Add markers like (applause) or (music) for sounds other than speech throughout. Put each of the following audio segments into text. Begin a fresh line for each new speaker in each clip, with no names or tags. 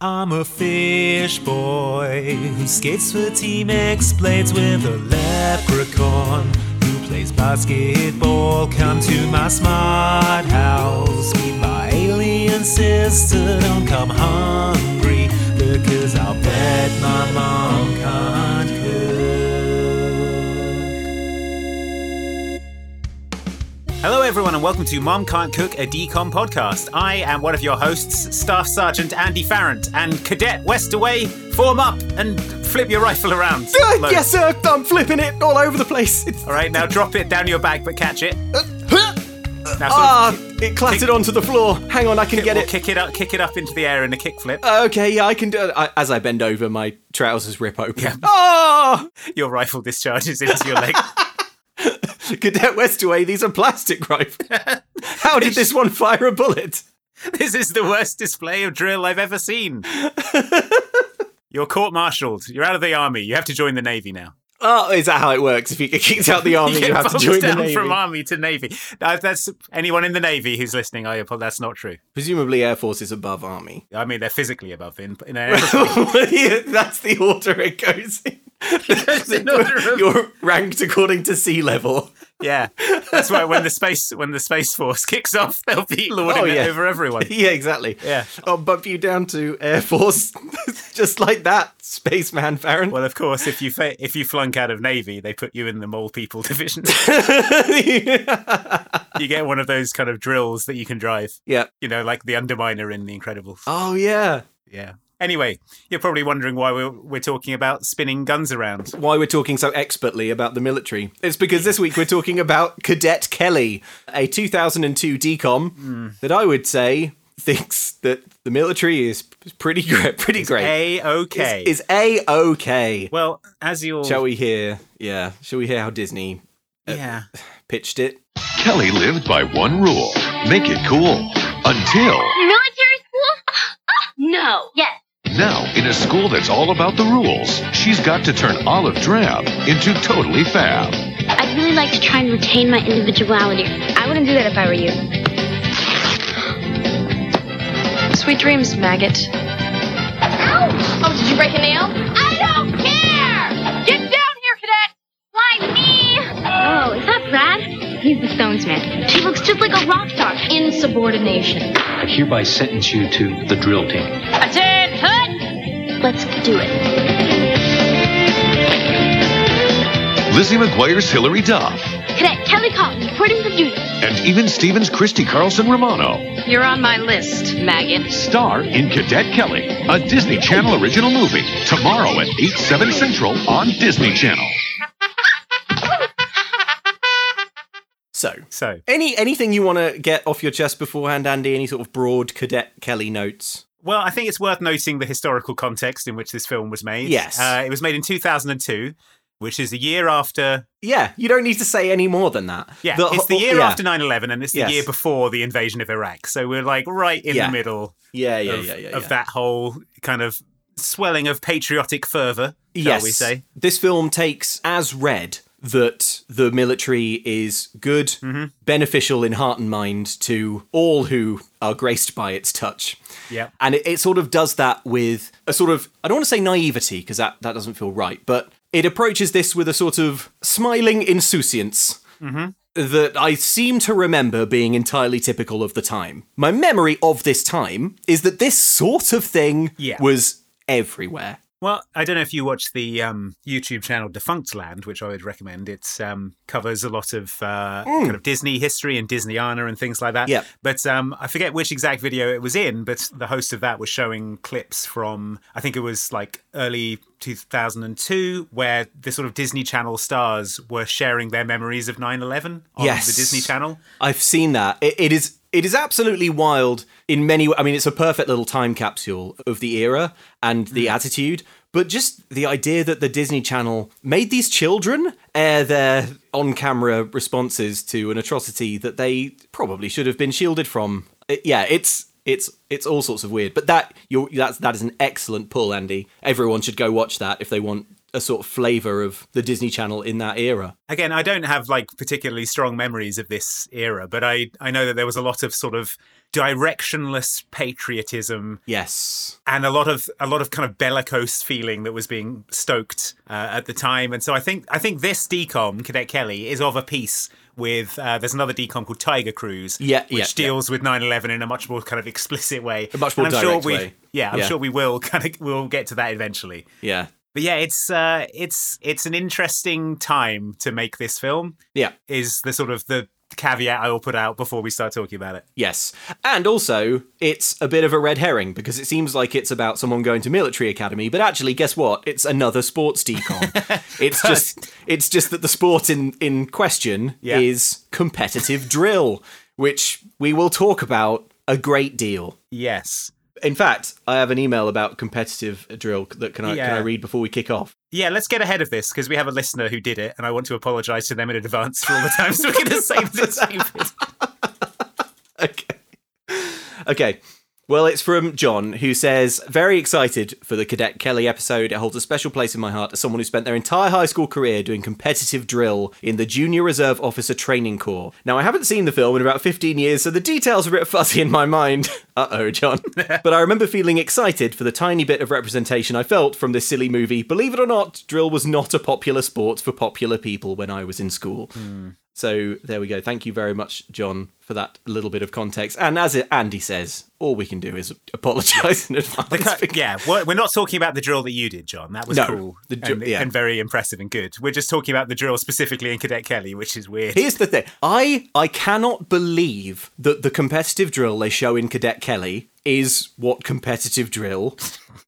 I'm a fish boy who skates for Team X, plays with a leprechaun who plays basketball. Come to my smart house, meet my alien sister. Don't come hungry because I'll bet my mom can't cook. Hello, everyone, and welcome to Mom Can't Cook a DCOM podcast. I am one of your hosts, Staff Sergeant Andy Farrant, and Cadet Westaway, form up and flip your rifle around.
Uh,
Load.
yes, sir. I'm flipping it all over
(laughs)
the place. It's,
All right, now drop it down your back, but catch it.
uh, huh.
Now
ah,
sort of
it clattered onto the floor. Hang on, I can
kick,
get
we'll
it.
kick it up, kick it up into the air in a kickflip.
Uh, okay, yeah, I can do it. I, as I bend over, my trousers rip open.
Yeah.
Oh,
Your rifle discharges into
(laughs)
your leg.
Cadet Westaway, these are
(laughs)
plastic rifles. How did this one fire a bullet?
this is the worst display of drill I've ever
(laughs)
seen. You're court-martialed. You're out of the army. You have to join the navy now.
Oh, is that how it works? If you get kicked out of
(laughs)
the army, (laughs) you,
get
have to
bumped
join the
down
navy.
from army to navy. Now, if that's anyone in the navy who's listening, I apo- that's not true.
Presumably, air force is above army.
I mean, they're physically above in. in air.
(laughs) Yeah, That's the order it
(laughs)
goes in.
in order of-
You're ranked according to sea level.
yeah, that's why when the space when the space force (laughs) kicks off, they'll be lording
Oh, yeah.
it over everyone.
Yeah, exactly.
Yeah.
I'll bump you down to Air Force (laughs) just like that, spaceman Farron.
Well, of course, if you fa- if you flunk out of navy, they put you in the mole people (laughs) division. you get one of those kind of drills that you can drive.
(laughs) yeah.
You know, like the underminer in The Incredibles.
Oh, yeah.
Yeah. Anyway, you're probably wondering why we're we're talking about spinning guns around.
Why we're talking so expertly about the military. It's because this week we're talking about Cadet Kelly, a 2002 DCOM
Hmm.
that I would say thinks that the military is pretty great. Pretty great.
A okay.
Is A OK?
well, as you'll
Shall we uh, hear? Yeah. Shall we hear how Disney
yeah.
pitched it?
Kelly lived by one rule make it cool. Until
Military school? No. Yes.
now, in a school that's all about the rules, she's got to turn Olive Drab into totally fab.
I'd really like to try and retain my individuality. I wouldn't do that if I were you.
Sweet dreams, maggot.
Ow! Oh, did you break a nail? I don't care! Get down here, cadet! Why me? Oh, is that Brad? He's the Stones man. She looks just like a rock star. Insubordination.
I hereby sentence you to the drill team.
Attend, hood! Let's do it.
Lizzie McGuire's Hilary Duff,
Cadet Kelly Collins, reporting for duty.
and even Steven's Christy Carlson Romano
You're on my list, maggot.
star in Cadet Kelly, a Disney Channel original movie, tomorrow at 8, 7 Central on Disney Channel.
So,
So,
Any anything you want to get off your chest beforehand, Andy? Any sort of broad cadet Kelly notes?
well, I think it's worth noting the historical context in which this film was made.
Yes.
Uh, it was made in 2002, which is the year after
Yeah, you don't need to say any more than that.
Yeah, it's the year
yeah.
after 9 11 and it's the
Yes.
year before the invasion of Iraq. So we're like right in
Yeah.
the middle
Yeah, yeah,
of,
yeah, yeah.
of
yeah.
that whole kind of swelling of patriotic fervor, shall
yes.
we say.
this film takes as read that the military is good,
Mm-hmm.
beneficial in heart and mind to all who are graced by its touch.
Yep.
And it, it sort of does that with a sort of, I don't want to say naivety because that, that doesn't feel right, but it approaches this with a sort of smiling insouciance
Mm-hmm.
that I seem to remember being entirely typical of the time. My memory of this time is that this sort of thing
Yeah.
was everywhere.
Well, I don't know if you watch the um, YouTube channel Defunct Land, which I would recommend. It um, covers a lot of uh, kind of Disney history and Disneyana and things like that.
Hmm. Yeah.
But um, I forget which exact video it was in, but the host of that was showing clips from, I think it was like early 2002, where the sort of Disney Channel stars were sharing their memories of 9 11 on
Yes.
the Disney Channel.
I've seen that. It, it is it is absolutely wild in many. I mean, it's a perfect little time capsule of the era and the attitude. But just the idea that the Disney Channel made these children air their on-camera responses to an atrocity that they probably should have been shielded from. It- yeah, it's it's it's all sorts of weird. But that you're, that's that is an excellent pull, Andy. Everyone should go watch that if they want a sort of flavor of the Disney Channel in that era.
again i don't have like particularly strong memories of this era but i i know that there was a lot of sort of directionless patriotism
Yes.
and a lot of a lot of kind of bellicose feeling that was being stoked uh, at the time. And so I think I think this decom Cadet Kelly is of a piece with uh, there's another decom called Tiger Cruise,
Yeah,
which
yeah, yeah.
deals with 9/11 in a much more kind of explicit way.
A much more
And I'm
direct
sure we,
way.
Yeah, I'm
Yeah.
sure we will (laughs) kind of we'll get to that eventually.
Yeah.
But yeah, it's uh, it's it's an interesting time to make this film.
Yeah.
Is the sort of the caveat I will put out before we start talking about it.
Yes. And also, it's a bit of a red herring because it seems like it's about someone going to military academy, but actually, guess what? It's another sports
(laughs)
decom. it's just it's just that the sport in in question
Yeah.
is competitive drill, which we will talk about a great deal.
Yes.
In fact, I have an email about competitive drill that can I can I
Yeah.
read before we kick off?
Yeah, let's get ahead of this because we have a listener who did it, and I want to apologise to them in advance for all the times we're going to (laughs) say that it's stupid.
(laughs) okay. Okay. Well, it's from John, who says, Very excited for the Cadet Kelly episode. It holds a special place in my heart as someone who spent their entire high school career doing competitive drill in the Junior Reserve Officer Training Corps. Now, I haven't seen the film in about 15 years, so the details are a bit fuzzy in my mind. (laughs) uh oh, John. but I remember feeling excited for the tiny bit of representation I felt from this silly movie. Believe it or not, drill was not a popular sport for popular people when I was in school. So there we go. Thank you very much, John, for that little bit of context. And as Andy says, all we can do is apologise in advance.
The cut-
because-
yeah, we're, we're not talking about the drill that you did, John. That was
No,
cool
the dr-
and,
yeah.
and very impressive and good. We're just talking about the drill specifically in Cadet Kelly, which is weird.
Here's the thing. I I cannot believe that the competitive drill they show in Cadet Kelly is what competitive drill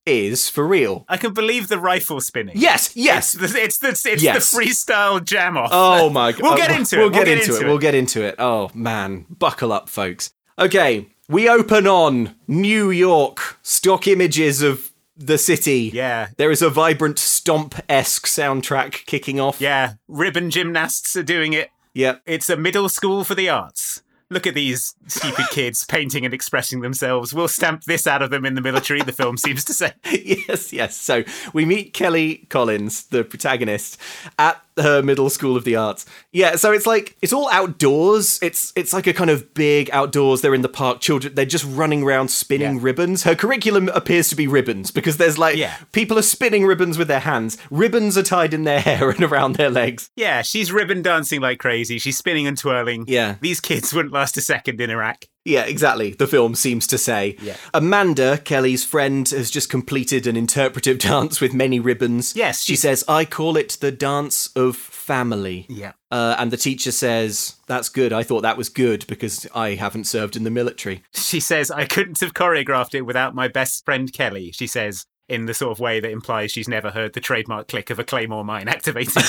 is for real.
I can believe the rifle spinning.
Yes, yes.
It's the, it's the, it's
Yes.
the freestyle jam off.
Oh my
(laughs)
god.
We'll get into it.
We'll get, into, it. We'll get into it. Oh man, buckle up folks. Okay, we open on New York. Stock images of the city.
Yeah.
There is a vibrant stomp-esque soundtrack kicking off.
Yeah, ribbon gymnasts are doing it.
Yep.
It's a middle school for the arts. Look at these stupid kids painting and expressing themselves. We'll stamp this out of them in the military, the film seems to say. (laughs)
yes, yes. So we meet Kelly Collins, the protagonist, at her middle school of the arts. Yeah, so it's like it's all outdoors. It's it's like a kind of big outdoors. They're in the park. Children, they're just running around spinning
Yeah.
ribbons. Her curriculum appears to be ribbons because there's like
Yeah.
people are spinning ribbons with their hands. Ribbons are tied in their (laughs) hair and around their legs.
Yeah, she's ribbon dancing like crazy. She's spinning and twirling.
Yeah.
These kids wouldn't last a second in Iraq.
Yeah, exactly. The film seems to say.
Yeah.
Amanda, Kelly's friend, has just completed an interpretive (laughs) dance with many ribbons.
Yes,
She
she's-
says, I call it the dance of family.
Yeah.
Uh, and the teacher says, That's good. I thought that was good because I haven't served in the military. (laughs)
She says, I couldn't have choreographed it without my best friend Kelly, she says, in the sort of way that implies she's never heard the trademark click of a claymore mine activated.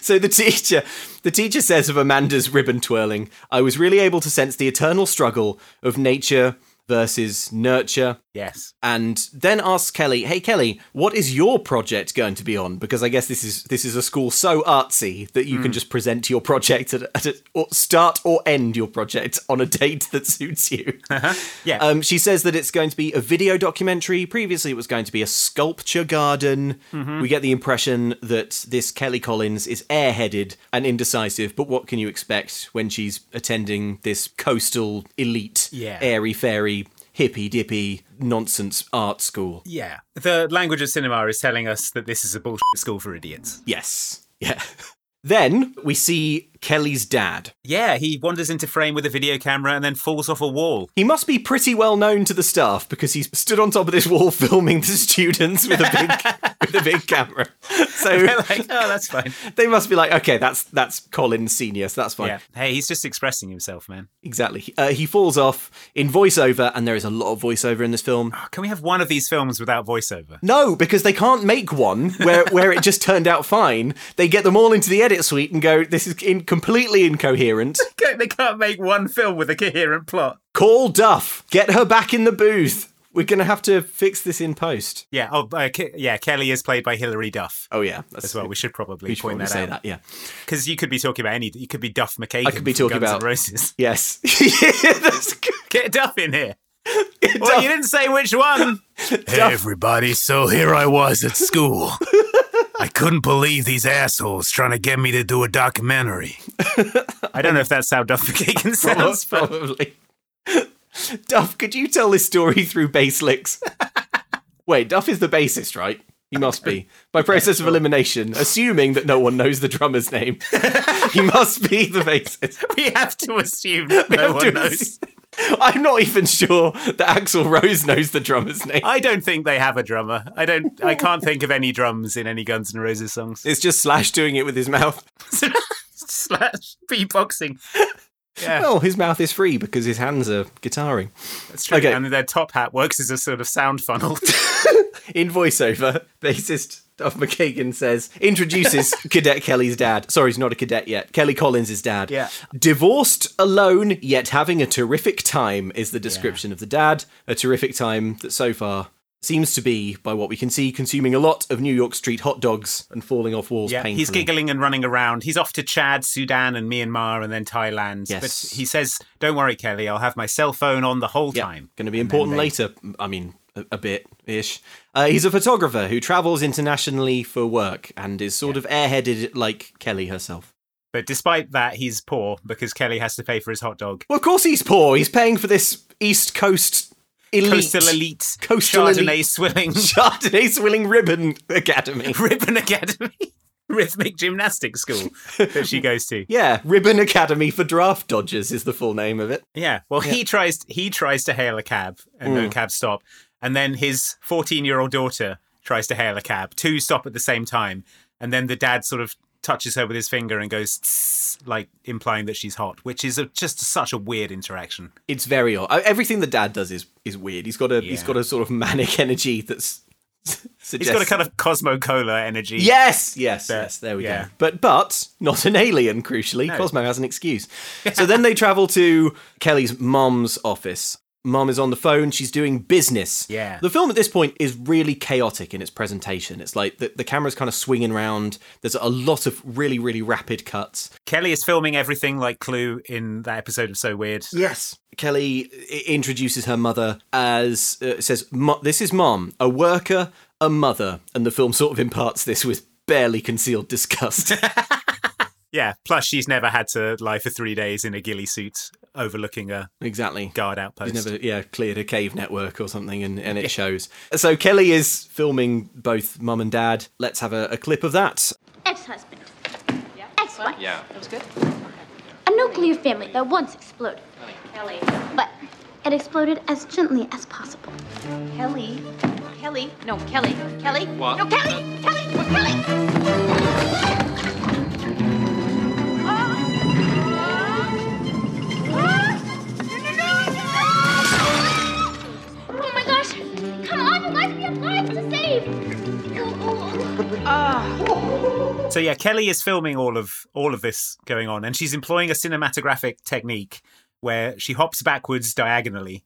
So the teacher, the teacher says of Amanda's ribbon twirling, I was really able to sense the eternal struggle of nature versus nurture.
yes.
and then asks Kelly, "Hey Kelly, what is your project going to be on?" Because I guess this is this is a school so artsy that
Hmm.
you can just present your project at, at a, or start or end your project on a date that suits you.
Uh-huh. Yeah.
Um, she says that it's going to be a video documentary. Previously, it was going to be a sculpture garden.
Mm-hmm.
We get the impression that this Kelly Collins is airheaded and indecisive. But what can you expect when she's attending this coastal elite,
Yeah.
airy fairy, hippy dippy nonsense art school?
yeah. The language of cinema is telling us that this is a bullshit school for idiots.
Yes. Yeah. (laughs) then we see Kelly's dad.
Yeah, he wanders into frame with a video camera and then falls off a wall.
He must be pretty well known to the staff because he's stood on top of this wall (laughs) filming the students with a big (laughs) with a big camera. So
They're (laughs) like, oh, that's fine.
they must be like, okay, that's that's Colin Senior, so that's fine.
Yeah. Hey, he's just expressing himself, man.
Exactly. He- Uh, he falls off in voiceover, and there is a lot of voiceover in this film.
Oh, Can we have one of these films without voiceover?
No, because they can't make one where where it just turned out fine. They get them all into the edit suite and go, this is in- completely incoherent.
They can't make one film with a coherent plot.
Call Duff. Get her back in the booth. We're gonna have to fix this in post.
Yeah. Oh, uh, Ke- yeah. Kelly is played by Hilary Duff
Oh yeah, that's
as well. We should probably
we should
point
probably
that
say
out
that. Yeah.
because you could be talking about any. You could be Duff McKagan.
I could be
from
talking
Guns N'
about-
Roses. (laughs)
Yes. (laughs) yeah, that's good.
Get Duff in here. well,
Duff.
you didn't say which one. Hey, everybody. So here I was at school. I couldn't believe these assholes trying to get me to do a documentary. I don't know if that's how Dufficagan sounds, (laughs) but
probably. Duff, could you tell this story through bass licks? (laughs) Wait, Duff is the bassist, right? He must be. By process of elimination, assuming that no one knows the drummer's name, he must be the bassist.
we have to (laughs) assume
We
(laughs) no
have to
one knows.
assume- I'm not even sure that Axel Rose knows the
(laughs)
drummer's name.
I don't think they have a drummer. I don't. (laughs) I can't think of any drums in any Guns N' Roses songs.
It's just Slash doing it with his mouth.
(laughs) Slash beatboxing. Yeah,
Oh, his mouth is free because his hands are guitaring.
that's true.
okay.
And their top hat works as a sort of sound funnel.
In voiceover, bassist Duff McKagan says,
(laughs)
introduces Cadet Kelly's dad. Sorry, he's not a cadet yet. Kelly Collins' is dad.
Yeah.
Divorced, alone, yet having a terrific time is the description of the dad. A terrific time that so far seems to be, by what we can see, consuming a lot of New York street hot dogs and falling off
(laughs)
walls
Yeah,
painfully.
he's giggling and running around. He's off to Chad, Sudan, and Myanmar, and then Thailand.
Yes.
But he says, "Don't worry, Kelly. I'll have my cell phone on the whole
Yeah,
time."
Going to be important later. I mean, a, a bit ish. Uh, he's a photographer who travels internationally for work and is sort of airheaded like Kelly herself.
But despite that, he's poor because Kelly has to pay for his hot dog.
Well, of course he's poor. He's paying for this East Coast elite
Coastal
(laughs)
elite,
Coastal
Chardonnay
elite.
swilling,
(laughs) Chardonnay Swilling Ribbon Academy.
(laughs) ribbon academy, rhythmic gymnastics school that she goes to.
Yeah, Ribbon Academy for Draft Dodgers is the full name of it.
Yeah. Well, he tries he tries to hail a cab and no cab stop, and then his 14 year old daughter tries to hail a cab. Two stop at the same time, and then the dad sort of touches her with his finger and goes "Tss," like implying that she's hot, which is a, just such a weird interaction.
It's very odd. Uh, Everything the dad does is is weird. He's got a he's
Yeah.
got a sort of manic (laughs) energy that's.
He's got a kind of Cosmo Cola energy.
Yes, yes,
But,
yes. There we
yeah.
go. But but not an alien. Crucially, Cosmo has an excuse.
(laughs)
so then they travel to Kelly's mum's office. Mum is on the phone. She's doing business.
Yeah.
The film at this point is really chaotic in its presentation. It's like the, the camera's kind of swinging round. There's a lot of really, really rapid cuts.
Kelly is filming everything like Clue in that episode of So Weird.
Yes. Kelly i- introduces her mother as uh, says, "Mu- "This is mom, a worker, a mother," and the film sort of imparts this with barely concealed disgust. (laughs)
Yeah. Plus, she's never had to lie for three days in a ghillie suit overlooking a
exactly.
guard outpost.
He's never, yeah, cleared a cave network or something, and, and it shows. So Kelly is filming both mum and dad. Let's have a, a clip of that.
Ex-husband. Ex-wife. Yeah. It was good. A nuclear family that once exploded. Kelly. But it exploded as gently as possible.
Kelly. Kelly. No, Kelly. Kelly.
What? No, Kelly! Kelly! Kelly! Oh my gosh! Come on, you guys, we have lives to save!
So yeah, Kelly is filming all of all of this going on, and she's employing a cinematographic technique where she hops backwards
(laughs)
diagonally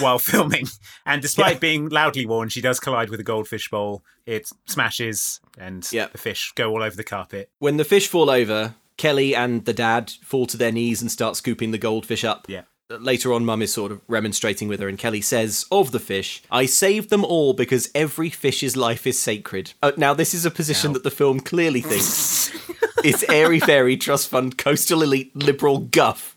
while filming. And despite being loudly warned, she does collide with a goldfish bowl. It smashes, and
Yeah.
the fish go all over the carpet.
When the fish fall over, Kelly and the dad fall to their knees and start scooping the goldfish up.
Yeah.
Later on, mum is sort of remonstrating with her, and Kelly says of the fish, I saved them all because every fish's life is sacred. Uh, now, this is a position that the film clearly thinks it's airy fairy trust fund coastal elite liberal guff.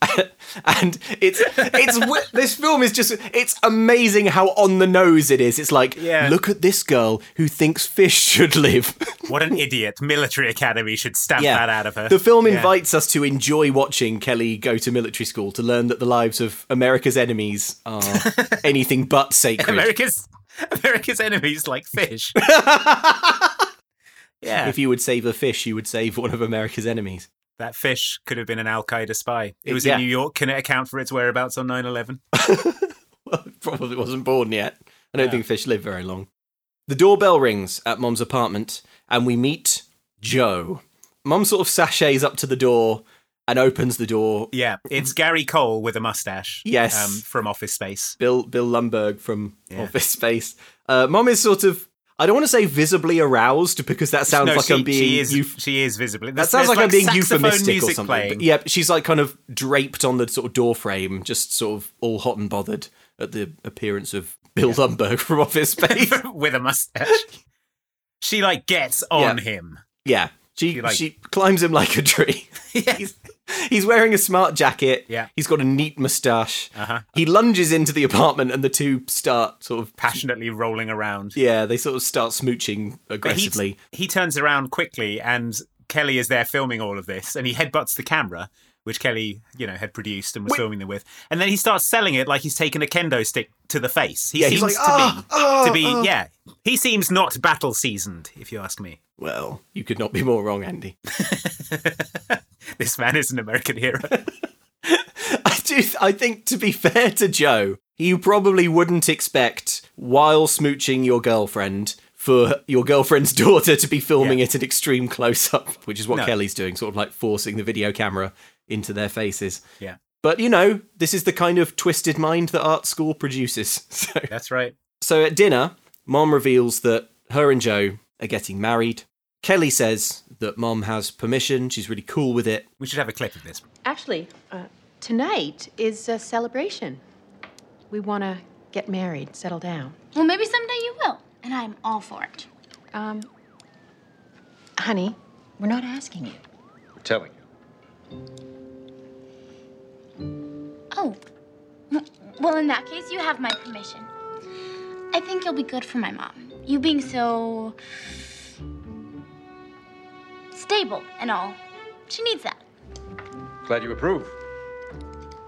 (laughs) and it's it's wi- this film is just it's amazing how on the nose it is. It's like
Yeah.
look at this girl who thinks fish should live.
What an idiot! Military Academy should stamp that out of her.
The film
Yeah.
invites us to enjoy watching Kelly go to military school to learn that the lives of America's enemies
(laughs)
are anything but sacred.
America's (laughs) America's enemies like
(laughs)
fish. yeah,
if you would save a fish, you would save one of America's enemies.
that fish could have been an Al Qaeda spy. It was
Yeah.
in New York. Can it account for its whereabouts on 9-11?
Probably wasn't born yet. I don't think fish live very long. The doorbell rings at Mom's apartment, and we meet Joe. Mom sort of sashays up to the door and opens the door.
Yeah,
(laughs)
it's Gary Cole with a mustache. um,
Yes.
from Office Space.
Bill Bill Lumberg from Office Space. Uh, Mom is sort of. I don't want to say visibly aroused because that sounds
no,
like
she,
I'm being
she is
euf-
she is visibly.
That sounds like, I'm being euphemistic or
music
something.
Playing.
But yeah, she's like kind of draped on the sort of door frame, just sort of all hot and bothered
(laughs)
at the appearance of Bill Lumberg from Office Space.
with a mustache. She like gets on
Yeah. (laughs)
him.
Yeah. She she,
She, like-
climbs him like a tree. (laughs) he's, he's wearing a smart jacket.
Yeah.
He's got a neat mustache.
Uh-huh.
He lunges into the apartment and the two start sort of
Passionately rolling around.
yeah, they sort of start smooching
But he-
aggressively.
He, turns around quickly, and Kelly is there filming all of this, and he headbutts the camera, which Kelly, you know, had produced and was filming them with, and then he starts selling it like he's taken a kendo stick to the face. He
Yeah, he's
seems
like,
to
"Ah,
be,
ah,
to be,
ah."
yeah, he seems not battle seasoned, if you ask me. (laughs)
Well, you could not be more wrong, Andy. (laughs)
This man is an American hero. (laughs)
I do. I think to be fair to Joe, you probably wouldn't expect while smooching your girlfriend for your girlfriend's (laughs) daughter to be filming
Yeah.
it at extreme close up, which is what
No.
Kelly's doing, sort of like forcing the video camera into their faces.
yeah,
But you know, this is the kind of twisted mind that art school produces. (laughs) So,
that's right.
so at dinner, Mom reveals that her and Joe are getting married. Kelly says that Mom has permission. She's really cool with it.
We should have a clip of this.
Actually, uh, tonight is a celebration. We want to get married, settle down.
Well, maybe someday you will, and I'm all for it.
Um, honey, we're not asking you.
We're telling you.
Oh. Well, in that case, you have my permission. I think you'll be good for my mom. You being so stable and all. She needs that.
Glad you approve.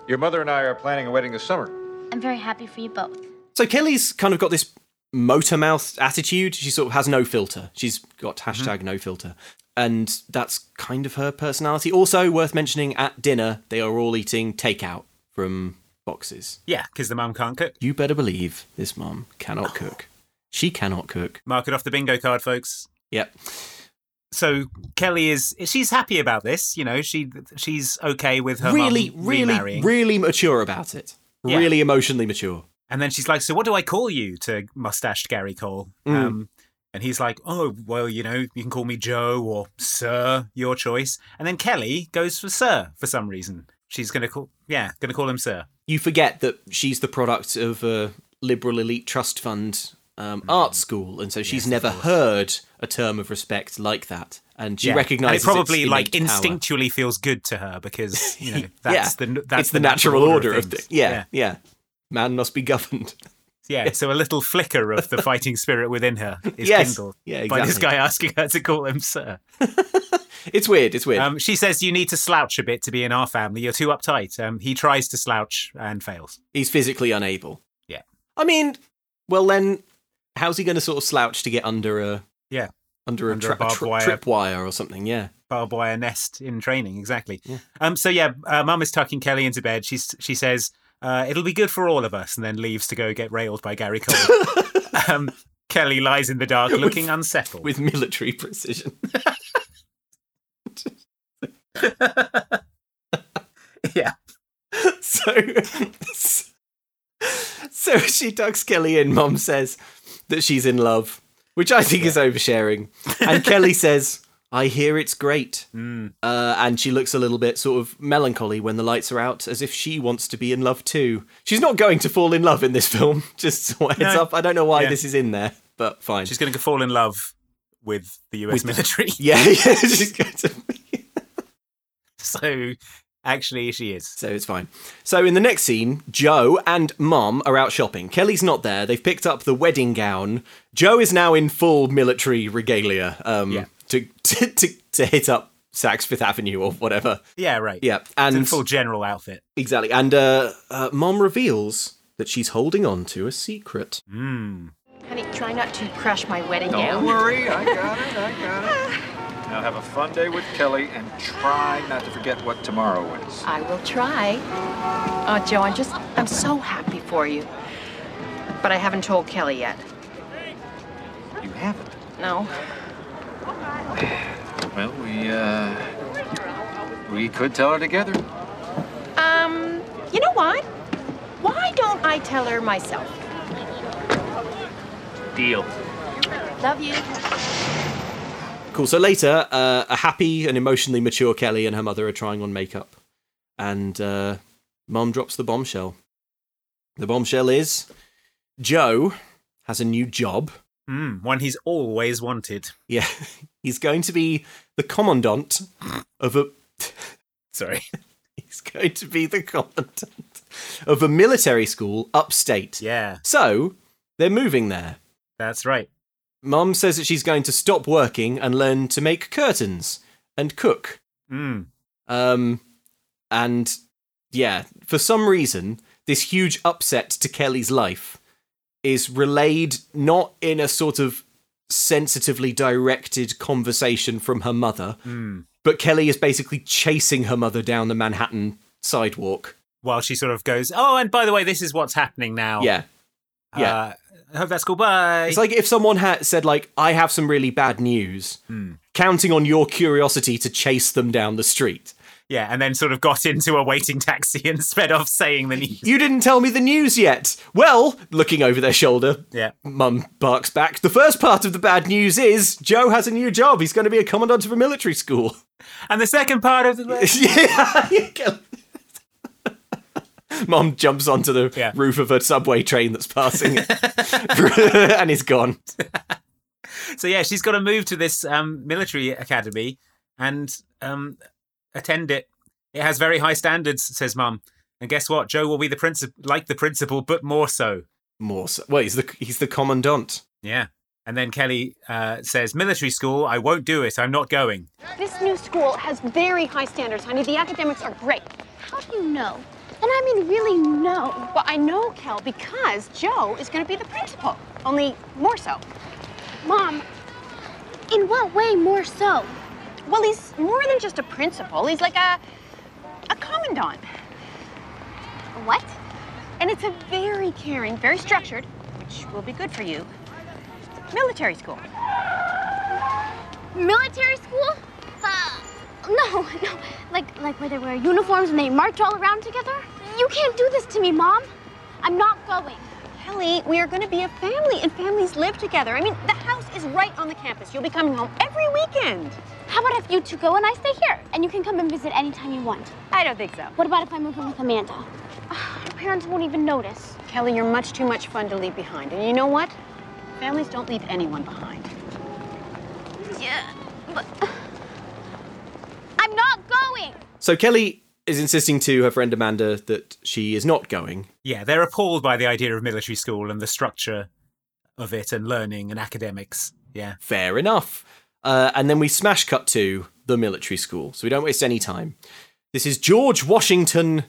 Your mother and I are planning a wedding this summer.
I'm very happy for you both.
So Kelly's kind of got this motor mouth attitude. She sort of has no filter. She's got hashtag
Mm-hmm.
no filter. And that's kind of her personality. Also, worth mentioning at dinner, they are all eating takeout from boxes.
Yeah, because the mum can't cook.
You better believe this mum
Oh.
cannot cook. She cannot cook.
Mark it off the bingo card, folks.
Yep.
So Kelly is she's happy about this. You know, she she's okay with her mum
really, really,
remarrying.
really mature about it.
Yeah.
Really emotionally mature.
And then she's like, "So what do I call you?" to mustached Gary Cole.
Mm.
Um, and he's like, "Oh, well, you know, you can call me Joe or Sir, your choice." And then Kelly goes for Sir for some reason. She's gonna call, yeah, gonna call him Sir.
You forget that she's the product of a liberal elite trust fund um,
Hmm.
art school, and so she's never heard a term of respect like that, and she
Yeah.
recognizes
and it probably
its
like
innate power.
instinctually feels good to her because
(laughs)
you know
Yeah.
that's the that's
it's the, natural order of,
things.
thi- yeah, yeah, Man must be governed. (laughs)
yeah, yeah. So a little flicker of the fighting spirit within her is
Yes.
kindled
Yeah,
by this guy
exactly.
asking her to call him Sir.
It's weird. It's weird.
Um, she says you need to slouch a bit to be in our family. You're too uptight. Um, he tries to slouch and fails.
He's physically unable.
Yeah.
I mean, well then, how's he going to sort of slouch to get under a
Yeah.
under a,
Under a
tra-
barbed
tra-
wire.
tripwire or something? Yeah.
barbed wire nest in training. Exactly. Um. So yeah, uh, mum is tucking Kelly into bed. She's she says uh, it'll be good for all of us, and then leaves to go get railed by Gary Cole. um, Kelly lies in the dark, looking unsettled.
(laughs) with military precision. (laughs)
Yeah.
So, (laughs) so she tucks Kelly in. Mom says that she's in love, which I think is oversharing. And
(laughs)
Kelly says, "I hear it's great."
Hmm.
Uh, and she looks a little bit sort of melancholy when the lights are out, as if she wants to be in love too. She's not going to fall in love in this film. (laughs) Just so heads
No.
up. I don't know why
Yeah.
this is in there, but fine.
She's going to fall in love with the U.S. military.
Yeah, (laughs) yeah, she's going to
so actually, she is.
So it's fine. So in the next scene, Joe and Mom are out shopping. Kelly's not there. They've picked up the wedding gown. Joe is now in full military regalia um,
Yeah.
to, (laughs) to to to hit up Saks Fifth Avenue or whatever.
Yeah. Right.
Yeah,
It's in
and
full general outfit.
exactly. And uh, uh, Mom reveals that she's holding on to a secret.
Honey, try not to crush my wedding
Don't
gown.
worry, I got it, I got it. Now have a fun day with Kelly and try not to forget what tomorrow is.
I will try. Oh, Joe, I'm just, I'm so happy for you. But I haven't told Kelly yet.
You haven't.
No.
Well, we uh, we could tell her together.
Um, you know what? Why don't I tell her myself?
Deal.
Love you.
Cool. So later, uh, a happy and emotionally mature Kelly and her mother are trying on makeup, and uh, Mom drops the bombshell. The bombshell is Joe has a new job
Mm, One he's always wanted.
Yeah, (laughs) he's going to be the commandant of a. (laughs)
Sorry.
He's going to be the commandant of a military school upstate.
Yeah,
So they're moving there.
that's right.
Mum says that she's going to stop working and learn to make curtains and cook.
Mm.
Um, and yeah, for some reason, this huge upset to Kelly's life is relayed not in a sort of sensitively directed conversation from her mother, but Kelly is basically chasing her mother down the Manhattan sidewalk.
While she sort of goes, oh, and by the way, this is what's happening now.
Yeah. Yeah.
Oh. Uh, I hope that's cool. Bye.
It's like if someone had said, like, I have some really bad news, counting on your curiosity to chase them down the street.
yeah, and then sort of got into a waiting (laughs) taxi and sped off saying the news.
You didn't tell me the news yet. Well, looking over their shoulder,
Yeah.
Mum barks back. The first part of the bad news is Joe has a new job. He's going to be a commandant of a military school. (laughs)
And the second part of the.
yeah. Mum jumps onto the
Yeah.
roof of a subway train that's passing and is gone.
so yeah, she's got to move to this um, military academy and um, attend it. It has very high standards, says Mum. And guess what? Joe will be the principal, like the principal, but more so.
More so. Well, he's the, he's the commandant.
Yeah. And then Kelly uh, says, "Military school, I won't do it. I'm not going."
This new school has very high standards, honey. The academics are great.
How do you know? And I mean, really know.
Well, I know, Kel, because Joe is going to be the principal, only more so.
Mom, in what way more so?
Well, he's more than just a principal. He's like a a commandant,
What?
and it's a very caring, very structured, which will be good for you. Military school.
Military school? Uh, no, (laughs) no. Like, like where they wear uniforms and they march all around together? You can't do this to me, Mom. I'm not going.
Kelly, we are going to be a family, and families live together. I mean, the house is right on the campus. You'll be coming home every weekend.
How about if you two go and I stay here? And you can come and visit anytime you want.
I don't think so. Ah,
What about if I'm moving with Amanda? Her parents won't even notice.
Kelly, you're much too much fun to leave behind. And you know what? Families don't leave anyone behind.
Yeah, but. (sighs) I'm not going!
So Kelly is insisting to her friend Amanda that she is not going.
Yeah, they're appalled by the idea of military school and the structure of it, and learning and academics. Yeah,
fair enough. Uh, and then we smash cut to the military school, so we don't waste any time. This is George Washington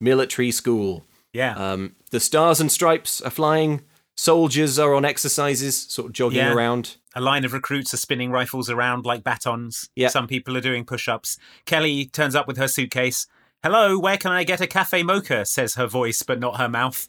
Military School.
yeah.
Um, the stars and stripes are flying. Soldiers are on exercises, sort of jogging
Yeah.
around.
A line of recruits are spinning rifles around like batons.
Yeah.
Some people are doing push ups. Kelly turns up with her suitcase. Hello, where can I get a cafe mocha? says her voice, but not her mouth.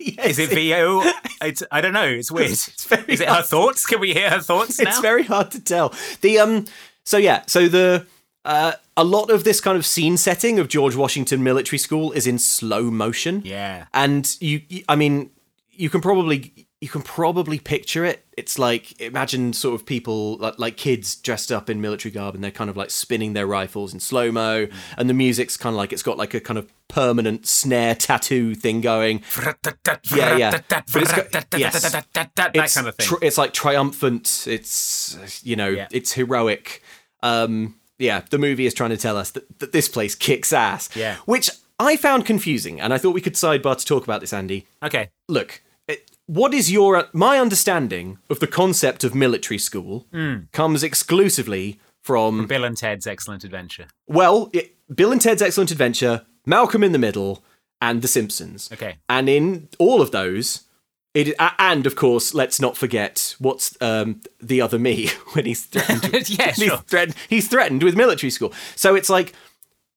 Is
(laughs)
it VO? it's, I don't know. It's weird.
It's (laughs) very
Is it her
hard.
thoughts? Can we hear her thoughts now?
It's very hard to tell. The um, so yeah, so the uh, a lot of this kind of scene setting of George Washington Military School is in slow motion.
Yeah.
and you you- i mean you can probably you can probably picture it it's like imagine sort of people like, like kids dressed up in military garb and they're kind of like spinning their rifles in slow mo and the music's kind of like it's got like a kind of permanent snare tattoo thing going Yeah, yeah. But it's got- yes.
That
it's
kind of thing.
tr- it's like triumphant it's you know
Yeah.
it's heroic um yeah the movie is trying to tell us that, that this place kicks ass
Yeah.
which i found confusing and i thought we could sidebar to talk about this andy
Okay.
look, it, what is your uh, my understanding of the concept of military school
Hmm.
comes exclusively from
Bill and Ted's Excellent Adventure.
well, it, Bill and Ted's Excellent Adventure, Malcolm in the Middle, and The Simpsons.
Okay.
and in all of those. It, a- and of course, let's not forget what's um, the other me (laughs) when he's
(laughs)
threatened
yeah,
(laughs) he's
sure.
threatened he's threatened with military school so it's like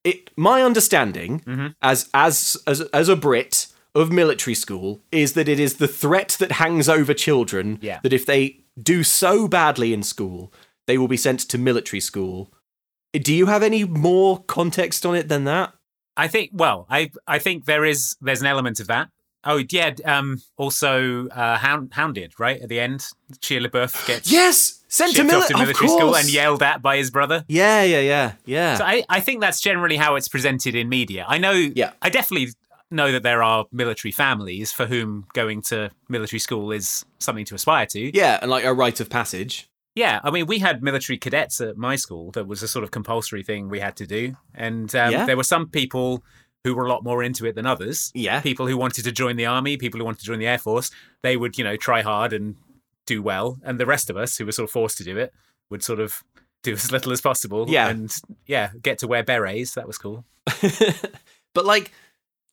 it my understanding
Mm-hmm.
as as as as a brit of military school is that it is the threat that hangs over children
Yeah.
that if they do so badly in school they will be sent to military school do you have any more context on it than that
I think well, I I think there is there's an element of that. Oh yeah, um also uh hound, hounded, right? At the end, Sheila LaBeouf gets
yes sent to,
shipped
mili-
off to
of
military school
course.
and yelled at by his brother.
yeah yeah yeah yeah
So I, I think that's generally how it's presented in media. I know
Yeah.
I definitely know that there are military families for whom going to military school is something to aspire to.
Yeah, and like a rite of passage.
Yeah, I mean, we had military cadets at my school. That was a sort of compulsory thing we had to do. And um,
Yeah.
there were some people who were a lot more into it than others.
Yeah.
People who wanted to join the army, people who wanted to join the air force, they would, you know, try hard and do well. And the rest of us who were sort of forced to do it would sort of do as little as possible.
Yeah.
And yeah, get to wear berets. That was cool.
(laughs) But like,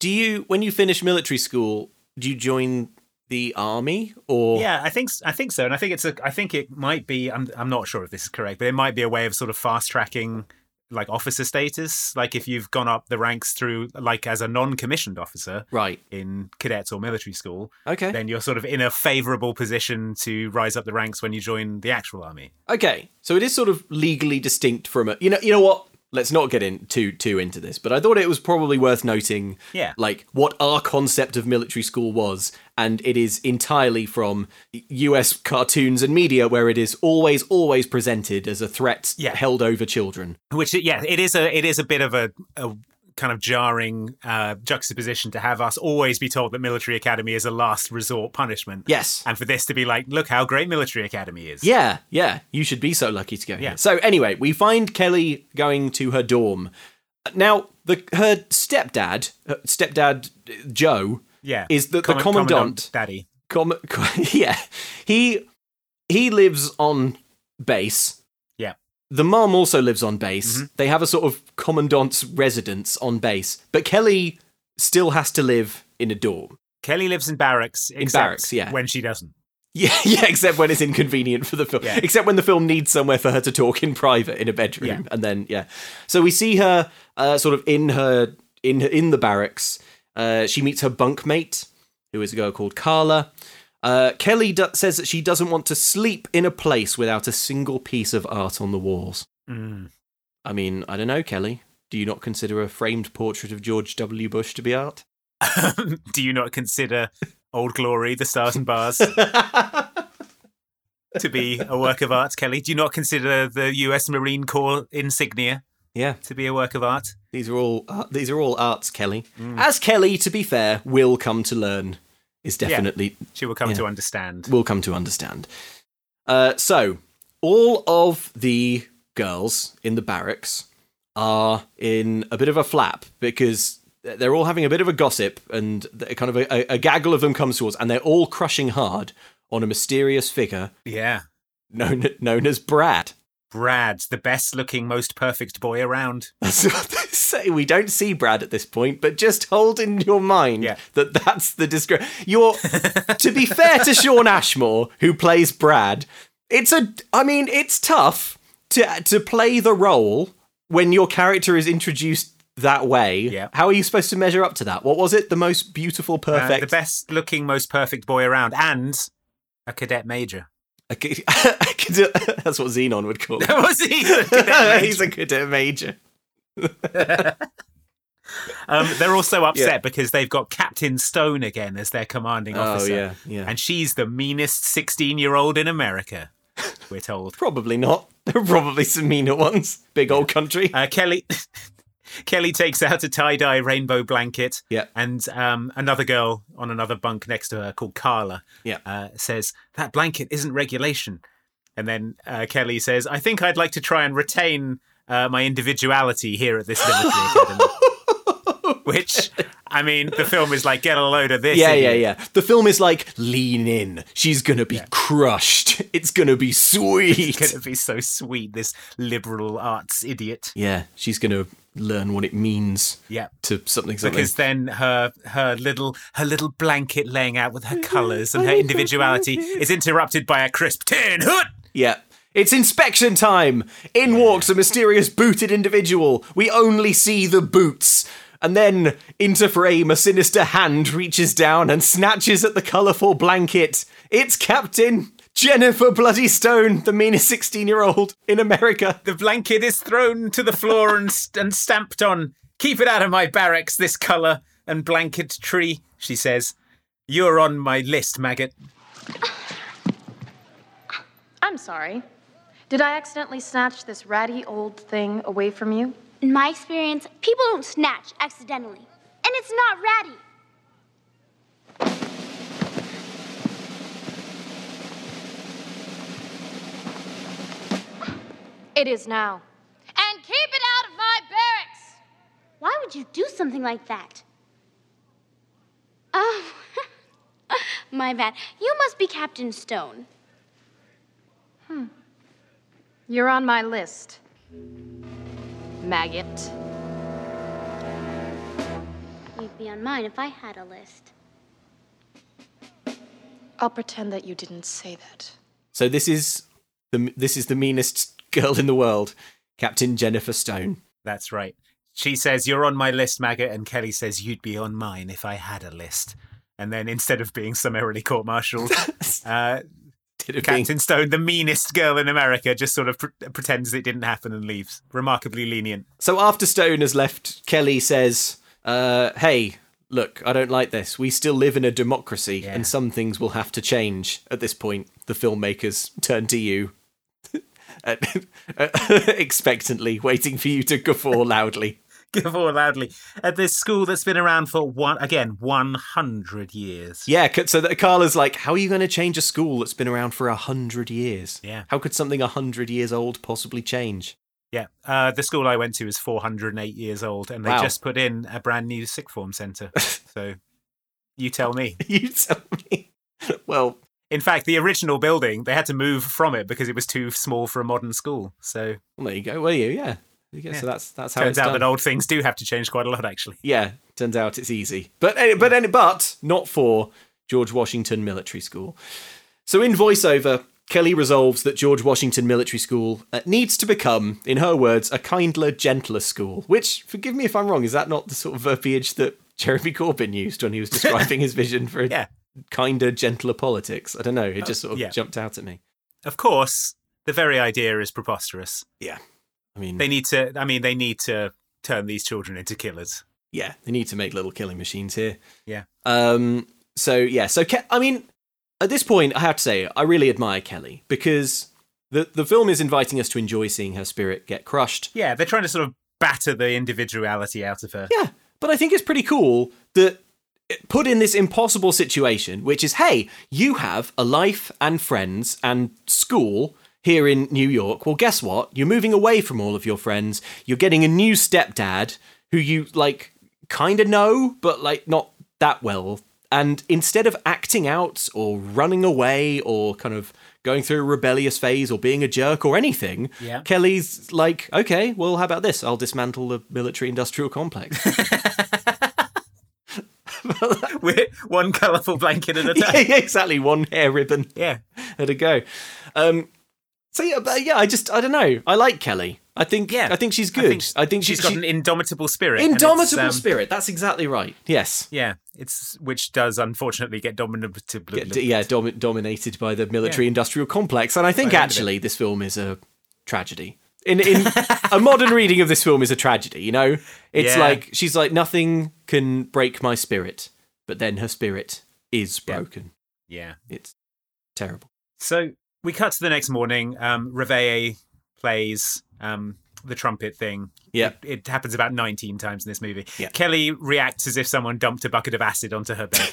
do you when you finish military school, do you join the army or
Yeah, I think s- I think so, and I think it's a I think it might be I'm I'm not sure if this is correct, but it might be a way of sort of fast tracking like officer status, like if you've gone up the ranks through like as a non-commissioned officer
right?
in cadets or military school,
Okay.
then you're sort of in a favorable position to rise up the ranks when you join the actual army.
Okay, so it is sort of legally distinct from a. You know, you know what? Let's not get in too too into this, but I thought it was probably worth noting,
Yeah.
like what our concept of military school was, and it is entirely from U.S. cartoons and media, where it is always always presented as a threat
Yeah.
held over children.
Which yeah, it is a it is a bit of a, a kind of jarring uh, juxtaposition to have us always be told that military academy is a last resort punishment.
Yes.
And for this to be like, look how great military academy is.
Yeah, yeah. You should be so lucky to go
Yeah.
here. So anyway, we find Kelly going to her dorm. Now, the her stepdad, her stepdad uh, Joe,
Yeah.
is the, the
Common-
commandant,
Daddy.
Com- (laughs) co- yeah, he he lives on base.
Yeah.
The mom also lives on base. They have a sort of commandant's residence on base, but Kelly still has to live in a dorm.
Kelly lives in barracks. except
barracks, yeah.
When she doesn't. (laughs)
Yeah, (laughs) yeah, except when it's inconvenient for the film.
Yeah.
Except when the film needs somewhere for her to talk in private in a bedroom,
Yeah.
and then yeah. So we see her uh, sort of in her in her, in the barracks. Uh, she meets her bunkmate, who is a girl called Carla. Uh, Kelly do- says that she doesn't want to sleep in a place without a single piece of art on the walls.
Mm.
I mean, I don't know, Kelly. Do you not consider a framed portrait of George W. Bush to be art?
Do you not consider Old Glory, The Stars and
(laughs)
Bars, to be a work of art, Kelly? Do you not consider the US Marine Corps insignia
Yeah.
to be a work of art?
These are all uh, these are all arts, Kelly. As Kelly, to be fair, will come to learn is definitely
She will come
Yeah.
to understand.
will come to understand. Uh, so all of the girls in the barracks are in a bit of a flap because they're all having a bit of a gossip, and th- kind of a, a, a gaggle of them comes towards, and they're all crushing hard on a mysterious figure
Yeah.
known (laughs) known as Brad.
Brad, the best looking, most perfect boy around.
That's what they say. We don't see Brad at this point, but just hold in your mind
Yeah.
that that's the description. You're, to be fair to Sean Ashmore, who plays Brad, it's a. I mean, it's tough to to play the role when your character is introduced that way.
Yeah.
How are you supposed to measure up to that? What was it? The most beautiful,
Uh,
perfect.
the best looking, most perfect boy around. And a cadet major. (laughs)
I could- I could- (laughs) that's what Xenon would call. It.
was he? A cadet major.
(laughs) He's a cadet major.
Um, they're also upset
(laughs) Yeah.
because they've got Captain Stone again as their commanding
Oh,
officer.
yeah, yeah.
And she's the meanest 16 year old in America, we're told.
Probably not. (laughs) There are probably some meaner ones. Big old country.
Uh, Kelly. (laughs) Kelly takes out a tie dye rainbow blanket.
Yeah.
And um, another girl on another bunk next to her called Carla
Yeah.
uh, says, That blanket isn't regulation. And then uh, Kelly says, I think I'd like to try and retain uh, my individuality here at this military
(laughs)
academy. Which, I mean, the film is like, get a load of this.
Yeah, yeah,
idiot.
yeah. The film is like lean in. She's gonna be crushed. It's gonna be
It's
sweet.
gonna be so sweet, this liberal arts idiot.
Yeah, she's gonna learn what it means
Yeah.
to something something.
Because then her her little her little blanket laying out with her colours and her individuality is interrupted by a crisp tin hoot.
yeah. It's inspection time. In walks a mysterious booted individual. We only see the boots. And then, into frame, a sinister hand reaches down and snatches at the colourful blanket. It's Captain Jennifer Bloody Stone, the meanest 16 year old in America.
The blanket is thrown to the floor and st- and stamped on. Keep it out of my barracks, this colour and blanket tree. She says, "You're on my list, maggot."
I'm sorry. Did I accidentally snatch this ratty old thing away from you?
In my experience, people don't snatch accidentally. And it's not ratty. It is now. And keep it out of my barracks!
Why would you do something like that? Oh, (laughs) my bad. You must be Captain Stone.
Hmm. You're on my list. Maggot.
You'd be on mine if I had a list.
I'll pretend that you didn't say that.
So this is the this is the meanest girl in the world, Captain Jennifer Stone.
That's right. She says, You're on my list, maggot. And Kelly says, You'd be on mine if I had a list. And then instead of being summarily court martialed, uh,
Did it
Captain Stone, the meanest girl in America, just sort of pre- pretends it didn't happen and leaves. Remarkably lenient. (laughs)
So after Stone has left, Kelly says, uh, "Hey, look, I don't like this. We still live in a democracy, and some things will have to change." At this point, the filmmakers turn to you, (laughs) uh, (laughs) expectantly, waiting for you to guffaw
(laughs)
loudly.
Guffaw loudly at this school that's been around for one again 100 years.
Yeah, c- so that Carla's like, "How are you going to change a school that's been around for a hundred years?
Yeah.
how could something a hundred years old possibly change?"
Yeah, uh, the school I went to is 408 years old, and they
Wow.
just put in a brand new sick form
(laughs)
centre. so you tell me.
you tell me. well,
In fact, the original building they had to move from it because it was too small for a modern school. So
well, there you go. Were you? Yeah. Yeah, So that's that's how
turns
it's
out
done.
that old things do have to change quite a lot, actually.
Yeah, turns out it's easy. But any- but any- but not for George Washington Military School. So in voiceover, Kelly resolves that George Washington Military School uh, needs to become, in her words, a kindler, gentler school. Which, forgive me if I'm wrong, is that not the sort of verbiage that Jeremy Corbyn used when he
(laughs)
was describing his vision for a
Yeah. Uh,
kinder, gentler politics? I don't know. It just sort of
yeah.
jumped out at me.
Of course, the very idea is preposterous.
Yeah, I mean,
They need to. I mean, they need to turn these children into killers.
yeah, they need to make little killing machines here.
Yeah.
Um. So yeah. So Ke- I mean, at this point, I have to say I really admire Kelly because the the film is inviting us to enjoy seeing her spirit get crushed.
Yeah, they're trying to sort of batter the individuality out of her.
Yeah. But I think it's pretty cool that it- put in this impossible situation, which is, hey, you have a life and friends and school here in New York. Well, guess what? You're moving away from all of your friends. You're getting a new stepdad who you like kind of know, but like not that well. And instead of acting out or running away or kind of going through a rebellious phase or being a jerk or anything,
Yeah.
Kelly's like, okay, well, how about this? I'll dismantle the military industrial complex.
(laughs) With one colourful blanket at a
(laughs) yeah,
time.
yeah, exactly. One hair ribbon
yeah.
had a go. Um, so yeah, but yeah, I just I don't know. I like Kelly. I think
Yeah.
I think she's
I
good. I
think
think,
She's
she-
got
she-
an indomitable spirit. and it's,
indomitable
um,
spirit. That's exactly right. Yes.
Yeah, it's which does unfortunately get dominated.
Get- d- yeah, domi- dominated by the military industrial complex. And I
By
think
the end of
actually this film is a tragedy. In in a modern reading of this film is a tragedy, you know? It's
Yeah.
like she's like nothing can break my spirit, but then her spirit is broken.
Yeah.
It's terrible.
So we cut to the next morning. Um, Reveille plays um, the trumpet thing.
Yeah.
It, it happens about 19 times in this movie.
Yeah.
Kelly reacts as if someone dumped a bucket of acid onto her
(laughs)
bed.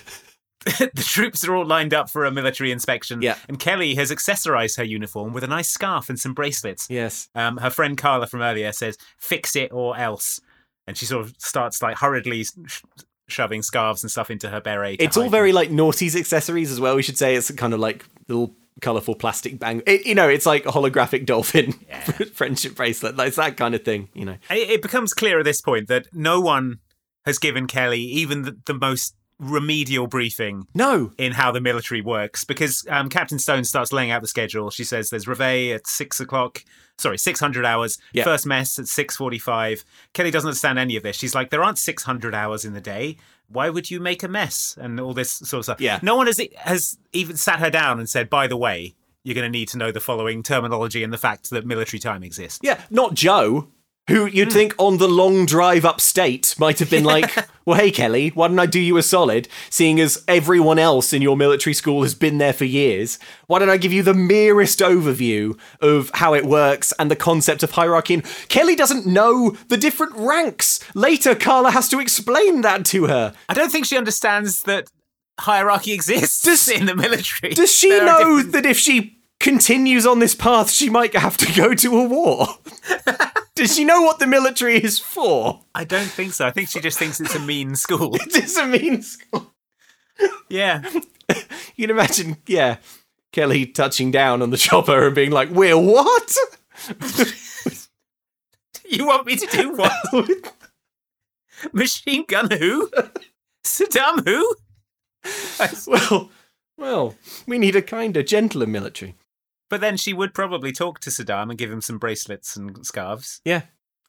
(laughs) the troops are all lined up for a military inspection.
Yeah.
And Kelly has accessorized her uniform with a nice scarf and some bracelets.
Yes.
Um, her friend Carla from earlier says, "Fix it or else," and she sort of starts like hurriedly sh- shoving scarves and stuff into her beret. to
It's all
hide
very
them.
like naughty's accessories as well. We should say it's kind of like little colorful plastic bang. It, you know, it's like a holographic dolphin (laughs) friendship bracelet. Like, it's that kind of thing. You know,
It, it becomes clear at this point that no one has given Kelly even the, the most remedial briefing
no,
in how the military works because um, Captain Stone starts laying out the schedule. She says there's reveille at six o'clock, sorry, six hundred hours.
Yeah.
First mess at six forty-five. Kelly doesn't understand any of this. She's like, there aren't six hundred hours in the day. Why would you make a mess and all this sort of stuff?
Yeah.
no one has e, has even sat her down and said, by the way, you're going to need to know the following terminology and the fact that military time exists.
yeah, not Joe, who you'd
Hmm.
think on the long drive upstate might
(laughs)
have been like, well, hey Kelly, why don't I do you a solid? Seeing as everyone else in your military school has been there for years, why don't I give you the merest overview of how it works and the concept of hierarchy? And Kelly doesn't know the different ranks. Later, Carla has to explain that to her.
I don't think she understands that hierarchy exists
Does-
(laughs) in the military.
Does she
There are
know
different-
that if she continues on this path, she might have to go to a war. (laughs) Does she know what the military is for?
I don't think so. I think she just thinks it's a mean
(laughs)
school.
it is a mean school.
Yeah.
you can imagine, yeah, Kelly touching down on the chopper and being like, we're what? (laughs)
(laughs) You want me to do what? Machine gun who? Saddam who?
well, well, we need a kinder, gentler military.
But then she would probably talk to Saddam and give him some bracelets and scarves.
Yeah.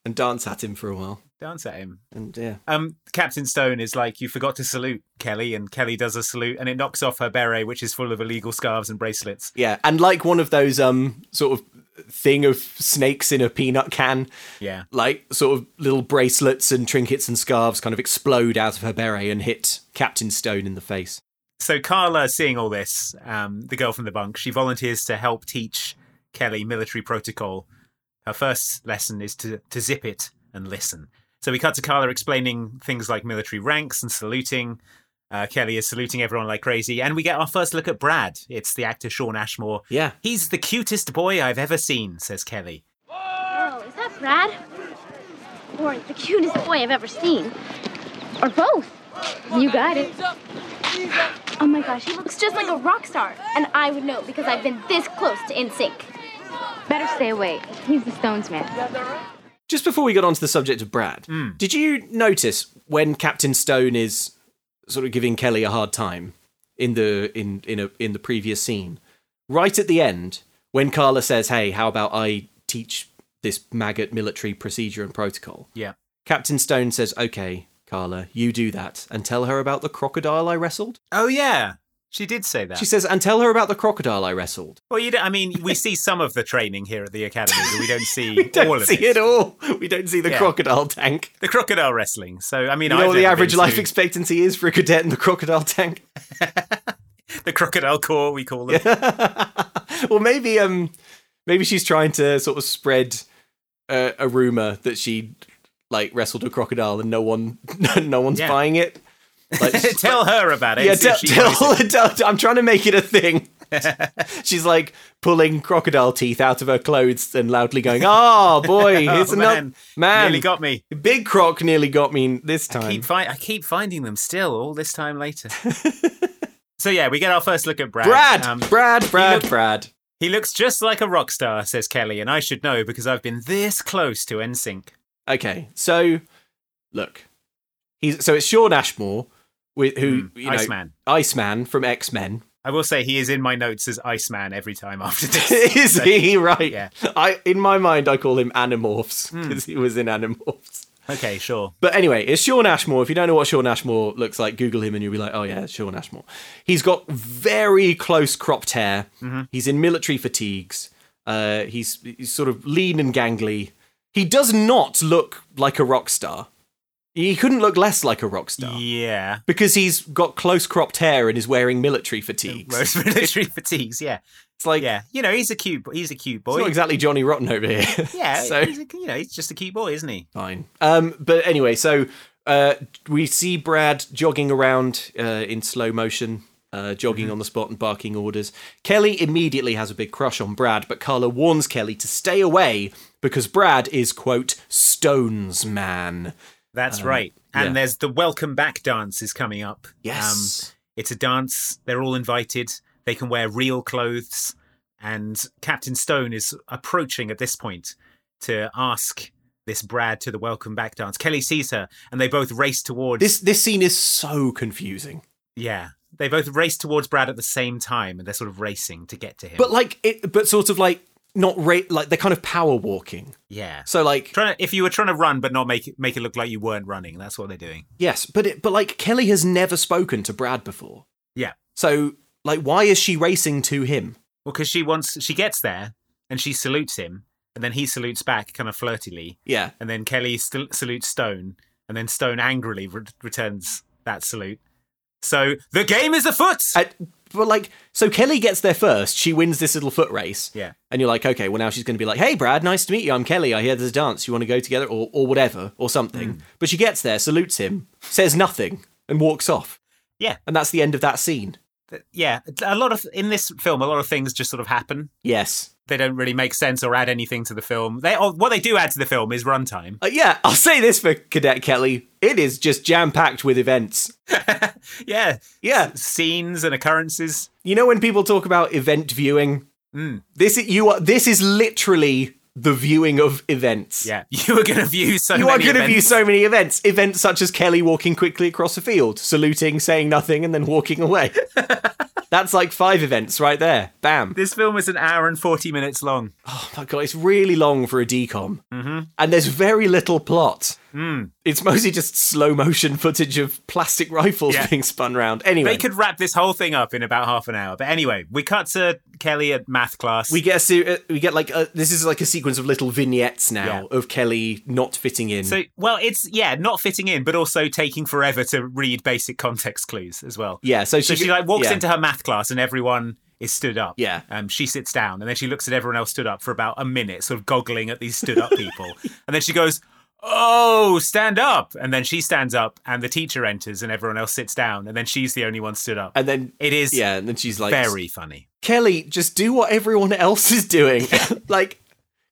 And dance at him for a while.
Dance at him.
And yeah.
Um, Captain Stone is like, you forgot to salute Kelly, and Kelly does a salute, and it knocks off her beret, which is full of illegal scarves and bracelets.
Yeah. And like one of those um sort of thing of snakes in a peanut can,
Yeah.
like sort of little bracelets and trinkets and scarves kind of explode out of her beret and hit Captain Stone in the face.
So Carla, seeing all this, um, the girl from the bunk, she volunteers to help teach Kelly military protocol. Her first lesson is to, to zip it and listen. So we cut to Carla explaining things like military ranks and saluting. Uh, Kelly is saluting everyone like crazy. And we get our first look at Brad. It's the actor Sean Ashmore.
Yeah.
He's the cutest boy I've ever seen, says Kelly.
Oh, is that Brad? Or the cutest boy I've ever seen. Or
Oh,
both. You got it. Oh my gosh, he looks just like a rock star. And I would know because I've been this close to NSYNC. Better stay away. He's the Stones man.
Just before we got onto the subject of Brad,
Hmm.
did you notice when Captain Stone is sort of giving Kelly a hard time in the in in a in the previous scene? Right at the end, when Carla says, "Hey, how about I teach this maggot military procedure and protocol?"
Yeah.
Captain Stone says, "Okay, Carla, you do that and tell her about the crocodile I wrestled."
Oh, yeah. She did say that.
She says, "And tell her about the crocodile I wrestled."
well, you don't, I mean, we see some of the training here at the academy, but we don't see
Don't
all of
see
it.
it all. We don't see the
Yeah.
crocodile tank.
The crocodile wrestling. So I mean,
You know
I've
what the
never
average
been
life
to
expectancy is for a cadet in the crocodile tank?
the crocodile core we call it.
(laughs) well, maybe um, maybe she's trying to sort of spread uh, a rumor that she like wrestled a crocodile and no one (laughs) no one's
Yeah.
buying it.
(laughs)
Like,
(laughs) tell her about it.
yeah,
and see
tell,
if she
(laughs)
buys
tell,
it.
tell- I'm trying to make it
(laughs)
a thing. she's like pulling crocodile teeth out of her clothes and loudly going, "Oh boy,
(laughs) Oh,
it's another
man.
man.
Nearly got me.
Big croc nearly got me this time."
Keep fi- I keep finding them still all this time
(laughs)
later. so yeah, we get our first look at Brad.
Brad,
Um,
Brad, Brad,
looked-
Brad.
he looks just like a rock star, says Kelly, and I should know because I've been this close to NSYNC.
Okay, so look, he's so it's Sean Ashmore, with who
Mm,
you know,
Iceman.
Iceman from X Men.
I will say he is in my notes as Iceman every time after
(laughs)
this.
Is
So-
he right?
yeah. Hmm.
I in my mind I call him Animorphs because he was in Animorphs.
Okay, sure.
But anyway, it's Sean Ashmore. If you don't know what Sean Ashmore looks like, Google him and you'll be like, oh yeah, it's Sean Ashmore. He's got very close cropped hair.
Mm-hmm.
He's in military fatigues. Uh, he's, he's sort of lean and gangly. He does not look like a rock star. He couldn't look less like a rock star
Yeah.
because he's got close cropped hair and is wearing military fatigues.
Rose (laughs) military fatigues, yeah.
It's like,
Yeah. You know, he's a cute he's a cute
it's
boy.
not exactly Johnny Rotten over here.
Yeah,
(laughs) so
he's a, you know, he's just a cute boy, isn't he?
fine. Um, but anyway, so uh, we see Brad jogging around uh, in slow motion, uh, jogging on the spot and barking orders. Kelly immediately has a big crush on Brad, but Carla warns Kelly to stay away because Brad is quote Stones man.
That's right. And
Um, yeah.
there's the welcome back dance is coming up.
Yes.
Um, it's a dance. They're all invited. They can wear real clothes. And Captain Stone is approaching at this point to ask this Brad to the welcome back dance. Kelly sees her and they both race towards.
This this scene is so confusing.
yeah. They both race towards Brad at the same time and they're sort of racing to get to him.
But like it, but sort of like not ra- like they're kind of power walking.
yeah.
So like
Trying to, if you were trying to run but not make it, make it look like you weren't running, that's what they're doing.
yes, but it, but like Kelly has never spoken to Brad before.
Yeah.
So like why is she racing to him?
Well, because she wants, she gets there and she salutes him, and then he salutes back, kind of flirtily,
Yeah.
and then Kelly st- salutes Stone, and then Stone angrily re- returns that salute. So the game is afoot.
At, but like, so Kelly gets there first. She wins this little foot race.
Yeah.
And you're like, okay, well now she's going to be like, hey Brad, nice to meet you. I'm Kelly. I hear there's a dance. You want to go together or or whatever or something. But she gets there, salutes him, says nothing, and walks off.
Yeah.
And that's the end of that scene.
Th- Yeah, a lot of in this film, a lot of things just sort of happen.
Yes.
They don't really make sense or add anything to the film. They or what they do add to the film is runtime.
Uh, yeah, I'll say this for Cadet Kelly. It is just jam packed with events.
Yeah,
Yeah.
scenes and occurrences.
You know when people talk about event viewing? This is you are this is literally the viewing of events.
Yeah, (laughs) you are going to view so.
you are
many
going to
events.
view so many events. Events such as Kelly walking quickly across a field, saluting, saying nothing, and then walking away.
(laughs)
That's like five events right there. Bam.
This film is an hour and forty minutes long.
Oh my god, it's really long for a decom.
Mm-hmm.
And there's very little plot.
Hmm.
It's mostly just slow motion footage of plastic rifles
Yeah.
being spun round. Anyway,
They could wrap this whole thing up in about half an hour. But anyway, we cut to Kelly at math class.
we get a se- uh, we get like a, this is like a sequence of little vignettes now of Kelly not fitting in.
So, well, it's yeah, not fitting in, but also taking forever to read basic context clues as well.
yeah, so she,
So she like walks
yeah.
into her math class and everyone is stood up.
Yeah.
Um, she sits down and then she looks at everyone else stood up for about a minute, sort of goggling at these
(laughs)
stood up people, and then she goes. Oh, stand up! And then she stands up, and the teacher enters, and everyone else sits down, and then she's the only one stood up.
and then
It is
yeah, and then she's like
very funny.
Kelly, just do what everyone else is doing. (laughs) like,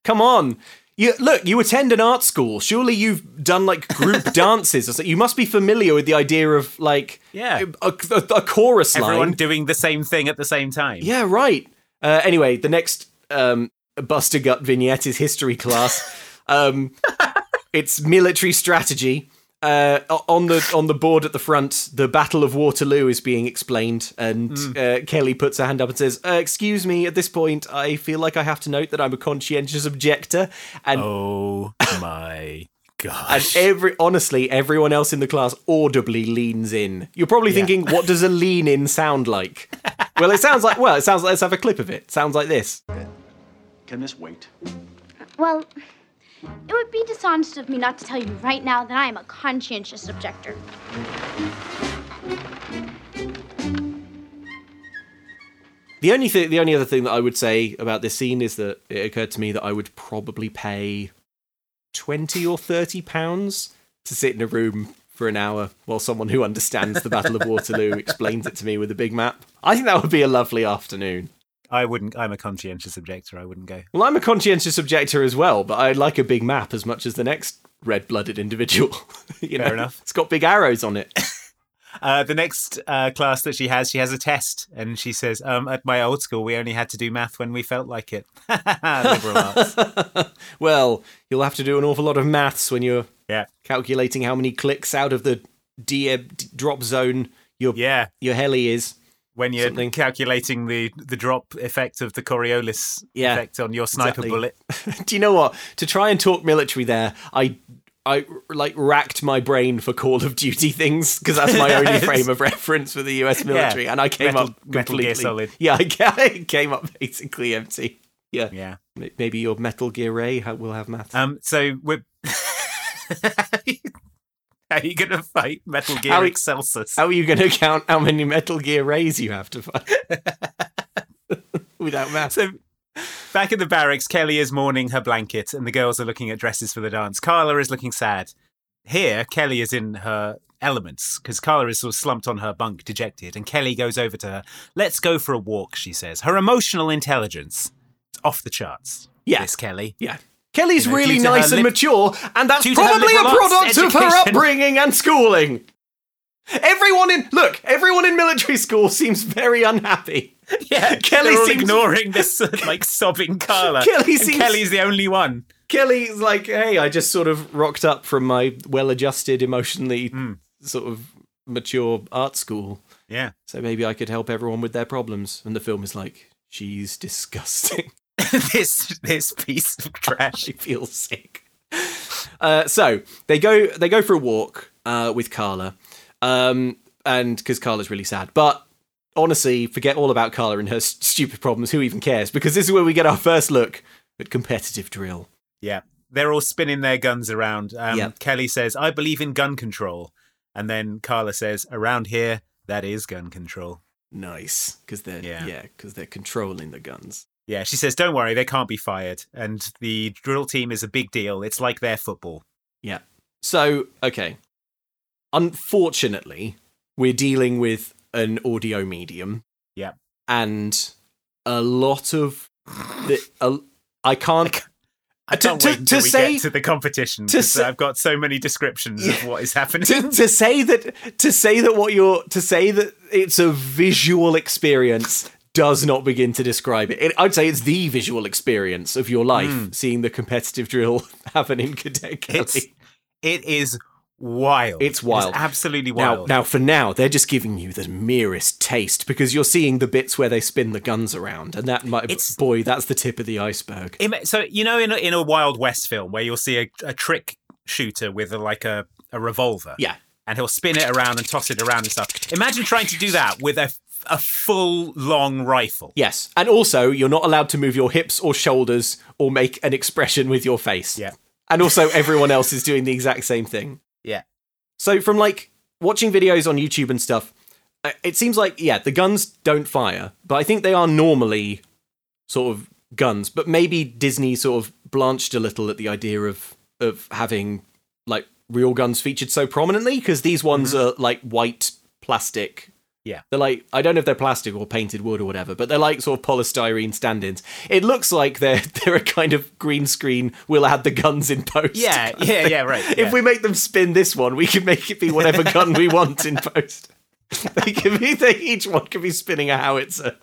come on. You, look, you attend an art school. Surely you've done like
(laughs)
group dances. Or so. You must be familiar with the idea of like
Yeah.
a, a, a chorus
Everyone
line.
doing the same thing at the same time.
yeah, right. Uh, anyway, the next um, Buster Gut vignette is history class. um, it's military strategy. Uh, o- on the on the board at the front, the Battle of Waterloo is being explained, and uh, Kelly puts her hand up and says, uh, "Excuse me. At this point, I feel like I have to note that I'm a conscientious objector." And
Oh my
and
gosh.
every honestly, everyone else in the class audibly leans in. You're probably thinking, "What does a lean in sound like?" well, it sounds like well, it sounds like let's have a clip of it. Sounds like this.
Can this wait?
Well, it would be dishonest of me not to tell you right now that I am a conscientious objector.
The only thing, the only other thing that I would say about this scene is that it occurred to me that I would probably pay twenty or thirty pounds to sit in a room for an hour while someone who understands the
(laughs)
Battle of Waterloo explains it to me with a big map. I think that would be a lovely afternoon.
I wouldn't. I'm a conscientious objector. I wouldn't go.
Well, I'm a conscientious objector as well, but I like a big map as much as the next red-blooded individual. (laughs) you
Fair
know?
enough.
It's got big arrows on it. (laughs)
Uh, the next uh, class that she has, she has a test, and she says, um, "At my old school, we only had to do math when we felt like it." (laughs)
(laughs)
Liberal arts.
well, you'll have to do an awful lot of maths when you're
Yeah,
calculating how many clicks out of the D- d- drop zone your
yeah.
your heli is. (laughs)
When you're
Something.
calculating the the drop effect of the Coriolis
Yeah,
effect on your sniper
exactly.
bullet,
Do you know what? To try and talk military there, I I like racked my brain for Call of Duty things because that's my
(laughs)
only
Yes.
frame of reference for the US military, and I came
Metal-
up
Metal
completely.
Gear Solid.
Yeah, (laughs) I ca- I came up basically empty. Yeah,
yeah.
M- maybe your Metal Gear Ray ha- will have maths.
Um, so we're. (laughs) How are you going to fight Metal Gear
How-
Excelsis?
how are you going to count how many Metal Gear Rays you have to fight (laughs) without maths?
So back in the barracks, Kelly is mourning her blanket and the girls are looking at dresses for the dance. Carla is looking sad. Here, Kelly is in her elements because Carla is sort of slumped on her bunk, dejected, and Kelly goes over to her. Let's go for a walk, she says. Her emotional intelligence is off the charts.
Yeah.
Yes, Kelly.
Yeah. Kelly's
You know,
really
due to her
nice and
lib-
mature, and that's
due to her
probably a
liberal arts
product of her
education. (laughs)
upbringing and schooling. Everyone in look, everyone in military school seems very unhappy.
(laughs) (laughs) Yeah,
Kelly
Kelly's
seems-
ignoring (laughs) this like sobbing Carla.
Kelly
and
seems-
Kelly's the only one.
Kelly's like, hey, I just sort of rocked up from my well-adjusted, emotionally
Hmm.
sort of mature art school,
Yeah, (laughs)
so maybe I could help everyone with their problems. And the film is like, she's (laughs) disgusting.
this this piece of trash.
she feels sick. Uh, so they go they go for a walk uh, with Carla, um, and because Carla's really sad. But honestly, forget all about Carla and her s- stupid problems. Who even cares? Because this is where we get our first look at competitive drill.
Yeah. They're all spinning their guns around. Um,
Yeah.
Kelly says, I believe in gun control. And then Carla says, around here, that is gun control.
Nice, because they're
Yeah.
yeah, because they're controlling the guns.
Yeah, she says, don't worry, they can't be fired. And the drill team is a big deal. It's like their football.
Yeah. So okay, unfortunately, we're dealing with an audio medium
Yeah.
And a lot of the a, I can't.
I can't
Uh, to,
wait
to,
until
to
we
say
get to the competition
to
because
say-
I've got so many descriptions of what is happening.
to, to say that to say that what you're to say that it's a visual experience does not begin to describe it. it I'd say it's the visual experience of your life
Mm.
seeing the competitive drill (laughs) happen in Cadet
(laughs)
Kelly.
It's- it is wild.
It's wild.
absolutely
Now-
wild.
Now, for now, they're just giving you the merest taste because you're seeing the bits where they spin the guns around, and that might, boy, that's the tip of the iceberg.
Ima- So you know, in a, in a Wild West film, where you'll see a, a trick shooter with a, like a, a revolver,
Yeah.
and he'll spin it around and toss it around and stuff. Imagine trying to do that with a a full long rifle.
Yes, and also you're not allowed to move your hips or shoulders or make an expression with your face.
Yeah.
and also everyone else is doing the exact same thing.
Yeah,
So from like watching videos on YouTube and stuff, uh, it seems like yeah, the guns don't fire, but I think they are normally sort of guns. But maybe Disney sort of blanched a little at the idea of of having like real guns featured so prominently because these ones are like white plastic.
Mm-hmm. Yeah.
They're like I don't know if they're plastic or painted wood or whatever, but they're like sort of polystyrene stand-ins. It looks like they're (laughs) they're a kind of green screen. We'll add the guns in post.
yeah,
kind of
yeah,
thing.
yeah. Right.
If we make them spin this one, we can make it be whatever gun we want
(laughs)
in post. They can be, they, each one can be spinning a howitzer.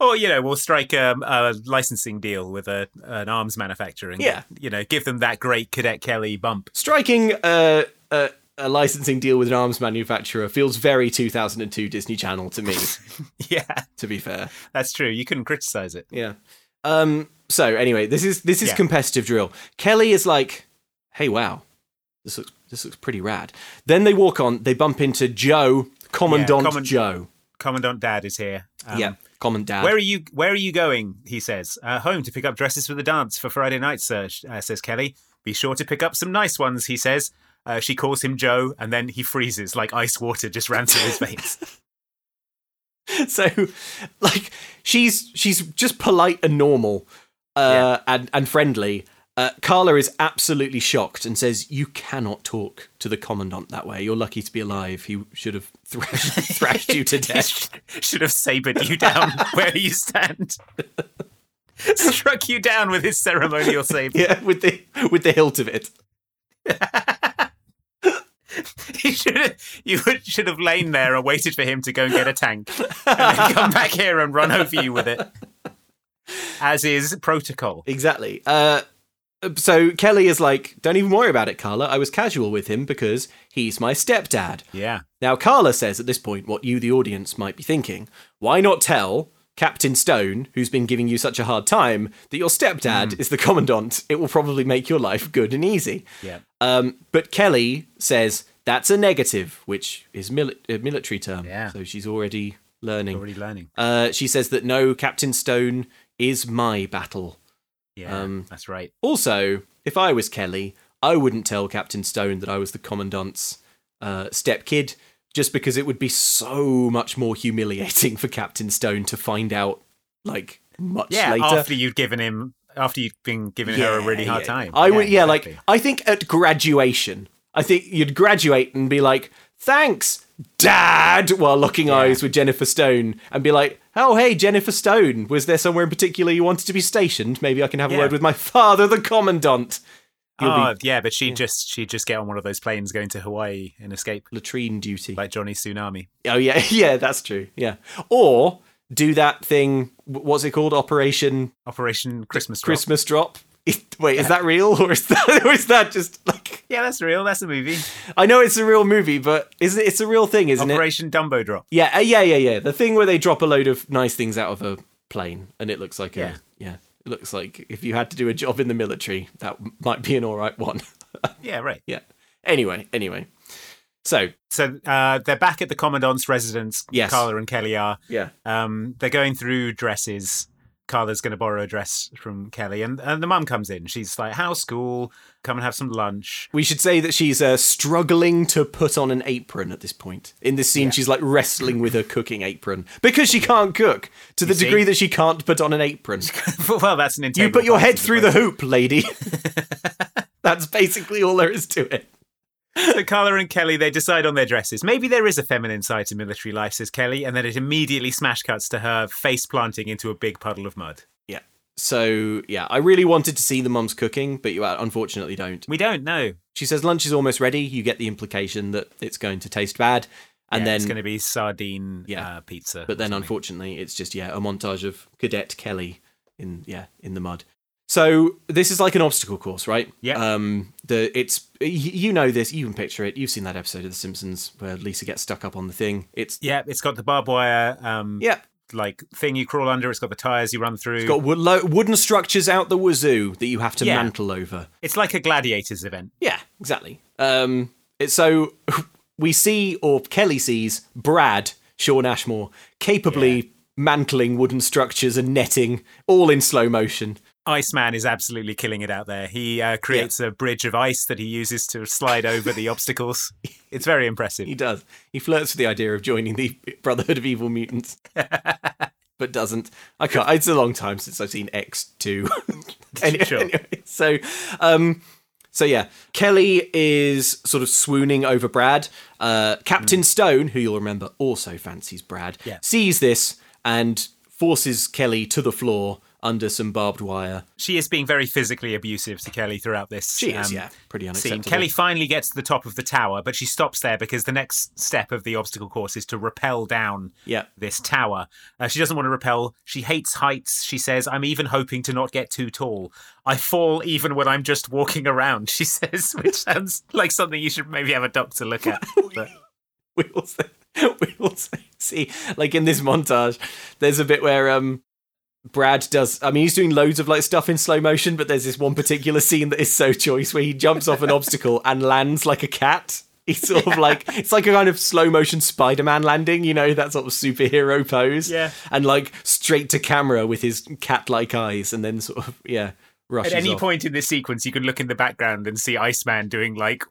Or you know, we'll strike um, a licensing deal with a an arms manufacturer and
Yeah.
you know, give them that great Cadet Kelly bump.
Striking a, a, a licensing deal with an arms manufacturer feels very 2002 Disney Channel
(laughs)
to me.
(laughs) yeah,
to be fair,
that's true. You couldn't criticize it.
Yeah. Um. So anyway, this is this is
Yeah.
competitive drill. Kelly is like, "Hey, wow, this looks this looks pretty rad." Then they walk on. They bump into Joe, Commandant
Command-
Joe.
Commandant Dad is here. Um,
yeah, Commandant.
Where are you? Where are you going? He says. Uh, home to pick up dresses for the dance for Friday night, sir. sh- Uh, says Kelly. Be sure to pick up some nice ones. He says. Uh, she calls him Joe, and then he freezes like ice water just ran through his (laughs) veins.
(laughs) so like she's she's just polite and normal uh and and friendly uh, Carla is absolutely shocked and says, "You cannot talk to the commandant that way. You're lucky to be alive. He should have (laughs)
(laughs)
thrashed, thrashed you to death. (laughs)
Should have sabered you (laughs) down where you stand. Struck you down with his ceremonial saber.
yeah, with the with the hilt of it.
(laughs) He should have, you would- should have lain there and waited for him to go and get a tank, and then come back here and run over you with it, as is protocol.
Exactly. Uh, so Kelly is like, "Don't even worry about it, Carla. I was casual with him because he's my stepdad."
Yeah.
Now, Carla says at this point what you, the audience, might be thinking. Why not tell Captain Stone, who's been giving you such a hard time, that your stepdad is the Commandant? It will probably make your life good and easy.
Yeah.
Um, but Kelly says that's a negative, which is mili- a military term. Yeah. So she's already learning.
Already learning.
Uh, she says that no, Captain Stone is my battle.
Yeah,
um,
that's right.
Also, if I was Kelly, I wouldn't tell Captain Stone that I was the Commandant's uh, stepkid, just because it would be so much more humiliating (laughs) for Captain Stone to find out, like, much
yeah,
later.
after you'd given him, after you'd been giving her a really hard
yeah.
time.
I would, yeah, like I think at graduation, I think you'd graduate and be like, "Thanks, Dad," while locking eyes with Jennifer Stone, and be like, "Oh, hey, Jennifer Stone, was there somewhere in particular you wanted to be stationed? Maybe I can have
Yeah.
a word with my father, the commandant." You'll
oh,
be
yeah, but she'd just she'd just get on one of those planes going to Hawaii and escape
latrine duty,
like Johnny Tsunami.
Oh yeah, (laughs) yeah, that's true. Yeah, or do that thing. wh- What's it called? Operation
Operation Christmas. Drop.
Christmas Drop. (laughs) Wait, is that real (laughs) or is that or is that just like?
Yeah, that's real. That's a movie.
I know it's a real movie, but is it? It's a real thing, isn't it?
Operation Dumbo Drop.
Yeah, uh, yeah, yeah, yeah. The thing where they drop a load of nice things out of a plane, and it looks like
Yeah.
a yeah. It looks like if you had to do a job in the military, that m- might be an all right one. (laughs)
Yeah, right.
yeah. Anyway, anyway. So
So uh, they're back at the commandant's residence.
Yes.
Carla and Kelly are.
yeah,
Um, they're going through dresses. Carla's going to borrow a dress from Kelly, and, and the mum comes in. She's like, "How's school? Come and have some lunch." (laughs)
we should say that she's uh, struggling to put on an apron at this point. In this scene, she's like wrestling with her cooking apron because she can't cook to the
see?
degree that she can't put on an apron.
well, that's an (laughs)
you (laughs) put your head through the hoop, lady. That's basically all there is to it.
(laughs) so Carla and Kelly, they decide on their dresses. Maybe there is a feminine side to military life, says Kelly, and then it immediately smash cuts to her face planting into a big puddle of mud.
Yeah. So yeah, I really wanted to see the mum's cooking, but you uh, unfortunately don't.
We don't know.
She says lunch is almost ready. You get the implication that it's going to taste bad, and
Yeah,
then
it's going to be sardine
yeah
uh, pizza.
But then unfortunately, it's just yeah a montage of Cadet Kelly in yeah in the mud. So this is like an obstacle course, right? Yeah. Um, the it's y- you know this, you can picture it. You've seen that episode of The Simpsons where Lisa gets stuck up on the thing. It's
yeah, it's got the barbed wire. Um,
yeah,
like thing you crawl under. It's got the tires you run through.
got wood, lo- wooden structures out the wazoo that you have to
Yeah.
mantle over.
It's like a gladiators event.
Yeah, exactly. Um, it, so (laughs) we see, or Kelly sees, Brad, Sean Ashmore, capably mantling wooden structures and netting, all in slow motion.
Iceman is absolutely killing it out there. He uh, creates a bridge of ice that he uses to slide over
(laughs)
the obstacles. It's very impressive.
He does. He flirts with the idea of joining the Brotherhood of Evil Mutants, (laughs) but doesn't. I can't. It's a long time since I've seen X
(laughs)
two. anyway, (laughs) anyway, so, um, so yeah, Kelly is sort of swooning over Brad. Uh, Captain Stone, who you'll remember, also fancies Brad.
Mm. Yeah.
Sees this and forces Kelly to the floor under some barbed wire.
She is being very physically abusive to Kelly throughout this.
She is, yeah. Pretty
Scene.
unacceptable.
um, Kelly finally gets to the top of the tower, but she stops there because the next step of the obstacle course is to rappel down
Yeah.
this tower. Uh, she doesn't want to rappel. She hates heights. She says, I'm even hoping to not get too tall. I fall even when I'm just walking around, (laughs) she says, which sounds like something you should maybe have a doctor look (laughs) at. But
(laughs) we also we also see like in this montage there's a bit where um Brad does I mean he's doing loads of like stuff in slow motion but there's this one particular scene that is so choice where he jumps off an obstacle and lands like a cat he's sort of like it's like a kind of slow motion Spider-Man landing you know that sort of superhero pose
Yeah.
and like straight to camera with his cat-like eyes and then sort of yeah rushes
at any
off.
point in this sequence, you can look in the background and see Iceman doing like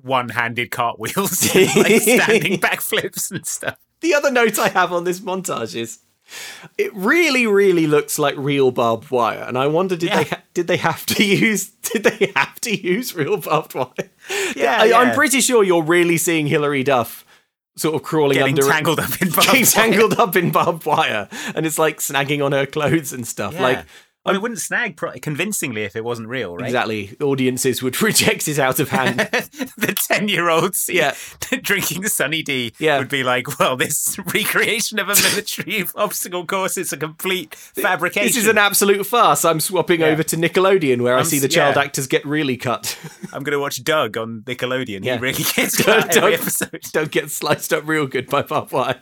one handed cartwheels, (laughs) and, like standing backflips and stuff.
The other note I have on this montage is it really, really looks like real barbed wire, and I wonder did they ha- did they have to use (laughs) did they have to use real barbed wire?
Yeah,
I,
yeah.
I'm pretty sure you're really seeing Hilary Duff sort of
(laughs)
crawling
Getting
under
tangled up in barbed
(laughs) getting
wire.
tangled up in barbed wire, and it's like snagging on her clothes and stuff.
Yeah.
Like
Well, it wouldn't snag pro- convincingly if it wasn't real, right?
exactly, audiences would (laughs) reject it out
(laughs)
of hand.
the ten-year-olds,
Yeah.
(laughs) drinking Sunny D, would be like, "Well, this (laughs) recreation of a military (laughs) obstacle course is a complete fabrication."
This is an absolute farce. I'm swapping over to Nickelodeon, where i
I'm
see
s-
the child
yeah.
actors get really cut.
I'm going to watch Doug on Nickelodeon.
Yeah.
He
(laughs)
really gets
don't,
cut every
don't,
episode.
don't get sliced up real good by barbed (laughs) wire.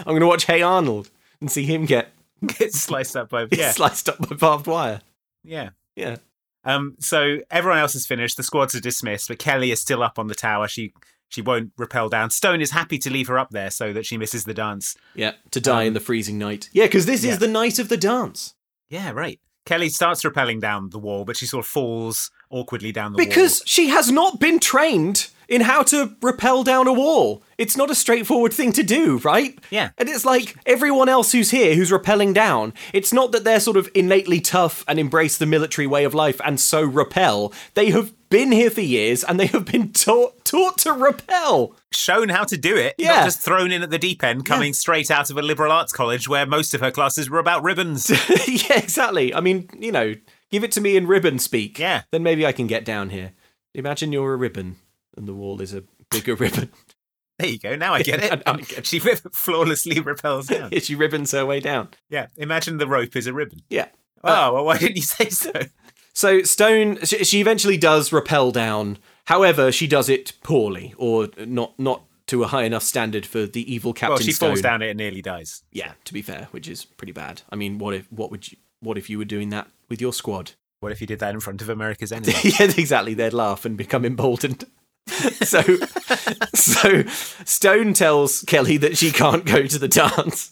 I'm going to watch Hey Arnold and see him get (laughs)
Gets sliced up by yeah,
sliced up by barbed wire.
yeah.
Yeah.
Um, so everyone else is finished. The squads are dismissed, but Kelly is still up on the tower. She she won't rappel down. Stone is happy to leave her up there so that she misses the dance.
Yeah, to die in the freezing night. Um, Yeah, because this
yeah.
is the night of the dance.
Yeah, right. Kelly starts rappelling down the wall, but she sort of falls awkwardly down the
Because
wall.
she has not been trained in how to rappel down a wall. It's not a straightforward thing to do, right?
Yeah.
And it's like everyone else who's here who's rappelling down, it's not that they're sort of innately tough and embrace the military way of life and so rappel. They have been here for years and they have been taught taught to rappel. (laughs)
Shown how to do it,
Yeah.
not just thrown in at the deep end, coming straight out of a liberal arts college where most of her classes were about
(laughs)
ribbons.
yeah, exactly. I mean, you know, give it to me in ribbon speak.
Yeah.
Then maybe I can get down here. Imagine you're a ribbon and the wall is a bigger (laughs) ribbon.
there you go. Now I get it.
Now I
(laughs)
get
She flawlessly rappels down.
(laughs) she ribbons her way down.
yeah. Imagine the rope is a ribbon.
Yeah.
Oh, well, why didn't you say so?
So Stone, sh- she eventually does rappel down. However, she does it poorly, or not not to a high enough standard for the evil Captain
well, she
Stone.
falls down it and nearly dies.
Yeah, to be fair, which is pretty bad. I mean, what if what would you what if you were doing that with your squad?
What if you did that in front of America's
(laughs)
enemy?
yeah, exactly. They'd laugh and become emboldened. (laughs) so, so Stone tells Kelly that she can't go to the dance,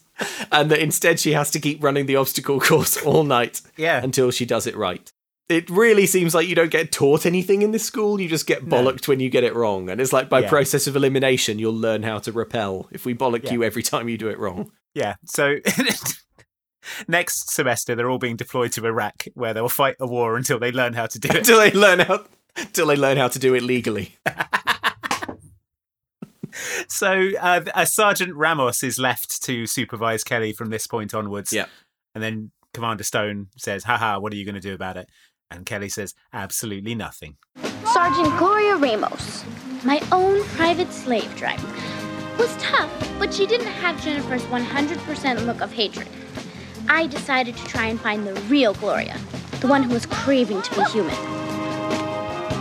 and that instead she has to keep running the obstacle course all night.
Yeah.
until she does it right. It really seems like you don't get taught anything in this school. You just get bollocked when you get it wrong, and it's like by
Yeah.
process of elimination, you'll learn how to repel. If we bollock
Yeah.
you every time you do it wrong, (laughs)
Yeah. So (laughs) next semester, they're all being deployed to Iraq, where they'll fight a war until they learn how to do it.
(laughs) until they learn how till they learn how to do it legally.
So uh, uh, Sergeant Ramos is left to supervise Kelly from this point onwards.
Yeah.
And then Commander Stone says, haha, what are you going to do about it? And Kelly says, absolutely nothing.
Sergeant Gloria Ramos, my own private slave driver, was tough, but she didn't have Jennifer's 100% look of hatred. I decided to try and find the real Gloria, the one who was craving to be human.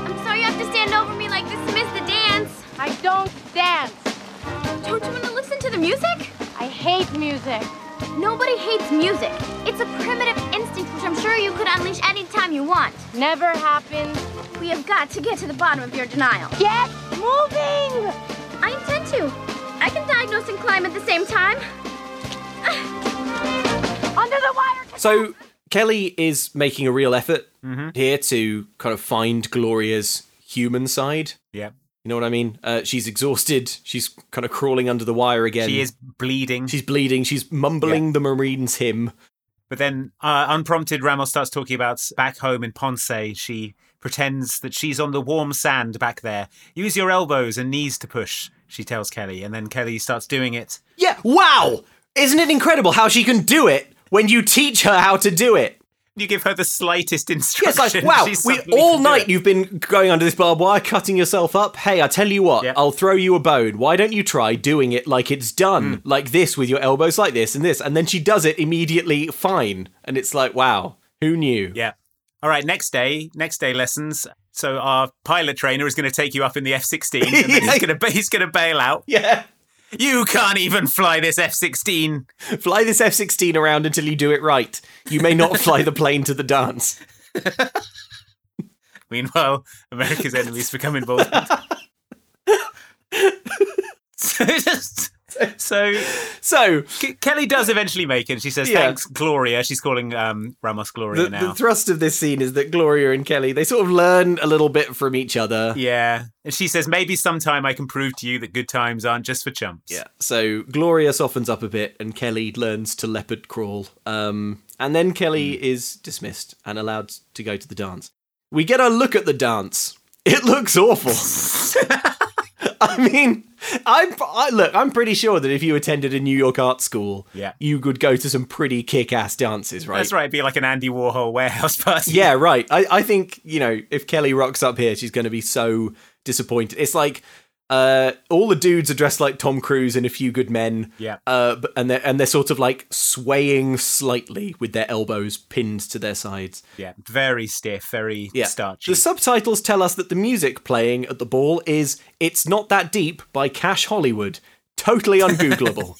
I'm sorry you have to stand over me like this to miss the dance. I don't dance. Don't you want to listen to the music? I hate music.
Nobody hates music. It's a primitive instinct which I'm sure you could unleash any time you want. Never happens. We have got to get to the bottom of your denial. Get moving! I intend to. I can diagnose and climb at the same time. (sighs) Under the wire!
So Kelly is making a real effort
Mm-hmm.
here to kind of find Gloria's human side.
Yeah.
You know what I mean? Uh, she's exhausted. She's kind of crawling under the wire again.
She is bleeding.
She's bleeding. She's mumbling the Marines hymn.
But then, uh, unprompted, Ramos starts talking about back home in Ponce. She pretends that she's on the warm sand back there. Use your elbows and knees to push, she tells Kelly. And then Kelly starts doing it.
Yeah. Wow. Isn't it incredible how she can do it when you teach her how to do it?
You give her the slightest
Yes,
instruction.
like wow,
she
we
suddenly
all
can do
night
it.
you've been going under this barbed wire, cutting yourself up. Hey, I tell you what, I'll throw you a bone. Why don't you try doing it like it's done,
Hmm.
like this, with your elbows like this and this, and then she does it immediately fine, and it's like wow, who knew?
Yeah. All right, next day, next day lessons. So our pilot trainer is going to take you up in the F sixteen, and
(laughs)
then he's going to he's going to bail out.
Yeah. (laughs)
You can't even fly this F sixteen.
Fly this F sixteen around until you do it right. You may not fly the plane to the dance.
Meanwhile, America's enemies become
(laughs)
involved. so, just- so,
so
Kelly does eventually make it. She says,
Yeah.
"Thanks, Gloria." She's calling um, Ramos Gloria
The,
now.
the thrust of this scene is that Gloria and Kelly they sort of learn a little bit from each other.
yeah, and she says, "Maybe sometime I can prove to you that good times aren't just for chumps."
Yeah. So Gloria softens up a bit, and Kelly learns to leopard crawl. Um, and then Kelly is dismissed and allowed to go to the dance. We get a look at the dance. It looks awful. I mean, I'm I, look. I'm pretty sure that if you attended a New York art school,
Yeah.
you could go to some pretty kick-ass dances, right?
That's right. It'd be like an Andy Warhol warehouse party.
Yeah, right. I, I think, you know, if Kelly rocks up here, she's going to be so disappointed. It's like uh, all the dudes are dressed like Tom Cruise in A Few Good Men.
Yeah.
Uh, but, and, they're, and they're sort of like swaying slightly with their elbows pinned to their sides.
Yeah, very stiff, very
Yeah.
starchy.
The subtitles tell us that the music playing at the ball is It's Not That Deep by Cash Hollywood.
(laughs)
Totally ungoogleable.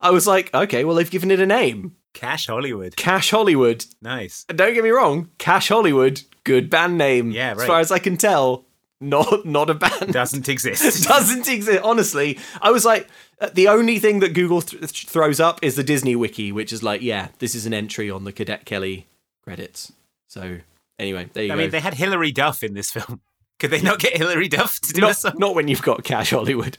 I was like, okay, well, they've given it a name.
Cash Hollywood.
Cash Hollywood
Nice.
And don't get me wrong, Cash Hollywood, good band name.
Yeah,
As
right.
far as I can tell, not not a band.
Doesn't exist.
(laughs) Doesn't exist. Honestly, I was like, uh, the only thing that Google th- th- throws up is the Disney Wiki, which is like, yeah, this is an entry on the Cadet Kelly credits. So anyway, there you
I
go.
mean, they had Hilary Duff in this film. (laughs) Could they not get Hilary Duff to do a song? (laughs)
not, not when you've got Cash Hollywood.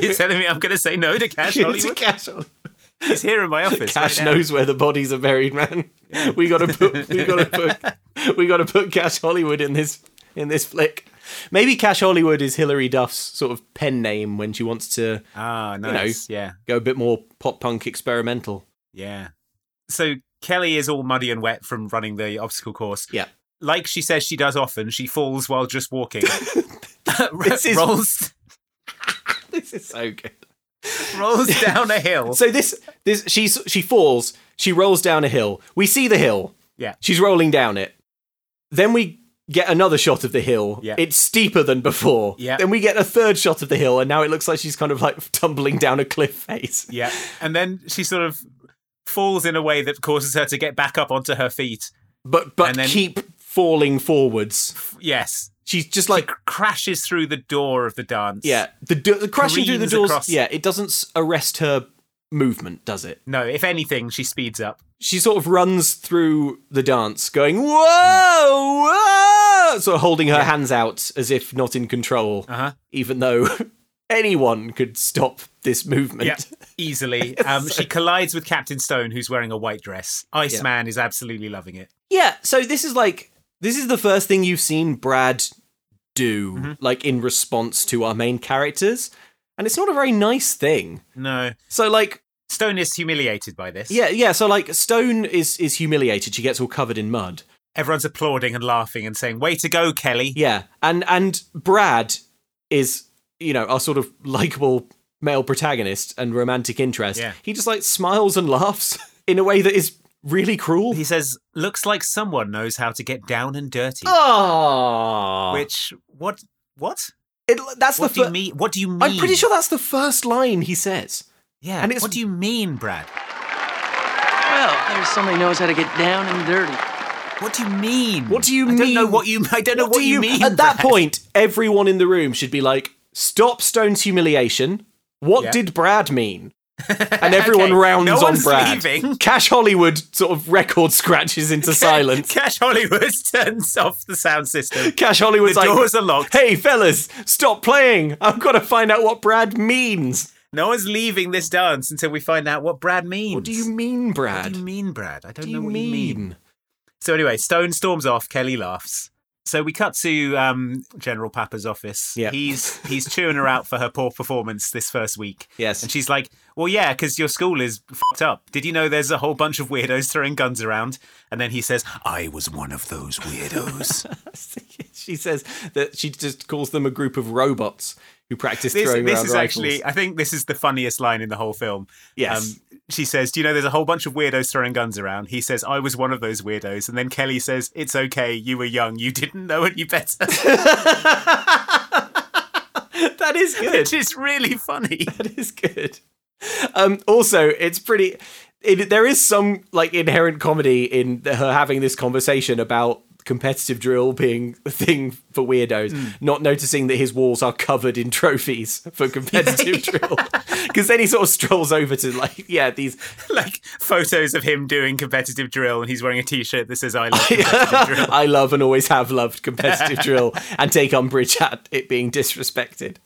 You're telling me I'm going to say no to Cash
To (laughs)
Hollywood?
Cash Hollywood.
(laughs) He's here in my office.
Cash
right now.
knows where the bodies are buried, man. We gotta put we gotta put we gotta put Cash Hollywood in this in this flick. Maybe Cash Hollywood is Hilary Duff's sort of pen name when she wants to
Ah, nice. yeah,
go a bit more pop punk experimental.
yeah. So Kelly is all muddy and wet from running the obstacle course.
Yeah.
Like she says she does often, she falls while just (laughs) walking.
This
(laughs)
is-
rolls
(laughs) This is so good.
(laughs) rolls down a hill.
So this this she's she falls, she rolls down a hill. We see the hill.
Yeah.
She's rolling down it. Then we get another shot of the hill.
Yeah.
It's steeper than before.
Yeah.
Then we get a third shot of the hill, and now it looks like she's kind of like (laughs) tumbling down a cliff face.
Yeah. And then she sort of falls in a way that causes her to get back up onto her feet.
But but
And then-
keep falling forwards.
Yes.
She's just like
Crashes through the door of the dance.
yeah, the, do- the crashing through the
Careens
doors.
across-
Yeah, it doesn't s- arrest her movement, does it?
No, if anything, she speeds up.
She sort of runs through the dance, going whoa whoa, sort of holding her hands out as if not in control,
Uh-huh.
even though (laughs) anyone could stop this movement. (laughs)
Yeah, easily. Um, She collides with Captain Stone, who's wearing a white dress. Iceman is absolutely loving it.
Yeah, so this is like This is the first thing you've seen Brad do, like in response to our main characters, and it's not a very nice thing.
No.
So like
Stone is humiliated by this.
Yeah, yeah. So like Stone is is humiliated. She gets all covered in mud.
Everyone's applauding and laughing and saying, "Way to go, Kelly."
Yeah, and and Brad is you know our sort of likable male protagonist and romantic interest.
Yeah.
He just like smiles and laughs (laughs) in a way that is really cruel.
He says, "Looks like someone knows how to get down and dirty."
Oh,
Which what what?
It, that's
what
the
do you
fir-
mean? What do you mean?
I'm pretty sure that's the first line he says.
Yeah.
and it's-
what do you mean, Brad?
Well, there's somebody knows how to get down and dirty.
What do you mean?
What do you mean?
I don't know what you. I don't know what,
do
you, mean.
At that
Brad.
point, everyone in the room should be like, "Stop Stone's humiliation." What
Yeah.
did Brad
(laughs)
mean? And everyone rounds
no
on
one's
Brad.
leaving.
Cash Hollywood sort of record scratches into silence.
(laughs) Cash Hollywood (laughs) turns off the sound
(laughs)
system.
Cash Hollywood's
The
like,
doors are locked.
Hey fellas, stop playing. I've got to find out what Brad means.
No one's leaving this dance until we find out what Brad means. What do you
mean, Brad?
What do you mean, Brad? I don't
do
know
you
what you mean.
mean? (laughs)
So anyway, Stone storms off. Kelly laughs. So we cut to um, General Papa's office.
Yeah. (laughs)
He's he's chewing her out for her poor performance this first week.
Yes.
And she's like, "Well, yeah, because your school is fucked up. Did you know there's a whole bunch of weirdos throwing guns around?" And then he says, "I was one of those
(laughs)
weirdos."
She says that she just calls them a group of robots who practice
this,
throwing
this
around
is
rifles.
actually i think this is the funniest line in the whole film
Yes.
um, she says do you know there's a whole bunch of weirdos throwing guns around he says i was one of those weirdos and then kelly says it's okay you were young you didn't know any better
(laughs)
(laughs)
that is good.
which is really funny (laughs)
(laughs) that is good. Um, also, it's pretty. It, there is some like inherent comedy in her having this conversation about competitive drill being a thing for weirdos, not noticing that his walls are covered in trophies for competitive drill. Because then he sort of strolls over to like, yeah, these
like photos of him doing competitive drill and he's wearing a t-shirt that says i
(laughs)
love
I love and always have loved competitive drill and take umbrage at it being disrespected.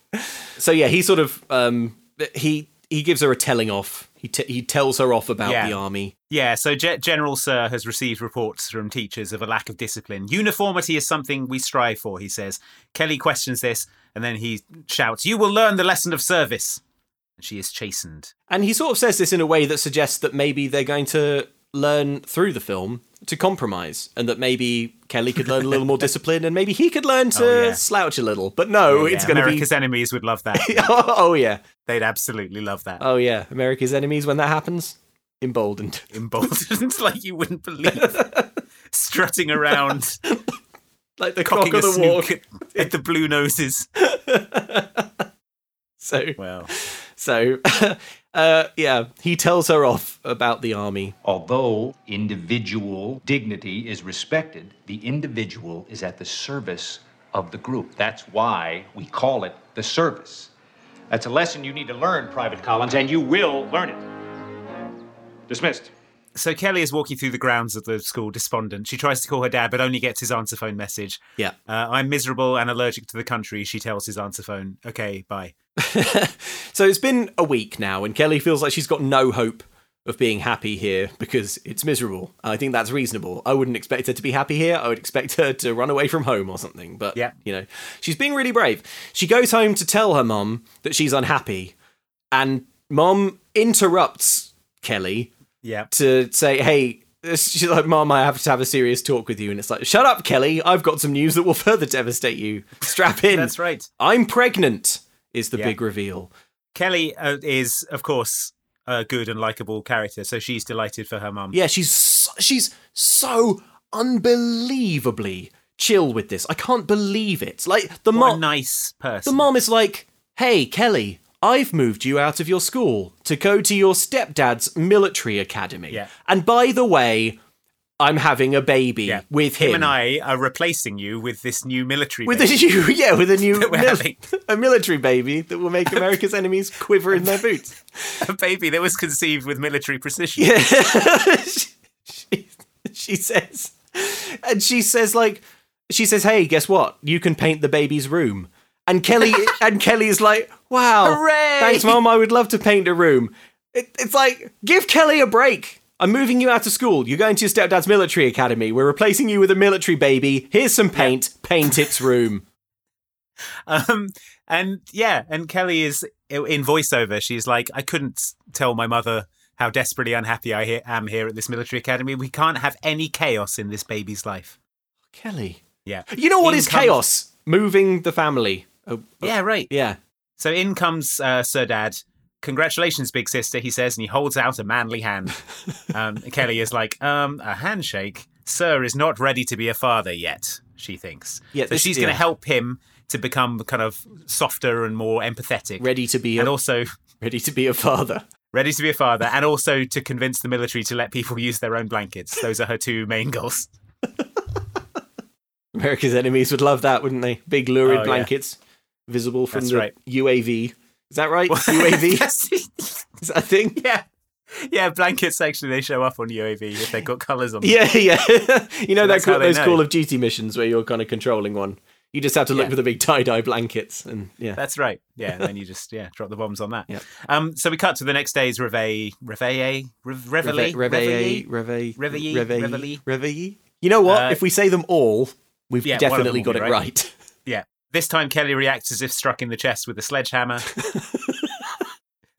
So yeah, he sort of um, he he gives her a telling off. He t- he tells her off about
Yeah.
the army.
Yeah, so Ge- General Sir has received reports from teachers of a lack of discipline. Uniformity is something we strive for, he says. Kelly questions this, and then he shouts, You will learn the lesson of service. And she is chastened.
And he sort of says this in a way that suggests that maybe they're going to learn through the film to compromise and that maybe Kelly could learn
(laughs)
a little more discipline and maybe he could learn to
Oh, yeah.
slouch a little. But no,
Yeah,
Oh, it's going to be (laughs)
America's enemies would love that.
oh, yeah.
They'd absolutely love that.
Oh yeah, America's enemies when that happens. Emboldened. (laughs)
Emboldened (laughs) like you wouldn't believe. Strutting around,
like the
cocking
cock of
a
the walk.
snook at- at the blue noses.
(laughs) So
Wow.
So (laughs) uh yeah, he tells her off about the army.
Although individual dignity is respected, the individual is at the service of the group. That's why we call it the service. That's a lesson you need to learn, Private Collins, and you will learn it. Dismissed.
So Kelly is walking through the grounds of the school despondent. She tries to call her dad, but only gets his answer phone message.
Yeah.
Uh, I'm miserable and allergic to the country, she tells his answer phone. Okay, bye.
(laughs) So it's been a week now and Kelly feels like she's got no hope of being happy here because it's miserable. I think that's reasonable. I wouldn't expect her to be happy here. I would expect her to run away from home or something. But
Yeah.
you know, she's being really brave. She goes home to tell her mum that she's unhappy and mum interrupts Kelly
Yeah.
to say, "Hey." (laughs) She's like, Mom, I have to have a serious talk with you. And it's like, Shut up, Kelly. I've got some news that will (laughs) further devastate you. Strap in.
That's right.
I'm pregnant, is the
Yeah.
big reveal.
Kelly uh, is, of course, a good and likable character, so she's delighted for her mum.
Yeah, she's so, she's so unbelievably chill with this. I can't believe it. Like the
What a
mom,
nice
the
person.
mom is like, "Hey, Kelly, I've moved you out of your school to go to your stepdad's military academy.
Yeah.
And by the way, I'm having a baby with him,
and I are replacing you with this new military.
with a
baby.
new, (laughs) yeah, with a
(laughs)
new
That we're
mil-
having.
(laughs) a military baby that
(laughs)
will make America's enemies quiver in their (laughs) boots."
a baby that was conceived with military precision.
Yeah. she, (laughs) she says, and she says like, she says, "Hey, guess what? You can paint the baby's room."
(laughs)
And Kelly and Kelly is like, "Wow,
Hooray!"
thanks, mom. I would love to paint a room." It, it's like, give Kelly a break. I'm moving you out of school. You're going to your stepdad's military academy. We're replacing you with a military baby. Here's some paint. Paint
(laughs)
its room.
Um, and yeah, and Kelly is in voiceover. She's like, I couldn't tell my mother how desperately unhappy I he- am here at this military academy. We can't have any chaos in this baby's life.
Kelly.
Yeah.
You know what
In
is
comes-
chaos? Moving the family. Oh, oh,
Yeah, right.
Yeah.
So in comes uh, Sir Dad. Congratulations, big sister, he says, and he holds out a manly hand.
(laughs)
Um, Kelly is like, um, a handshake? Sir is not ready to be a father yet, she thinks.
Yeah,
so
this-
she's going
yeah.
to help him to become kind of softer and more empathetic.
Ready to be
and
a-
also
ready to be a father.
Ready to be a father, and also to convince the military to let people use their own blankets. Those are her two main goals.
(laughs) America's enemies would love that, wouldn't they? Big lurid
Oh, yeah.
blankets visible from
That's
the
right.
UAV. Is that right?
(laughs)
UAV? Is that a thing? (laughs)
Yeah. Yeah, blankets actually they show up on UAV if they've got colours on them.
Yeah, (laughs) yeah. you know that
That's
cool,
how they
those
know.
Call of Duty missions where you're kind of controlling one. You just have to look
Yeah.
for the big tie dye blankets, and yeah,
That's right. Yeah, and then you just yeah drop the bombs on that. Um. So we cut to the next day's reveille, reveille, rev- reveille,
Reveille,
reveille.
reveille,
Reveille,
reveille,
reveille.
reveille. You know what?
Uh,
if we say them all, we've
yeah, one of them
definitely
will
got
be
it
right.
right. (laughs)
Yeah. This time Kelly reacts as if struck in the chest with a sledgehammer.
(laughs)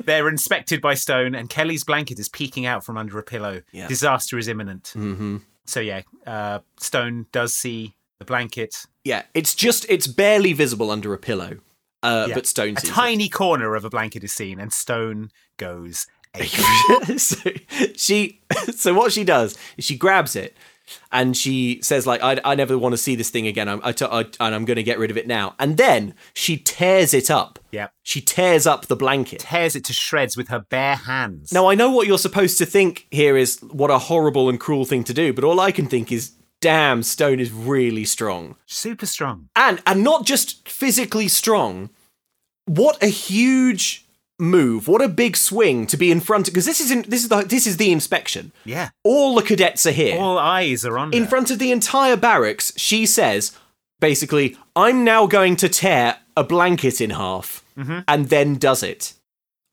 They're inspected by Stone, and Kelly's blanket is peeking out from under a pillow.
Yeah.
Disaster is imminent.
Mm-hmm.
So yeah, uh, Stone does see the blanket,
Yeah, it's just it's barely visible under a pillow, uh,
Yeah.
but Stone
a
sees
tiny corner of a blanket is seen, and Stone goes.
(laughs)
ape.
it. so she, so what she does is she grabs it and she says like, "I, I never want to see this thing again. I'm, I, t- I and I'm going to get rid of it now." And then she tears it up.
Yeah.
She tears up the blanket.
Tears it to shreds with her bare hands.
Now, I know what you're supposed to think here is what a horrible and cruel thing to do, but all I can think is, damn, Stone is really strong.
Super strong.
And and not just physically strong. What a huge move. What a big swing to be in front because this is in, this is the this is the inspection.
Yeah.
All the cadets are here.
All eyes are on
in
her.
front of the entire barracks, she says basically, I'm now going to tear a blanket in half
Mhm.
and then does it.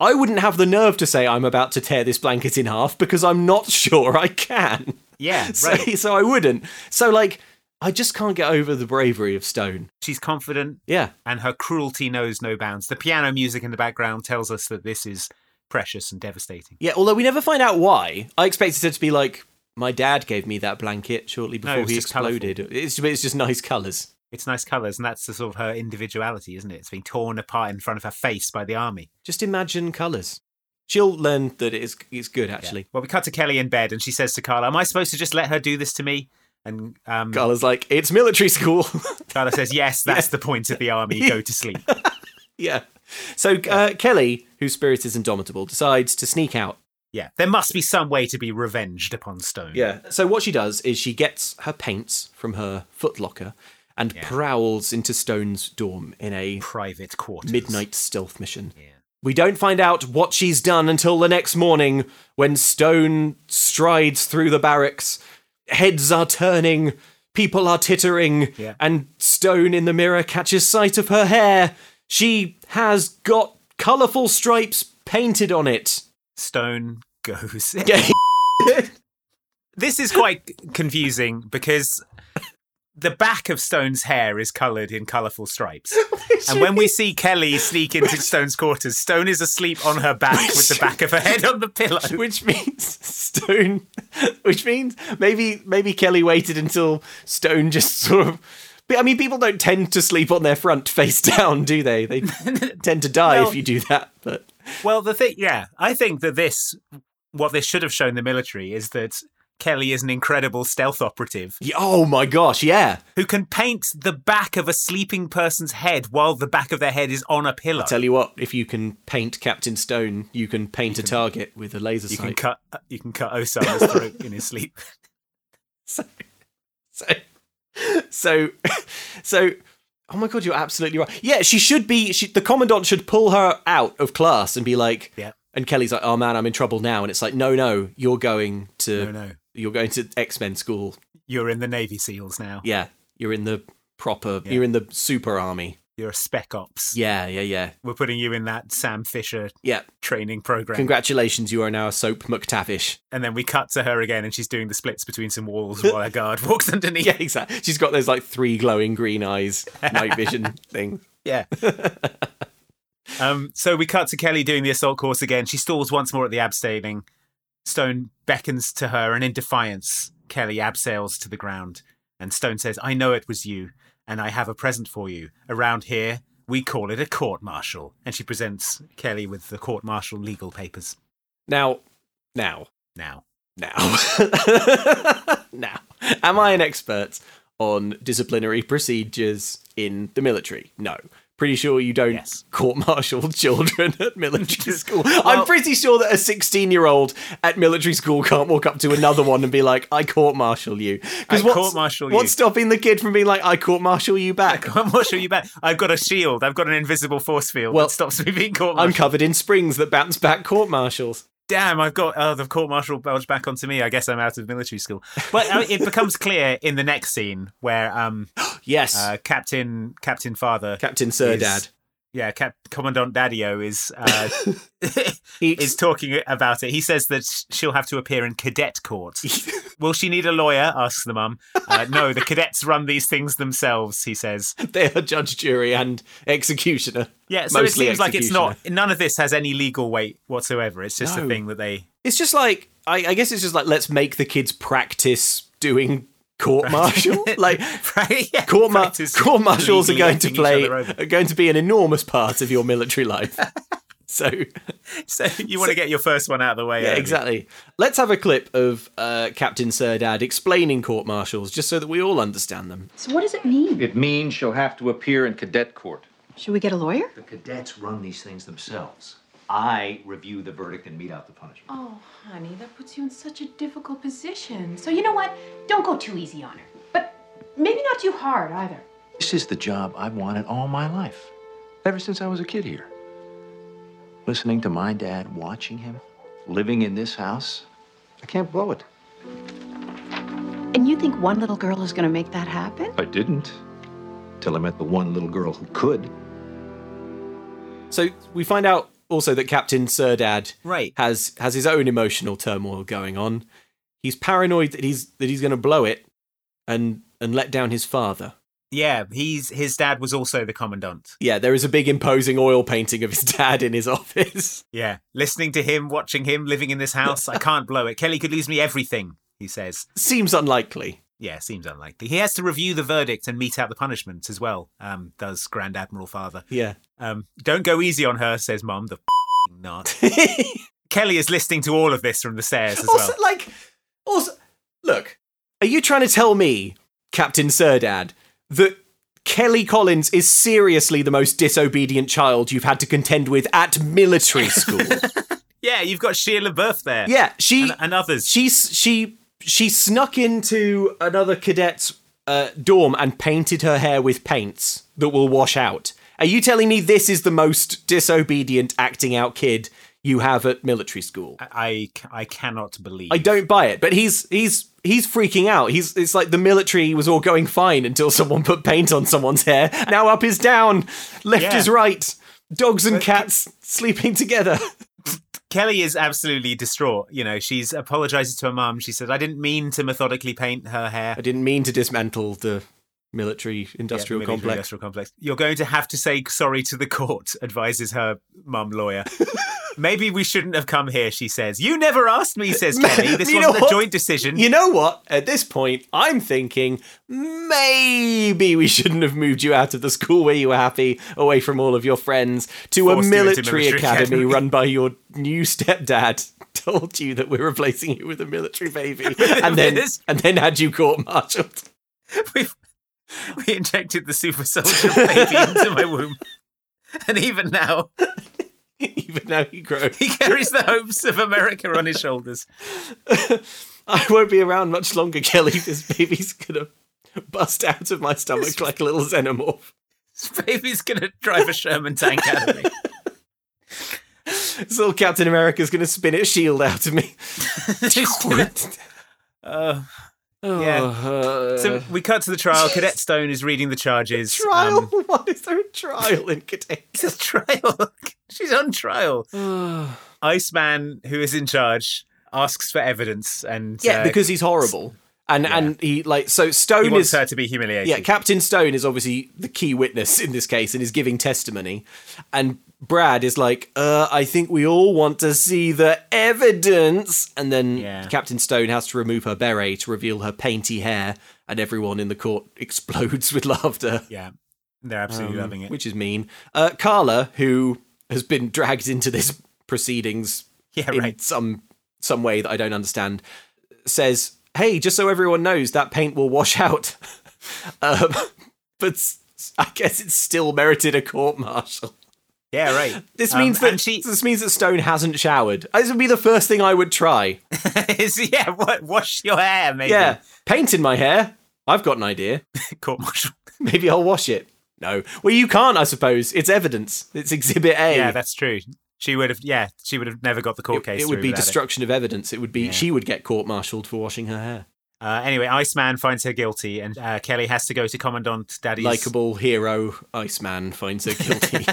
I wouldn't have the nerve to say I'm about to tear this blanket in half because I'm not (laughs) sure I can.
Yeah,
(laughs) so,
right.
so I wouldn't. So like I just can't get over the bravery of Stone.
She's confident,
Yeah.
and her cruelty knows no bounds. The piano music in the background tells us that this is precious and devastating.
Yeah, although we never find out why. I expected her to be like my dad gave me that blanket shortly
No,
before
it's
he
just colourful.
exploded. It's it's just nice colors.
It's nice colours, and that's the sort of her individuality, isn't it? It's being torn apart in front of her face by the army.
Just imagine colors. She'll learn that it is it's good actually.
Well, we cut to Kelly in bed, and she says to Carla, "Am I supposed to just let her do this to me?" And um,
Carla's like, it's military school. (laughs)
Carla says, "Yes, that's the point of the army. Go to sleep."
yeah. So uh, Kelly, whose spirit is indomitable, decides to sneak out.
Yeah, there must be some way to be revenged upon Stone.
Yeah. So what she does is she gets her paints from her footlocker and prowls into Stone's dorm in a
private quarters.
midnight stealth mission. We don't find out what she's done until the next morning when Stone strides through the barracks. Heads are turning, people are tittering,
Yeah.
and Stone in the mirror catches sight of her hair. She has got colourful stripes painted on it.
Stone goes.
(laughs) Yeah.
(laughs) this is quite confusing because the back of Stone's hair is coloured in colourful
(laughs)
stripes. and when we see Kelly sneak into Stone's quarters, Stone is asleep on her back with the back of her head on the pillow.
(laughs) Which means Stone, which means maybe maybe Kelly waited until Stone just sort of. but, I mean, people don't tend to sleep on their front face (laughs) down, do
(laughs)
they? They tend to die
Well-
if you do that. But
Well, the thing, yeah, I think that this, what this should have shown the military is that Kelly is an incredible stealth operative
Yeah, oh my gosh, yeah!
who can paint the back of a sleeping person's head while the back of their head is on a pillow.
Tell you what, if you can paint Captain Stone, you can paint a target with a laser
You can
sight.
cut. uh, You can cut
(laughs)
Osama's throat in his sleep. (laughs)
(laughs) so, so. Oh my god, you're absolutely right. Yeah, she should be. She, the commandant should pull her out of class and be like,
Yeah.
And Kelly's like, "Oh man, I'm in trouble now." And it's like, "No, no, you're going to
No, no.
you're going to X Men school.
You're in the Navy SEALs now.
Yeah, you're in the proper. You're in the super army.
You're a spec ops.
Yeah, yeah, yeah,
We're putting you in that Sam Fisher
yeah.
training program.
Congratulations, you are now a soap McTavish. (laughs)
And then we cut to her again, and she's doing the splits between some walls while a guard walks underneath.
Yeah, exactly. She's got those like three glowing green eyes, night
(laughs)
vision thing. (laughs)
Yeah. um, so we cut to Kelly doing the assault course again. She stalls once more at the abseiling. Stone beckons to her, and in defiance, Kelly abseils to the ground. And Stone says, I know it was you, and I have a present for you. Around here, we call it a court martial. And she presents Kelly with the court martial legal papers.
Now, now,
Now, (laughs)
now, (laughs) now, am I an expert on disciplinary procedures in the military? No. Pretty sure you don't court martial (laughs) children
(laughs)
at military school. I'm pretty sure that a 16 year old at military school can't walk up to another one and be like, I court martial you.
I
what's-
court-martial you.
What's stopping the kid from being like, I court martial you back?
I'm not sure you bet. I've got a shield. I've got an invisible force field
Well,
that stops me being court
I'm covered in springs that bounce back court martials.
damn, I've got uh, the court martial belge back onto me. I guess I'm out of military school. But uh, it becomes clear in the next scene where, um,
yes,
uh, Captain Captain Father,
Captain Sir
is-
Dad.
yeah, Cap- Commandant Daddio is uh, is talking about it. He says that sh- she'll have to appear in cadet
(laughs)
court. Will she need a lawyer? Asks the mum. Uh, no, the cadets run these things themselves. He says
(laughs) they are judge, jury, and executioner.
Yeah, so
Mostly
it seems like it's not.
executioner.
None of this has any legal weight whatsoever. It's just
No.
a thing that they (laughs)
It's just like I, I guess it's just like let's make the kids practice doing
(laughs)
court martial. like court mar- court martials are
legally
going to
knocking each
play
other over.
are going to be an enormous part of your
(laughs)
military life. so
so you want to get your first one out of the way.
yeah,
early.
exactly. Let's have a clip of uh, Captain Serdad explaining court martials just so that we all understand them.
So what does it mean?
It means she'll have to appear in cadet court.
Should we get a lawyer?
The cadets run these things themselves. I review the verdict and mete out the punishment.
Oh, honey, that puts you in such a difficult position. So you know what? Don't go too easy on her. But maybe not too hard either.
This is the job I've wanted all my life, ever since I was a kid here. Listening to my dad, watching him, living in this house. I can't blow it.
And you think one little girl is going to make that happen?
I didn't. Till I met the one little girl who could.
So we find out also that Captain Serdad
Right.
has has his own emotional turmoil going on. He's paranoid that he's that he's going to blow it and and let down his father.
Yeah, he's his dad was also the commandant.
Yeah, there is a big imposing oil painting of his (laughs) dad in his office.
Yeah, listening to him, watching him, living in this house, I can't blow it. Kelly could lose me everything. He says.
Seems unlikely.
Yeah, seems unlikely. He has to review the verdict and mete out the punishment as well. Um, does Grand Admiral Father?
(laughs) Yeah.
Um, don't go easy on her, says Mum. The nut. Kelly is listening to all of this from the stairs as
Also,
well.
like, also, look, are you trying to tell me, Captain Serdad, that Kelly Collins is seriously the most disobedient child you've had to contend with at military school? (laughs)
Yeah, you've got Sheila LaBeouf there.
Yeah, she and,
others.
She s- she she snuck into another cadet's uh, dorm and painted her hair with paints that will wash out. Are you telling me this is the most disobedient acting out kid you have at military school?
I I cannot believe.
I don't buy it, but he's he's he's freaking out. He's it's like the military was all going fine until someone put paint on someone's hair. Now up is down, left
Yeah.
is right. Dogs and cats sleeping together.
Kelly is absolutely distraught. You know, she's apologizes to her mum. She says, "I didn't mean to methodically paint her hair.
I didn't mean to dismantle the military industrial
Yeah, military
complex.
industrial complex. You're going to have to say sorry to the court," (laughs) advises her mum
(laughs)
lawyer. Maybe we shouldn't have come here, she says. You never asked me,
(laughs)
says Kelly. This
You know
wasn't a
what?
joint decision.
You know what? At this point, I'm thinking maybe we shouldn't have moved you out of the school where you were happy, away from all of your friends, to
Forced you
a
into
military,
military
academy,
academy.
run by your new stepdad. (laughs) Told you that we're replacing you with a
(laughs)
military baby, and then
Yes.
and then had you court martialed. (laughs)
(laughs) We injected the super soldier baby into my womb. (laughs) And even now,
even now he grows.
He carries the hopes of America on his shoulders.
I won't be around much longer, Kelly. This baby's gonna bust out of my stomach like a little xenomorph.
This baby's gonna drive a Sherman tank out of me.
This little
(laughs)
Captain America's gonna spin its shield out of me.
Uh, Yeah. so we cut to the trial. Cadet Stone is reading the charges.
Uh, (laughs) Trial?
Um,
Why is there a trial in Cadet?
It's a trial. She's on
(sighs)
trial. Iceman, who is in charge, asks for evidence, and
Yeah,
uh,
because he's horrible. And and he like so Stone
He wants
is
her to be humiliated.
Yeah, Captain Stone is obviously the key witness in this case and is giving testimony. And Brad is like, uh, I think we all want to see the evidence. And then Captain Stone has to remove her beret to reveal her painty hair, and everyone in the court (laughs) explodes with laughter.
Yeah. They're absolutely
Um,
loving it.
Which is mean. Uh, Carla, who has been dragged into this proceedings
yeah,
in some some way that I don't understand, says, "Hey, just so everyone knows, that paint will wash (laughs) out." um, but s- I guess it's still merited a court martial.
Yeah, right.
(laughs) This
Um,
means that this means that Stone hasn't showered. This would be the first thing I would try.
(laughs) Is- yeah, what, wash your hair, maybe.
Yeah, paint in my hair. I've got an idea. (laughs)
court martial.
Maybe I'll wash it. No. Well, you can't, I suppose. It's evidence. It's Exhibit A.
Yeah, that's true. She would have. Yeah, she would have never got the court case.
it would
through
be
without
destruction of evidence. It would be
Yeah.
she would get court-martialed for washing her hair.
Uh, anyway, Iceman finds her guilty, and uh, Kelly has to go to Commandant Daddy's.
Likeable hero Iceman finds her
(laughs)
guilty.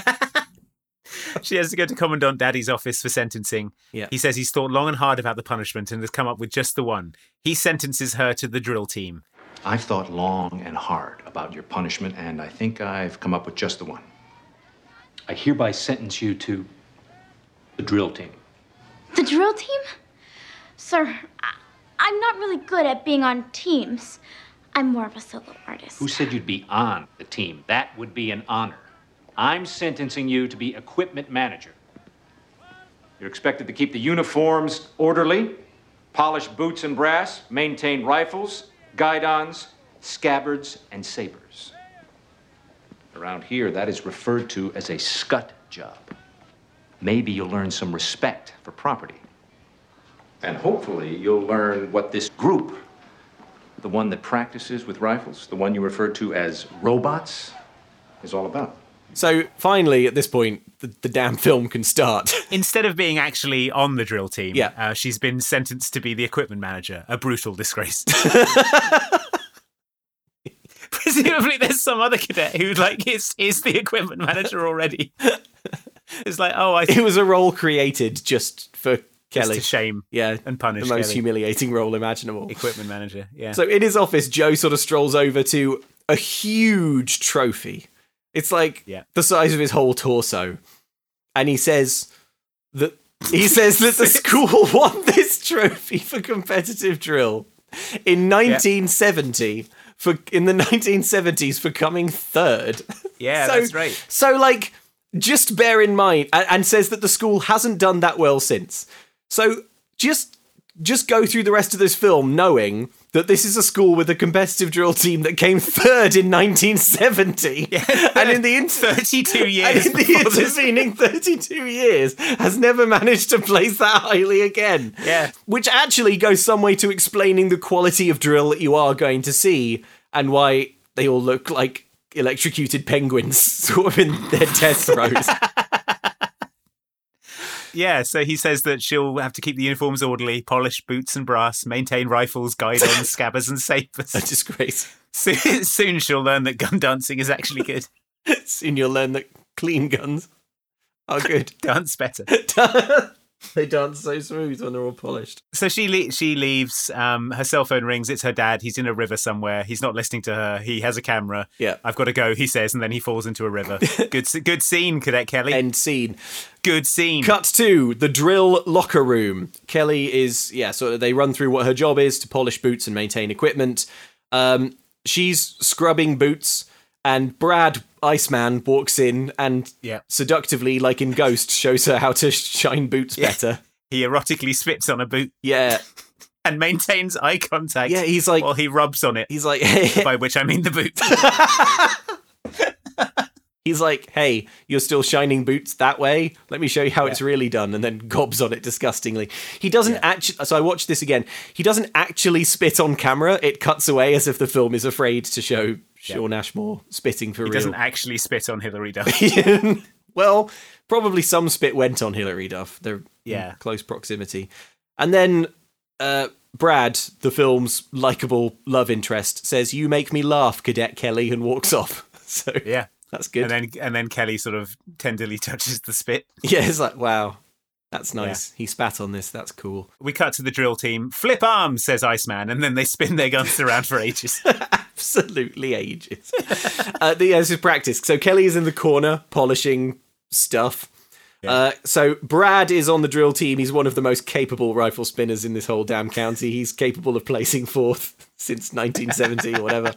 she has to go to Commandant Daddy's office for sentencing.
Yeah.
He says he's thought long and hard about the punishment and has come up with just the one. He sentences her to the drill team.
I've thought long and hard about your punishment, and I think I've come up with just the one.
I hereby sentence you to the drill team.
The drill team? Sir, I- I'm not really good at being on teams. I'm more of a solo artist.
Who said you'd be on the team? That would be an honor. I'm sentencing you to be equipment manager. You're expected to keep the uniforms orderly, polish boots and brass, maintain rifles, guidons, scabbards, and sabers.
Around here, that is referred to as a scut job. Maybe you'll learn some respect for property. And hopefully, you'll learn what this group, the one that practices with rifles, the one you refer to as robots, is all about.
so finally, at this point, the, the damn film can start. (laughs)
Instead of being actually on the drill team,
Yeah.
uh, she's been sentenced to be the equipment manager. A brutal
(laughs)
disgrace. Presumably, there's some other cadet who like is is the equipment manager already. it's like,
(laughs)
oh, I
it was a role created just for Kelly.
to shame
yeah,
and punish
the most
Kelly.
humiliating role imaginable.
equipment manager. Yeah. (laughs)
So in his office, Joe sort of strolls over to a huge trophy. It's like
Yeah.
the size of his whole torso. And he says that
(laughs)
he says that the school (laughs) won this trophy for competitive drill in 1970 for in the 1970s for coming third.
Yeah,
(laughs) So-
that's right.
So like just bear in mind and, and says that the school hasn't done that well since. So just just go through the rest of this film knowing that this is a school with a competitive drill team that came (laughs) third in 1970 and in the inter-
32
years and in the intervening 32 years has never managed to place that highly again
yeah
which actually goes some way to explaining the quality of drill that you are going to see and why they all look like electrocuted penguins (laughs) sort of in their death throes
Yeah, so he says that she'll have to keep the uniforms orderly, polish boots and brass, maintain rifles, guidons, (laughs) scabbards, and sabers. A
disgrace.
(laughs) Soon, soon she'll learn that gun dancing is actually (laughs) good.
(laughs) soon you'll learn that clean guns (laughs) are good.
Dance better.
they dance so smooth when they're all polished
So she le- she leaves. Um, her cell phone rings. It's her dad. He's in a river somewhere. He's not listening to her. He has a camera.
Yeah.
I've got to go. He says, and then he falls into a (laughs) river. good s- good scene, Cadet Kelly.
End scene.
Good scene.
Cut to the drill locker room. Kelly is yeah. So they run through what her job is to polish boots and maintain equipment. Um, she's scrubbing boots, and Brad Iceman walks in and
Yeah.
seductively, like in Ghost, shows her how to shine boots better.
He erotically spits on a boot.
(laughs) Yeah.
And maintains eye contact. Yeah,
he's like
while he rubs on it.
He's like (laughs)
by which I mean the (laughs) boot.
He's like, "Hey, you're still shining boots that way. Let me show you how it's really done." And then gobs on it disgustingly. He doesn't actually. So I watched this again. He doesn't actually spit on camera. It cuts away as if the film is afraid to show Sean Ashmore spitting for
He
real.
doesn't actually spit on Hillary Duff.
(laughs) well, probably some spit went on Hillary Duff. They're in
Yeah.
close proximity. And then uh, Brad, the film's likable love interest, says, "You make me laugh, Cadet Kelly," and walks off. (laughs) So
yeah,
that's
And
good.
then and then Kelly sort of tenderly (laughs) touches the spit.
(laughs) Yeah, it's like wow, that's nice. He spat on this. That's cool. (laughs)
We cut to the drill team. Flip arms, says Iceman, and then they spin their
(laughs)
guns around for ages.
Absolutely ages. (laughs) uh, the, yeah, this is practice. So Kelly is in the corner polishing stuff. Uh, so Brad is on the drill team. He's one of the most capable rifle spinners in this whole damn county. He's capable of placing fourth (laughs) since 1970 or whatever.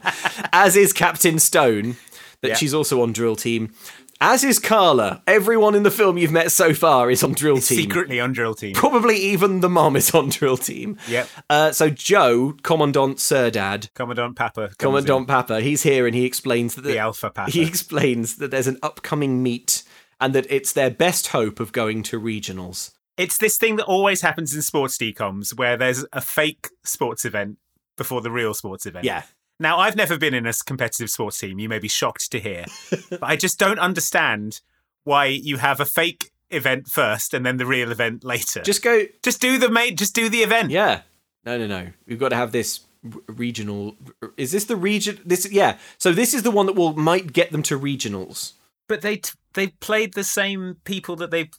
As is Captain Stone, that
Yeah.
she's also on drill team. As is Carla. Everyone in the film you've met so far is on drill team.
Secretly on drill team.
Probably even the mom is on drill team.
Yep.
Uh, so Joe, Commandant Serdad,
Commandant Papa. comes
Commandant Papa, he's here and he explains that
in. the Alpha Papa.
he explains that there's an upcoming meet and that it's their best hope of going to regionals.
It's this thing that always happens in sports decoms where there's a fake sports event before the real sports event.
Yeah.
Now, I've never been in a s- competitive sports team. You may be shocked to
(laughs)
hear, but I just don't understand why you have a fake event first and then the real event later.
Just go.
Just do the mate. Just do the event.
Yeah. No, no, no. We've got to have this r- regional. Is this the region? This yeah. So this is the one that will might get them to regionals.
But they t- they played the same people that they.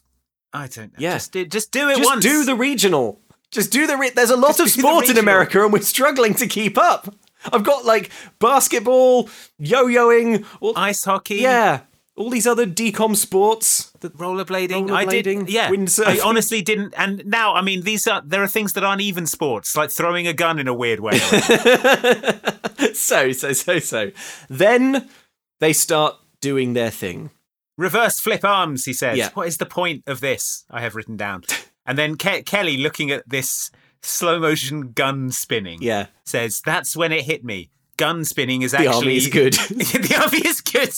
I don't know.
Yeah.
Just do, just do it
(laughs) Just
once.
do the regional. Just do the. Re- There's a lot of sport in America, and we're struggling to keep up. I've got like basketball, yo-yoing, all,
ice hockey.
Yeah, all these other decom sports. (laughs) The
rollerblading. I did, yeah. I
windsurfing.
honestly didn't. And now, I mean, these are there are things that aren't even sports, like throwing a gun in a weird
(laughs)
way.
so, so, so, so. Then they start doing their thing.
Reverse flip arms, he says.
Yeah.
What is the point of this? I have written down. And then Ke- Kelly, looking at this slow motion gun spinning,
Yeah.
says, "That's when it hit me. Gun spinning is
The
actually
army is
(laughs)
good. (laughs)
the army is good.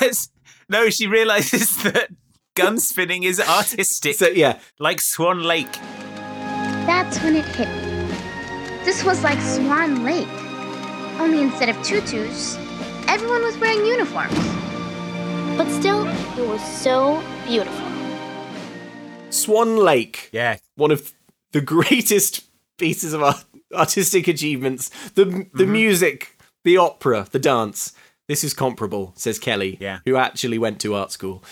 That's, no, she realizes that gun spinning is artistic. So
yeah,
like Swan Lake.
That's when it hit me. This was like Swan Lake. Only instead of tutus, everyone was wearing uniforms. But still, it was so beautiful.
Swan Lake.
Yeah.
One of the (laughs) greatest pieces of art- artistic achievements. The the
Mm-hmm.
music, the opera, the dance. This is comparable, says Kelly, yeah. who actually went to art school.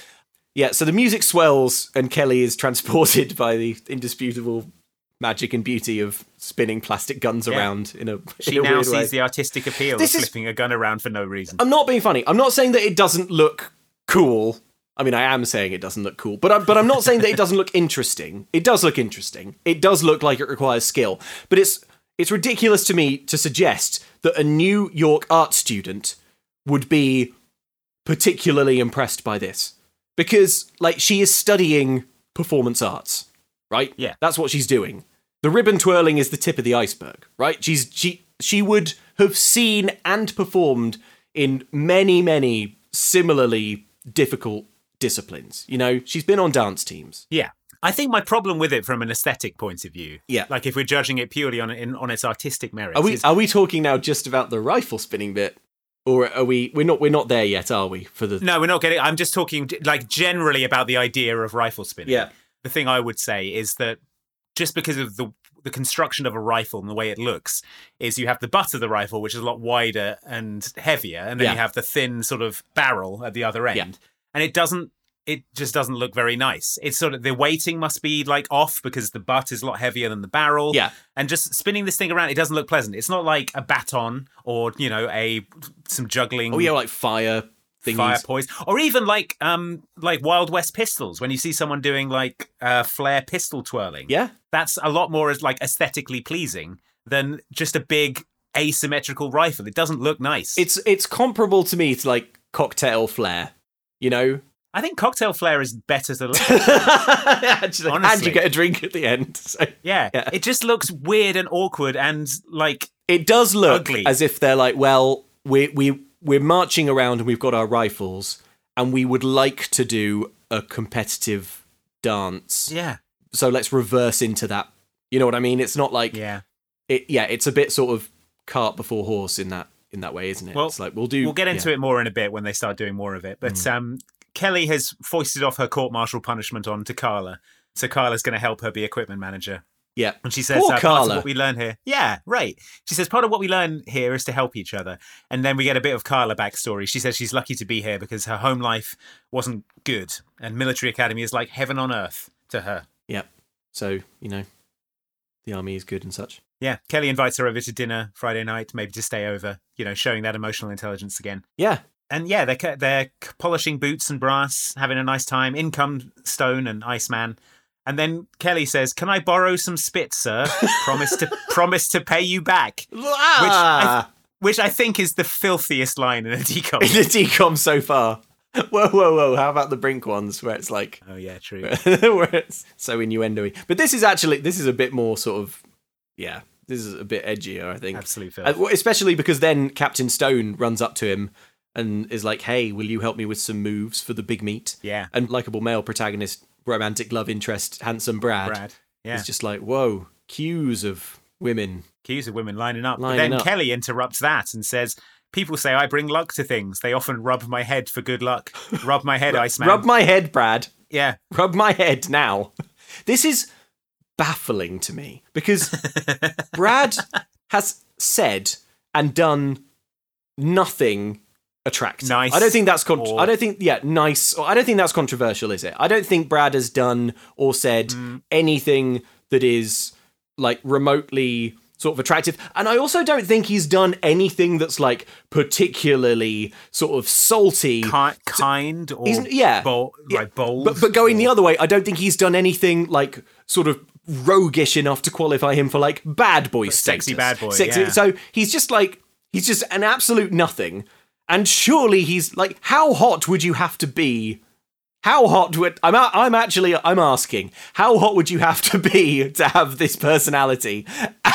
Yeah, so the music swells and Kelly is transported (laughs) by the indisputable magic and beauty of spinning plastic guns
Yeah.
around in a
She
in a
now
weird
sees
way.
the artistic appeal
This
of
is- Oh.
flipping a gun around for no reason.
I'm not being funny. I'm not saying that it doesn't look cool. I mean, I am saying it doesn't look cool, but I'm, but I'm not saying that it doesn't look interesting. It does look interesting. It does look like it requires skill, but it's it's ridiculous to me to suggest that a New York art student would be particularly impressed by this because like she is studying performance arts, right?
Yeah.
That's what she's doing. The ribbon twirling is the tip of the iceberg, right? She's she she would have seen and performed in many many similarly difficult disciplines. You know, she's been on dance teams.
Yeah. I think my problem with it from an aesthetic point of view,
Yeah.
like if we're judging it purely on in, on its artistic merits,
Are we
is-
are we talking now just about the rifle spinning bit or are we we're not we're not there yet, are we? For the
no, we're not getting. I'm just talking like generally about the idea of rifle spinning.
Yeah.
The thing I would say is that just because of the the construction of a rifle and the way it looks, is you have the butt of the rifle, which is a lot wider and heavier, and then
Yeah.
you have the thin sort of barrel at the other end, and it doesn't. It just doesn't look very nice. It's sort of the weighting must be like off because the butt is a lot heavier than the barrel.
Yeah.
And just spinning this thing around, it doesn't look pleasant. It's not like a baton or, you know, a some juggling
Oh yeah, like fire things.
fire poise, or even like um like Wild West pistols. When you see someone doing like uh, flare pistol twirling,
Yeah.
that's a lot more as like aesthetically pleasing than just a big asymmetrical rifle. It doesn't look nice.
It's it's comparable to me to like cocktail flair, you know? (laughs)
I think cocktail flare is better to look. Honestly,
And you get a drink at the end. (laughs) So
yeah. it just looks weird and awkward and like
it does look
ugly.
as if they're like, well, we we we're marching around and we've got our rifles and we would like to do a competitive dance.
yeah.
So let's reverse into that. You know what I mean? It's not like
Yeah.
It yeah, it's a bit sort of cart before horse in that in that way, isn't it?
Well,
it's like we'll do
We'll get into
yeah. Mm.
it more in a bit when they start doing more of it. But um, Kelly has foisted off her court martial punishment onto Carla. So Carla's going to help her be equipment manager.
Yeah.
And she says,
Poor
uh, part of
Carla.
what we learn here. Yeah, right. She says, part of what we learn here is to help each other. And then we get a bit of Carla backstory. She says she's lucky to be here because her home life wasn't good. And military academy is like heaven on earth to her.
Yep. So, you know, the army is good and such.
Yeah. Kelly invites her over to dinner Friday night, maybe to stay over, you know, showing that emotional intelligence again.
Yeah.
And yeah, they're, ca- they're c- polishing boots and brass, having a nice time. In come Stone and Iceman. And then Kelly says, "Can I borrow some spit, sir? promise to (laughs) promise to pay you back." Which I,
Ah.
which I think is the filthiest line in a decom.
In (laughs) the decom so far. Whoa, whoa, whoa. How about the Brink ones where it's like.
Oh, yeah, true.
(laughs) where it's so innuendo But this is actually, this is a bit more sort of. Yeah. This is a bit edgier, I think.
Absolute filth.
Uh, well, Especially because then Captain Stone runs up to him and is like, hey, will you help me with some moves for the big meat?
Yeah.
And likable male protagonist, romantic love interest, handsome Brad.
Brad, yeah.
Is just like, whoa, cues of women.
Cues of women lining up. But
Lining
then
up.
Kelly interrupts that and says, "People say I bring luck to things. They often rub my head for good
(laughs)
luck. Rub my head, Iceman.
Rub my head, Brad. (laughs)
Yeah.
Rub my head now. This is baffling to me
(laughs)
because Brad has said and done nothing attractive.
Nice
I don't think that's con-
or-
I don't think yeah, nice. Or I don't think that's controversial, is it? I don't think Brad has done or said
Mm.
anything that is like remotely sort of attractive. And I also don't think he's done anything that's like particularly sort of salty.
Kind, kind or
He's- yeah.
bold, like bold.
But but going the other way, I don't think he's done anything like sort of roguish enough to qualify him for like bad boy status.
sexy bad boy, yeah.
So he's just like he's just an absolute nothing. And surely he's like, how hot would you have to be? How hot would I'm? a- I'm actually I'm asking. How hot would you have to be (laughs) to have this personality,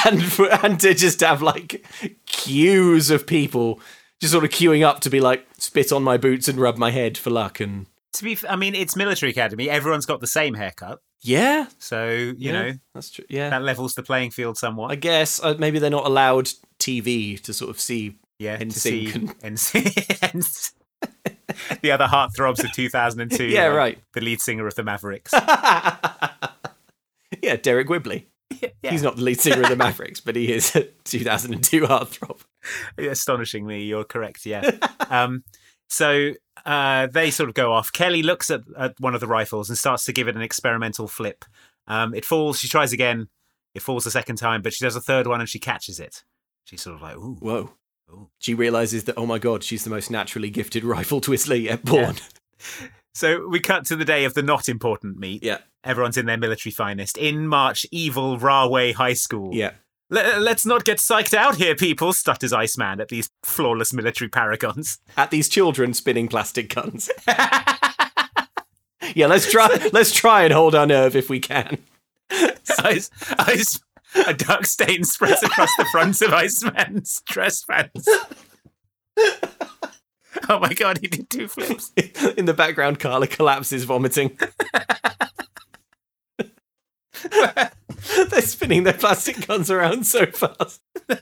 and for, and to just have like queues of people just sort of queuing up to be like spit on my boots and rub my head for luck and
to be, f- I mean, it's military academy. Everyone's got the same haircut,
yeah,
so you
Yeah,
know
that's true. Yeah,
that levels the playing field somewhat.
I guess uh, maybe they're not allowed TV to sort of see (laughs)
yeah, to
NSYNC
see (laughs)
and
NSYNC. (laughs) the other heartthrobs of 2002.
(laughs) Yeah,
like
right.
The lead singer of the
(laughs)
Mavericks.
yeah, Derek Wibley.
yeah.
He's not the lead singer of
(laughs)
the Mavericks, but he is a 2002 heartthrob.
Astonishingly, you're correct.
(laughs)
Yeah. um, so uh, they sort of go off. Kelly looks at, at one of the rifles and starts to give it an experimental flip. Um, it falls. She tries again. It falls a second time, but she does a third one and she catches it. She's sort of like, ooh.
Whoa. She realizes that oh my god, she's the most naturally gifted rifle twister yet born.
So we cut to the day of the not important meet.
Yeah.
Everyone's in their military finest. In March, evil Rahway High School.
Yeah.
Let, us not get psyched out here, people, stutters Iceman at these flawless military paragons. (laughs)
At these children spinning plastic guns. yeah, let's try. let's try and hold our nerve if we can.
Ice, ice, a dark stain spreads across the fronts of Iceman's dress pants. (laughs) Oh my god, he did two
(laughs)
flips.
In the background, Carla collapses, vomiting. (laughs) They're spinning their plastic guns around so fast.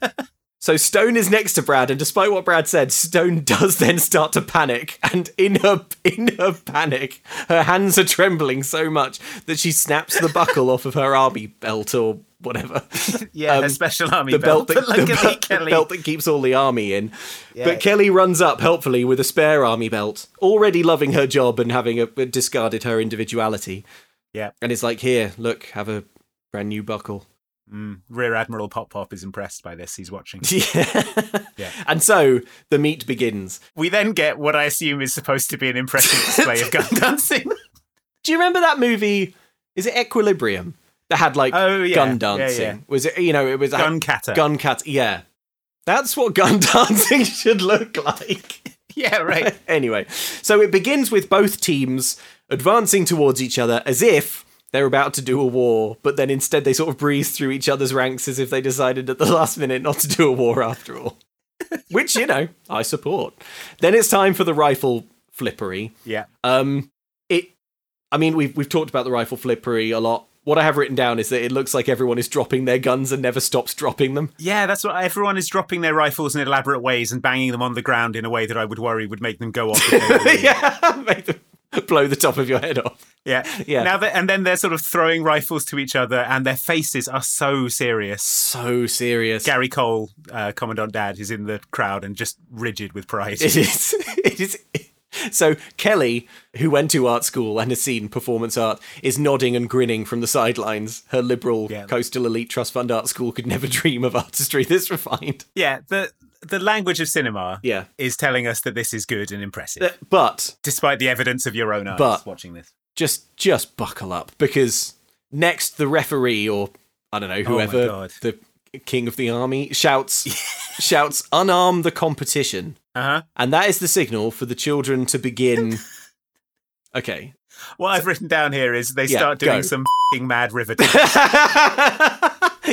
(laughs) so Stone is next to Brad, and despite what Brad said, Stone does then start to panic. And in her in her panic, her hands are trembling so much that she snaps the buckle off of her army belt or whatever.
Yeah,
Um,
a special army
the belt,
belt. (laughs)
that,
Look
the
at
bel-
me, Kelly.
belt that keeps all the army in.
Yeah.
But Kelly runs up helpfully with a spare army belt, already loving her job and having a, discarded her individuality.
Yeah.
And it's like, here, look, have a brand new buckle. (laughs)
Mm, Rear Admiral Pop Pop is impressed by this. He's watching. Yeah.
And so the meet begins.
We then get what I assume is supposed to be an impressive display
(laughs)
of gun dancing.
Do you remember that movie? Is it Equilibrium? That had like
Oh, yeah.
gun
Yeah, yeah.
dancing. Was it, you know, it was
Gun kata.
Gun cat. Yeah. That's what gun (laughs) dancing should look like.
(laughs) Yeah,
(laughs)
right.
anyway, so it begins with both teams advancing towards each other as if they're about to do a war, but then instead they sort of breeze through each other's ranks as if they decided at the last minute not to do a war after all. (laughs) Which, you know, I support. Then it's time for the rifle flippery.
Yeah.
Um, it. I mean, we've we've talked about the rifle flippery a lot. What I have written down is that it looks like everyone is dropping their guns and never stops dropping them. (laughs)
Yeah, that's what everyone is dropping their rifles in
(laughs)
elaborate ways and banging them on the ground in a way that I would worry would make them go off. if they were
blow the top of your head off.
Yeah.
Yeah.
Now that, and then they're sort of throwing rifles to each other, and their faces are so serious,
so serious.
Gary Cole, uh, Commandant Dad, is in the crowd and just rigid with
(laughs)
pride.
It is. It is. So Kelly, who went to art school and has seen performance art, is nodding and grinning from the sidelines. Her liberal coastal elite trust fund art school could never (laughs) dream of artistry this refined.
Yeah. The the language of cinema.
Yeah.
Is telling us that this is good and impressive,
but
despite the evidence of your own eyes
But-
watching this.
Just just buckle up because next the referee or I don't know
Oh my
whoever
God.
the king of the army shouts
(laughs)
shouts unarm the competition.
Uh-huh.
And that is the signal for the children to begin
(laughs)
Okay.
What I've written down here is they
Yeah,
start doing
go.
some fing mad river dance.
(laughs)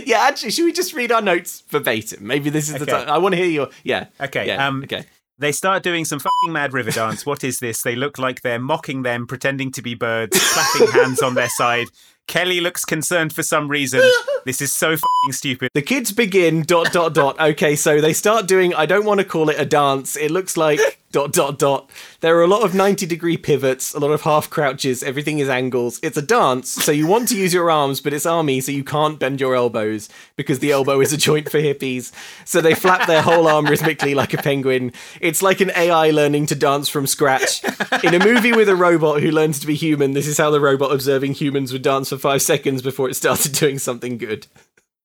yeah, actually, should we just read our notes verbatim? Maybe this is the
Okay.
time. I want to hear your. Yeah.
Okay.
Yeah,
um,
okay.
They start doing some fucking mad river dance. What is this? They look like they're mocking them, pretending to be birds, clapping hands on their side. Kelly looks concerned for some reason. This is so fucking stupid.
The kids begin dot dot dot. Okay, so they start doing. I don't want to call it a dance. It looks like dot dot dot. There are a lot of ninety degree pivots, a lot of half crouches. Everything is angles. It's a dance, so you want to use your arms, but it's army, so you can't bend your elbows because the elbow is a joint for hippies. So they flap their whole arm rhythmically like a penguin. It's like an AI learning to dance from scratch. In a movie with a robot who learns to be human, this is how the robot observing humans would dance for five seconds before it started doing something good.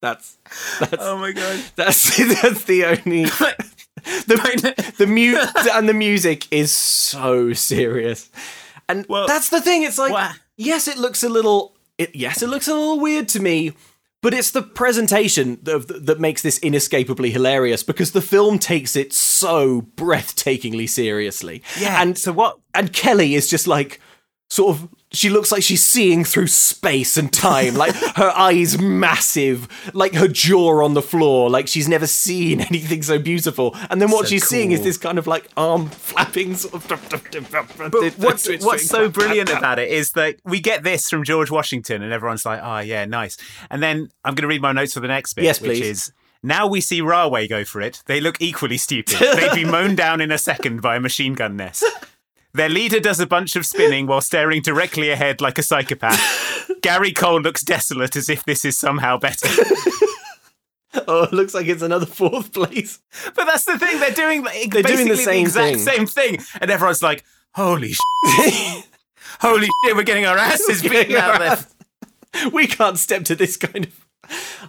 That's that's
Oh my god.
that's (laughs) that's the only (laughs) the the mu- and the music is so serious. And that's the thing. It's like yes, it looks a little it yes, it looks a little weird to me, but it's the presentation that, that makes this inescapably hilarious because the film takes it so breathtakingly seriously.
Yeah.
And so what and Kelly is just like sort of she looks like she's seeing through space and time (laughs) like her eyes massive like her jaw on the floor like she's never seen (laughs) anything so beautiful and then what
So
she's seeing is
cool.
this kind of like arm (laughs) flapping sort of
But what's, what's so brilliant about it is that we get this from George Washington, and everyone's like, oh, yeah, nice. And then I'm going to read my notes for the next bit,
Yes,
which
please.
is now we see Rahway go for it. They look equally stupid. They'd be
(laughs)
mown down in a second by a machine gun nest. Their leader does a bunch of spinning while staring directly ahead like a psychopath.
(laughs)
Gary Cole looks desolate as if this is somehow better.
oh it looks like it's another fourth (laughs) place
But that's the thing, they're doing the-
They're doing the
basically
same
exact
thing.
same thing. And everyone's like, holy shit. holy shit, we're getting our asses
We're
beaten
getting
out
our
there.
we can't step to this kind of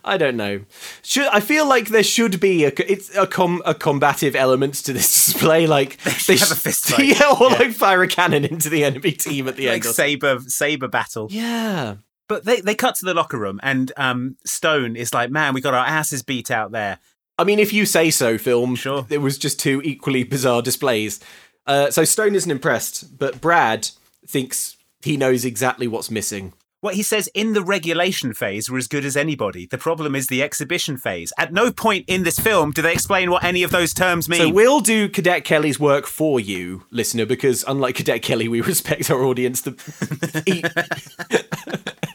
I don't know. Should I feel like there should be a it's a com a combative element to this (laughs) display? Like they should
have a
(laughs)
fist fight.
yeah, or
Yeah.
like fire a cannon into the enemy team at the
like
end. or
saber saber battle.
Yeah.
But they, they cut to the locker room and um, Stone is like, man, we got our asses beat out there.
I mean, if you say so, film. Sure. It was just two equally bizarre displays. Uh, so Stone isn't impressed, but Brad thinks he knows exactly what's missing.
What he says in the regulation phase were as good as anybody. The problem is the exhibition phase. At no point in this film do they explain what any of those terms mean.
So we'll do Cadet Kelly's work for you, listener, because unlike Cadet Kelly, we respect our audience the,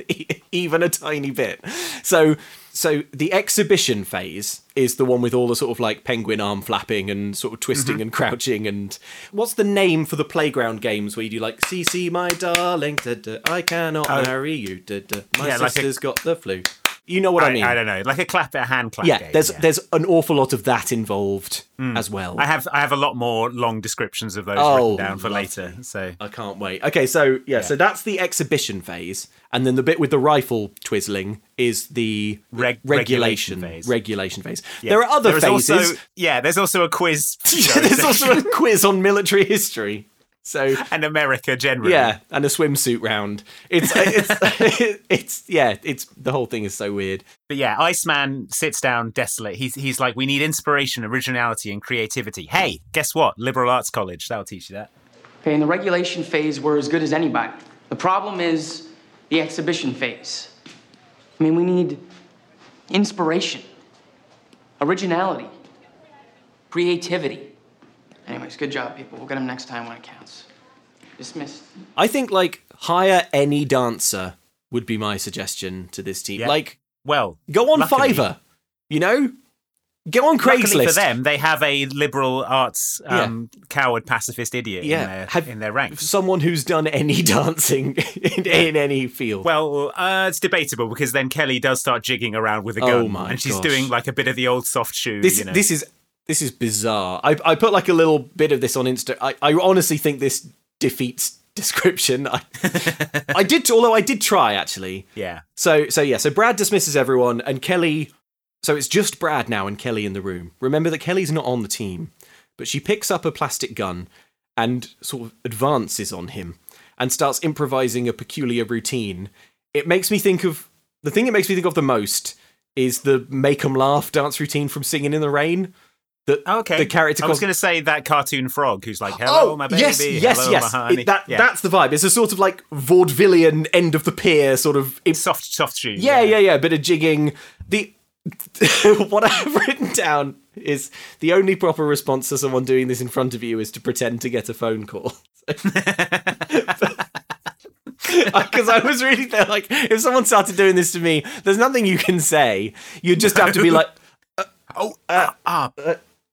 e- (laughs) even a tiny bit. So, so the exhibition phase is the one with all the sort of like penguin arm flapping and sort of twisting
Mhm.
and crouching and what's the name for the playground games where you do like CC my darling, da, da, I cannot
Oh.
marry you, da, da, my
Yeah, like a-
sister's got the flu. You know what I, mean?
I don't know, like a clap at a hand clap.
yeah,
game,
there's there's an awful lot of that involved
Mm.
as well.
I have I have a lot more long descriptions of those written down for
Oh, lovely.
later. So
I can't wait. Okay, so yeah, so that's the exhibition phase, and then the bit with the rifle twizzling is the
Reg- regulation
regulation
phase.
Regulation phase.
yeah.
There are other
There is
phases.
Also, (laughs) yeah, there's also a
(laughs)
quiz. (laughs)
Yeah, there's also a quiz on military history. So
and America generally.
Yeah, and a swimsuit round.
(laughs)
It's it's (laughs) it's yeah, it's the whole thing is so weird.
But yeah, Iceman sits down desolate. He's he's like, we need inspiration, originality, and creativity. Hey, guess what? Liberal Arts College. That'll teach you that.
Okay, in the regulation phase, we're as good as anybody. The problem is the exhibition phase. I mean, we need inspiration, originality, creativity. Anyways, good job, people. We'll get them next time when it counts. Dismissed.
I think like hire any dancer would be my suggestion to this team. Like
well,
go on
luckily-
Fiverr, you know? Go on
Luckily
Craigslist.
for them, they have a liberal arts
Yeah.
um, coward pacifist idiot
Yeah.
in, their,
Have-
in their ranks.
Someone who's done any (laughs) dancing in, in any field.
Well, uh, it's debatable because then Kelly does start jigging around with a gun,
Oh my
and she's
gosh.
doing like a bit of the old soft shoe.
this
you know.
this is this is bizarre. I I put like a little bit of this on Insta. I, I honestly think this defeats (laughs)
(laughs)
description. I, I did although I did try actually.
yeah.
So so yeah, so Brad dismisses everyone and Kelly so it's just Brad now and Kelly in the room. Remember that Kelly's not on the team, but she picks up a plastic gun and sort of advances on him and starts improvising a peculiar routine. It makes me think of the thing it makes me think of the most is the make 'em laugh dance routine from Singing in the Rain. That
Okay.
the character
I was
calls-
going to say that cartoon frog who's like, "Hello, my baby.
oh, Yes, yes,
Hello,
yes.
my honey."
It- that,
Yeah.
That's the vibe. It's a sort of like vaudevillian end of the pier sort of
soft, soft shoe.
Yeah, yeah, yeah. Bit of jigging. The (laughs) what I've written down is the only proper response to someone doing this in front of you is to pretend to get a phone call. (laughs) Because I was really there, like, if someone started doing this to me, there's nothing you can say. You just have to be like,
oh, uh, ah,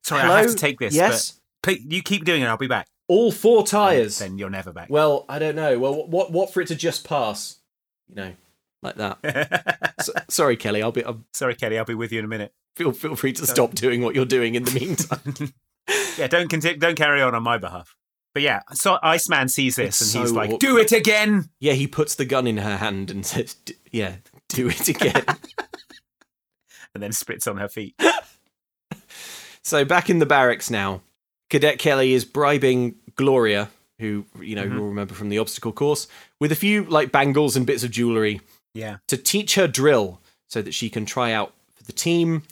sorry, I have
hello?
to take this.
Yes?
but pl- you keep doing it. I'll be back.
All four tires.
then you're never back.
Well, I don't know. Well, what what for it to just pass? You know, like that. so, sorry, Kelly. I'll be. I'll,
sorry, Kelly. I'll be with you in a minute.
Feel feel free to stop doing what you're doing in the meantime.
Yeah, don't conti- don't carry on on my behalf. But yeah, so Iceman sees this and he's like, "Do it again."
Yeah, he puts the gun in her hand and (laughs) says, D- "Yeah, do it again."
and then spits on her
(laughs)
feet.
so back in the barracks now, Cadet Kelly is bribing Gloria, who you know
Mhm.
you'll remember from the obstacle course, with a few like bangles and bits of jewelry.
Yeah.
to teach her drill so that she can try out for the team.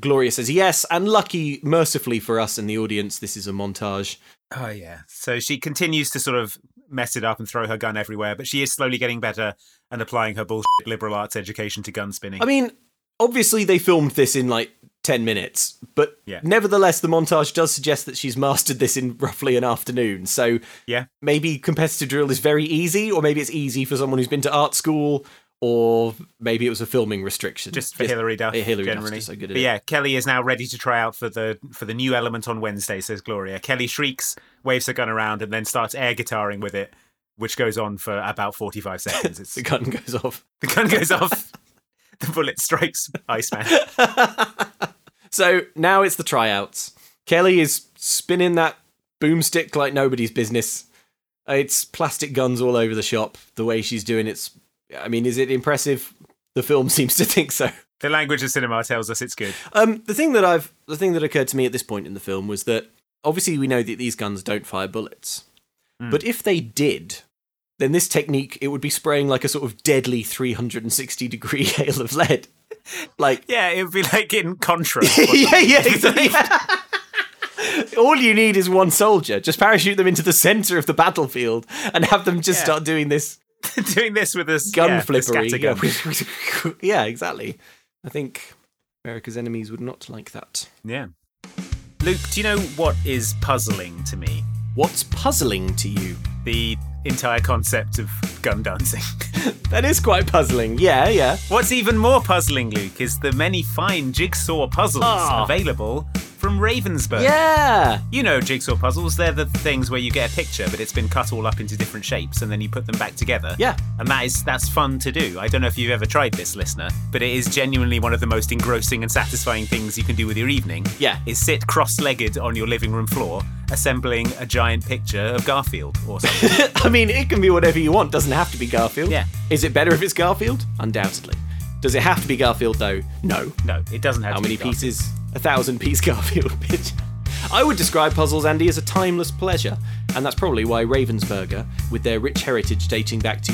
Gloria says yes, and lucky, mercifully for us in the audience, this is a montage.
Oh yeah. So she continues to sort of mess it up and throw her gun everywhere, but she is slowly getting better and applying her bullshit liberal arts education to gun spinning.
I mean, obviously they filmed this in like 10 minutes, but
Yeah.
nevertheless, the montage does suggest that she's mastered this in roughly an afternoon. So
yeah,
maybe competitive drill is very easy, or maybe it's easy for someone who's been to art school, or maybe it was a filming restriction.
just for Hillary Duff.
Hillary Duff's
generally.
just so good at
but
it.
yeah, Kelly is now ready to try out for the for the new element on Wednesday, says Gloria. Kelly shrieks, waves her gun around, and then starts air guitaring with it, which goes on for about forty five seconds. It's
The gun (laughs) goes off.
The gun
(laughs)
goes off. the bullet strikes Iceman.
So now it's the tryouts. Kelly is spinning that boomstick like nobody's business. Uh, It's plastic guns all over the shop. The way she's doing it's I mean, is it impressive? The film (laughs) seems to think so.
The language of cinema tells us it's good.
Um, the thing that I've the thing that occurred to me at this point in the film was that obviously we know that these guns don't fire bullets,
Mm.
but if they did, then this technique it would be spraying like a sort of deadly 360 degree (laughs) hail of lead. Like
(laughs) Yeah, it would be like in Contra.
(laughs) yeah, yeah, exactly. All you need is one soldier. Just parachute them into the center of the battlefield and have them just
Yeah.
start doing this
Doing this with a
gun
yeah, the
flippery.
scatter
Yeah.
gun.
(laughs) yeah, exactly. I think America's enemies would not like that.
Yeah. Luke, do you know what is puzzling to me?
What's puzzling to you? (laughs)
The entire concept of gun dancing.
that is quite puzzling. Yeah, yeah.
What's even more puzzling, Luke, is the many fine jigsaw puzzles
Ah.
available from Ravensburg.
Yeah.
You know jigsaw puzzles, they're the things where you get a picture but it's been cut all up into different shapes and then you put them back together.
Yeah.
And that is that's fun to do. I don't know if you've ever tried this, listener, but it is genuinely one of the most engrossing and satisfying things you can do with your evening.
Yeah.
Is sit cross-legged on your living room floor assembling a giant picture of Garfield or
(laughs)
something.
I mean, it can be whatever you want. Doesn't have to be Garfield. Yeah. Is it better if it's Garfield? Undoubtedly. Does it have to be Garfield though? No.
No, it doesn't have
How
to
many
be Garfield.
pieces? A thousand piece (laughs) Garfield pitch. I would describe puzzles, Andy, as a timeless pleasure, and that's probably why Ravensburger, with their rich heritage dating back to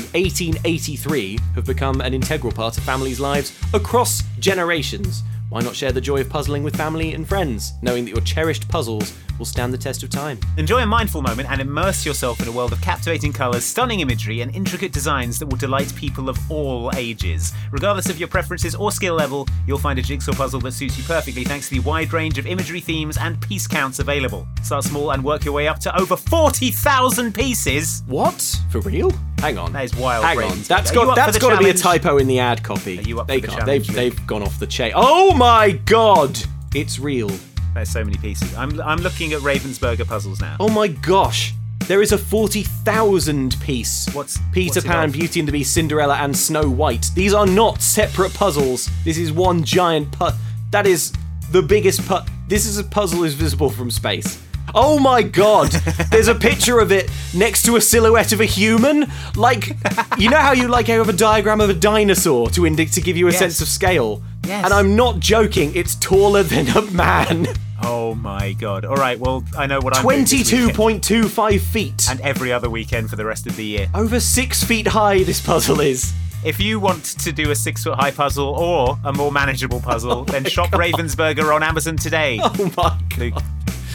1883, have become an integral part of families' lives across generations. Why not share the joy of puzzling with family and friends, knowing that your cherished puzzles will stand the test of time?
Enjoy a mindful moment and immerse yourself in a world of captivating colours, stunning imagery, and intricate designs that will delight people of all ages. Regardless of your preferences or skill level, you'll find a jigsaw puzzle that suits you perfectly thanks to the wide range of imagery themes and piece counts available. Start small and work your way up to over 40,000 pieces!
What? For real? Hang on.
That is wild.
Hang on,
Ravensburger.
that's
Are you
got
up for
that's
the
got to be a
challenge?
typo in the ad copy.
Are you up
they
for the
can't. They've,
challenge,
they've gone off the chain. Oh my god! It's real.
There's so many pieces. I'm I'm looking at Ravensburger puzzles now.
Oh my gosh! There is a 40,000 piece.
What's
Peter
what's it
Pan,
of?
Beauty and the Beast, Cinderella, and Snow White. These are not separate puzzles. This is one giant put. That is the biggest put. This is a puzzle is visible from space. Oh
(laughs)
my god! There's a picture of it next to a silhouette of a human. Like, you know how you like have a diagram of a dinosaur to indic to give you a sense of scale.
Yes.
And I'm not joking. It's taller than a
(laughs)
man.
Oh my god! All right, well I know what I'm doing this
Twenty-two
weekend.
point two five feet.
and every other weekend for the rest of the year.
Over six feet high, this
(laughs)
puzzle is.
If you want to do a six foot high puzzle or a more manageable (laughs) puzzle, then shop Ravensburger on Amazon (laughs) today.
Oh my
Luke.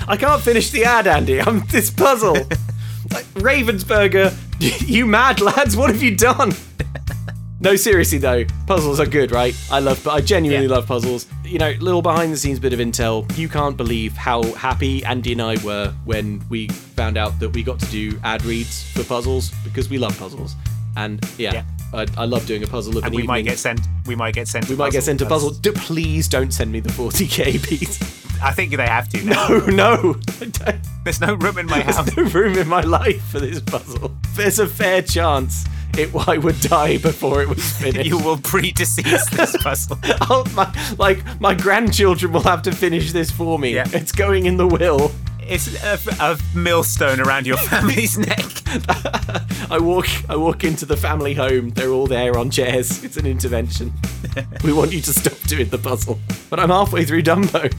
I can't finish the ad, Andy. I'm
(laughs)
this puzzle. Like, Ravensburger, (laughs) you mad lads? What have
(laughs)
you done? no, seriously though, puzzles are good, right? I love, but I genuinely love puzzles. You know, little behind the scenes bit of intel. You can't believe how happy Andy and I were when we found out that we got to do ad reads for puzzles because we love puzzles, and yeah. I, I love doing a puzzle of
And
an
we might
evening.
get sent. We might get sent.
we might get sent a puzzle. D- please don't send me the (laughs) 40k piece.
I think they have to. (laughs) Now.
No, no.
There's no room in my house. (laughs)
There's no room in my life for this puzzle. There's a fair chance it I would die before it (laughs) was finished.
you will predecease (laughs) this puzzle.
Oh, my, like my grandchildren will have to finish this for me. It's going in the will.
It's a, a millstone around your family's (laughs) neck.
I walk I walk into the family home. They're all there on chairs. It's an (laughs) intervention. we want you to stop doing the puzzle. But I'm halfway through Dumbo.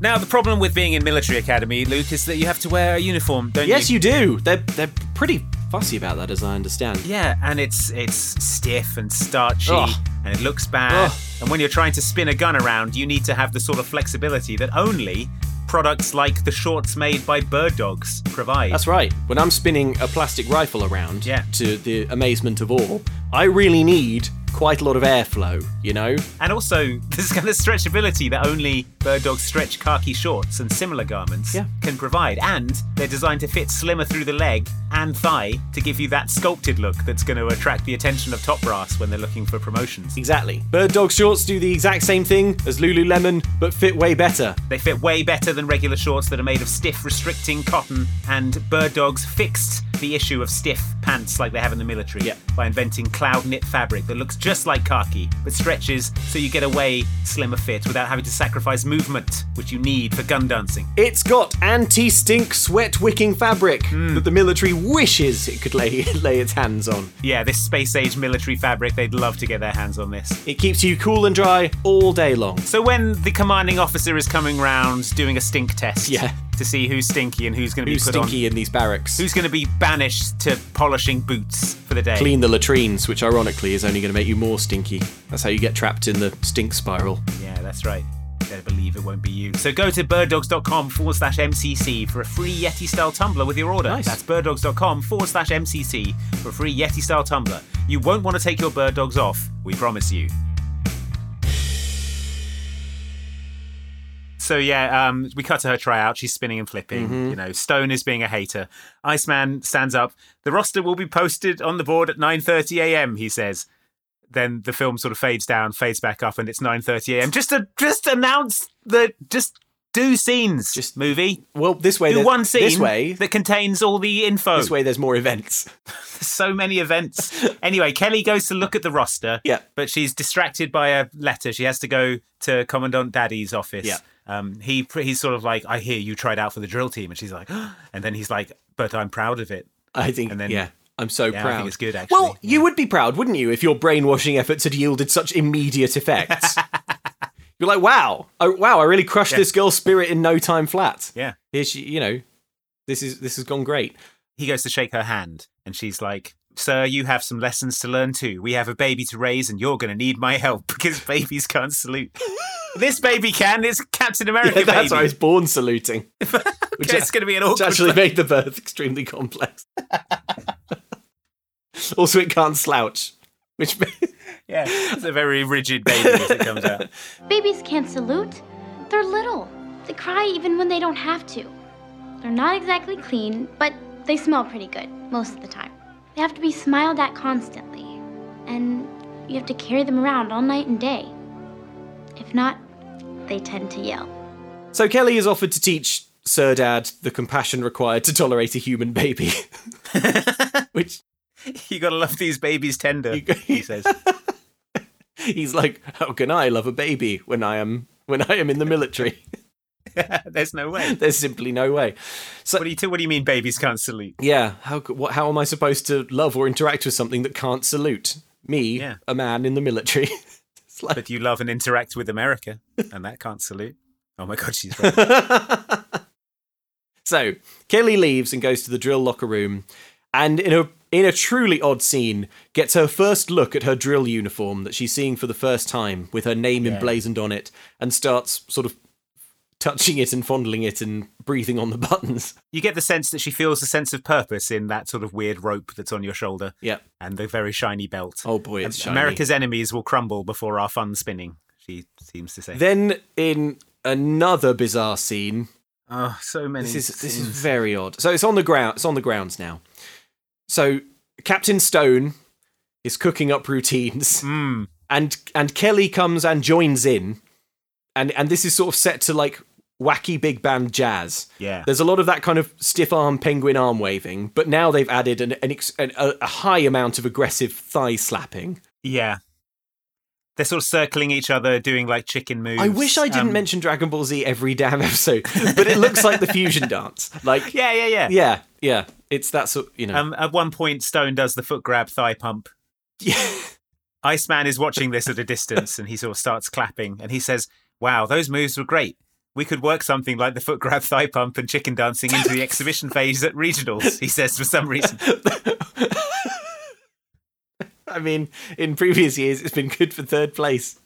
Now, the problem with being in military academy, Luke, is that you have to wear a uniform, don't
yes,
you?
you do. They're they're pretty fussy about that as I understand.
Yeah, and it's it's stiff and starchy,
Ugh.
and it looks bad.
Ugh.
And when you're trying to spin a gun around, you need to have the sort of flexibility that only products like the shorts made by bird dogs provide.
That's right. When I'm spinning a plastic rifle around,
Yeah.
to the amazement of all, I really need quite a lot of airflow, you know?
And also, (laughs) this kind of stretchability that only bird dogs stretch khaki shorts and similar garments can provide. And they're designed to fit slimmer through the leg and thigh to give you that sculpted look that's going to attract the attention of top brass when they're looking for promotions.
Exactly. Bird dog shorts do the exact same thing as Lululemon, but fit way better.
They fit way better than regular shorts that are made of stiff, restricting cotton, and bird dogs fixed the issue of stiff pants like they have in the military by inventing cloud knit fabric that looks just like khaki but stretches so you get a way slimmer fit without having to sacrifice movement, which you need for gun dancing.
It's got anti-stink, sweat-wicking fabric
Hmm.
that the military wishes it could lay (laughs) lay its hands on.
Yeah, this space age military fabric, they'd love to get their hands on this.
It keeps you cool and dry all day long.
So when the commanding officer is coming round doing a stink test
Yeah.
to see who's stinky and who's going to be
Who's
put
stinky
on,
in these barracks?
who's going to be banished to polishing boots for the day.
Clean the latrines, which ironically is only going to make you more stinky. That's how you get trapped in the stink spiral.
Yeah, that's right. Better believe it won't be you. So go to birddogs.com forward slash MCC for a free Yeti style tumbler with your order. That's birddogs.com forward slash MCC for a free Yeti style tumbler. You won't want to take your bird dogs off, we promise you. So yeah, um, we cut to her tryout. She's spinning and flipping. You know, Stone is being a hater. Iceman stands up. The roster will be posted on the board at 9:30 a.m. He says. Then the film sort of fades down, fades back up, and it's 9:30 a.m. Just to just announce the just do scenes. Just movie.
Well, this way,
do
there's-
one scene
This way,
that contains all the info.
this way, there's more events.
so many
(laughs)
events. anyway, Kelly goes to look at the roster.
Yeah.
But she's distracted by a letter. She has to go to Commandant Daddy's office.
Yeah.
Um, he he's sort of like, I hear you tried out for the drill team, and she's like, (gasps) and then he's like, but I'm proud of it.
I think.
And then-
yeah, I'm so
Yeah, I
proud.
think it's good, actually.
Well, you would be proud, wouldn't you, if your brainwashing efforts had yielded such
(laughs)
immediate effects? You're like, wow, oh, wow, I really crushed
Yeah.
this girl's spirit in no time flat.
Yeah.
Here she, you know, this is this has gone great.
He goes to shake her hand, and she's like. Sir, you have some lessons to learn too. We have a baby to raise, and you're going to need my help (laughs) because babies can't
(laughs)
salute. this baby can. It's Captain America.
Yeah,
(laughs)
that's
baby.
why I was born saluting.
Okay, (laughs) it's going to be an (laughs)
Which
awkward.
actually made the birth extremely complex. (laughs) also, it can't slouch, which (laughs)
yeah, it's a very rigid baby as it comes
(laughs)
out.
Babies can't salute. They're little. They cry even when they don't have to. They're not exactly clean, but they smell pretty good most of the time. They have to be smiled at constantly. And you have to carry them around all night and day. If not, they tend to yell.
So Kelly is offered to teach Sir Dad the compassion required to tolerate a human baby. (laughs) Which
you gotta love these babies tender. (laughs) he says.
He's like, how can I love a baby when I am when I am in the military? (laughs)
There's no way.
There's simply no way. So
what do you t- what do you mean babies can't salute?
Yeah, how c- what, how am I supposed to love or interact with something that can't salute me,
Yeah.
a man in the military? (laughs)
But you love and interact with America, and that can't salute. Oh my god, she's
(laughs)
right.
So Kelly leaves and goes to the drill locker room, and in a in a truly odd scene, gets her first look at her drill uniform that she's seeing for the first time, with her name
Yeah.
emblazoned on it, and starts sort of touching it and fondling it and breathing on the (laughs) buttons.
you get the sense that she feels a sense of purpose in that sort of weird rope that's on your shoulder.
Yeah.
And the very shiny belt.
Oh boy,
And
it's shiny.
America's enemies will crumble before our fun spinning, she seems to say.
Then in another bizarre scene,
oh, so many.
This is this is
scenes.
very odd. So it's on the ground. It's on the grounds now. So Captain Stone is cooking
(laughs)
up routines,
Hmm.
and and Kelly comes and joins in, and and this is sort of set to like wacky big band jazz.
Yeah.
There's a lot of that kind of stiff arm penguin arm waving, but now they've added an, an ex, an, a, a high amount of aggressive thigh slapping.
Yeah. They're sort of circling each other, doing like chicken moves.
I wish I didn't
Um,
mention Dragon Ball Z every damn episode, but it looks
(laughs)
like the fusion dance. Like
Yeah, yeah, yeah.
yeah, yeah. It's that sort, you know.
Um, at one point, Stone does the foot grab thigh pump. Um,
(laughs)
Yeah. Iceman is watching this at a distance and he sort of starts clapping and he says, Wow, those moves were great. We could work something like the foot grab thigh pump and chicken dancing into the exhibition
(laughs)
phase at regionals, he says for some reason.
I mean, in previous years, it's been good for third place.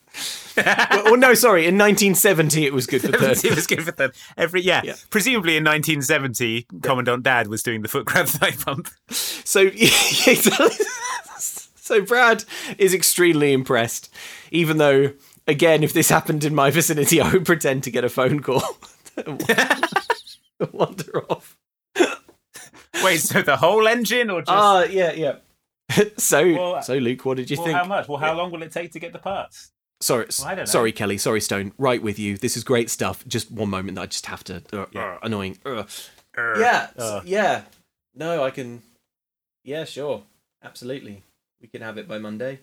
well, well, no, sorry. In 1970, it was good for
(laughs)
third. (laughs)
it was good for them. Every yeah. Presumably in 1970, Commandant Dad was doing the foot grab (laughs) thigh pump.
So, (laughs) so Brad is extremely impressed, even though, again, if this happened in my vicinity, I would pretend to get a phone call. (laughs) Wander off.
Wait, so the whole engine or just
Ah, yeah, yeah. so,
Well,
so Luke, what did you think?
much? Well, how long will it take to get the parts?
Sorry,
Well, I don't know.
sorry, Kelly. Sorry, Stone. Right with you. This is great stuff. Just one moment that I just have to. Uh, uh, annoying. Uh. Yeah, s-
Uh.
yeah. No, I can. Yeah, sure. Absolutely. We can have it by (laughs) Monday.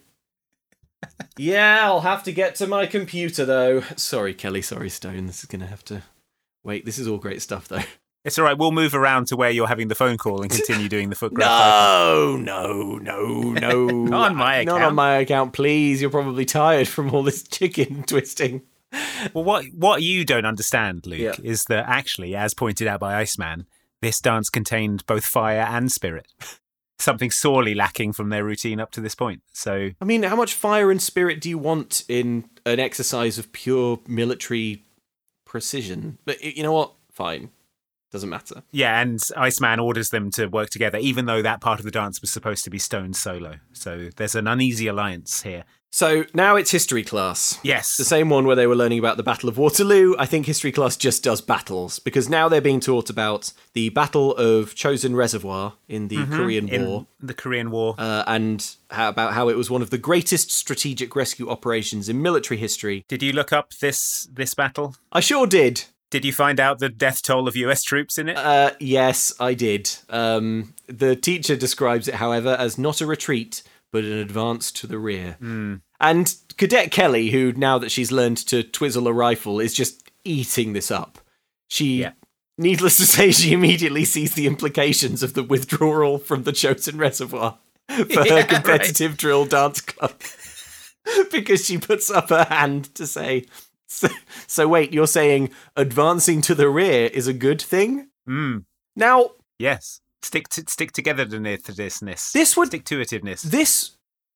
yeah, I'll have to get to my computer though. Sorry, Kelly. Sorry, Stone. This is gonna have to wait. This is all great stuff though. (laughs)
It's all right. We'll move around to where you're having the phone call and continue doing the foot grab.
No, no, (laughs) no, no.
Not on my account.
Not on my account, please. You're probably tired from all this chicken (laughs) twisting.
Well, what what you don't understand, Luke, is that actually, as pointed out by Iceman, this dance contained both fire and spirit, (laughs) something sorely lacking from their routine up to this point. So
I mean, how much fire and spirit do you want in an exercise of pure military precision? But y- you know what? Fine. Doesn't matter.
yeah, and Iceman orders them to work together, even though that part of the dance was supposed to be Stone solo. So there's an uneasy alliance here.
So now it's history class.
Yes.
The same one where they were learning about the Battle of Waterloo. I think history class just does battles because now they're being taught about the Battle of Chosen Reservoir in the
Mhm,
Korean
in
War.
the Korean War.
Uh, and how, about how it was one of the greatest strategic rescue operations in military history.
Did you look up this this battle?
I sure did.
Did you find out the death toll of US troops in it?
Uh, yes, I did. Um, the teacher describes it, however, as not a retreat, but an advance to the rear.
Hmm.
And Cadet Kelly, who now that she's learned to twizzle a rifle, is just eating this up. She, needless to say, she immediately sees the implications of the withdrawal from the chosen reservoir for
(laughs) Yeah,
her
right.
competitive drill dance club. (laughs) because she puts up her hand to say, so, so wait, you're saying advancing to the rear is a good thing?
Mm.
Now,
yes, stick to, stick together to this.
This would
stick to itiveness.
This,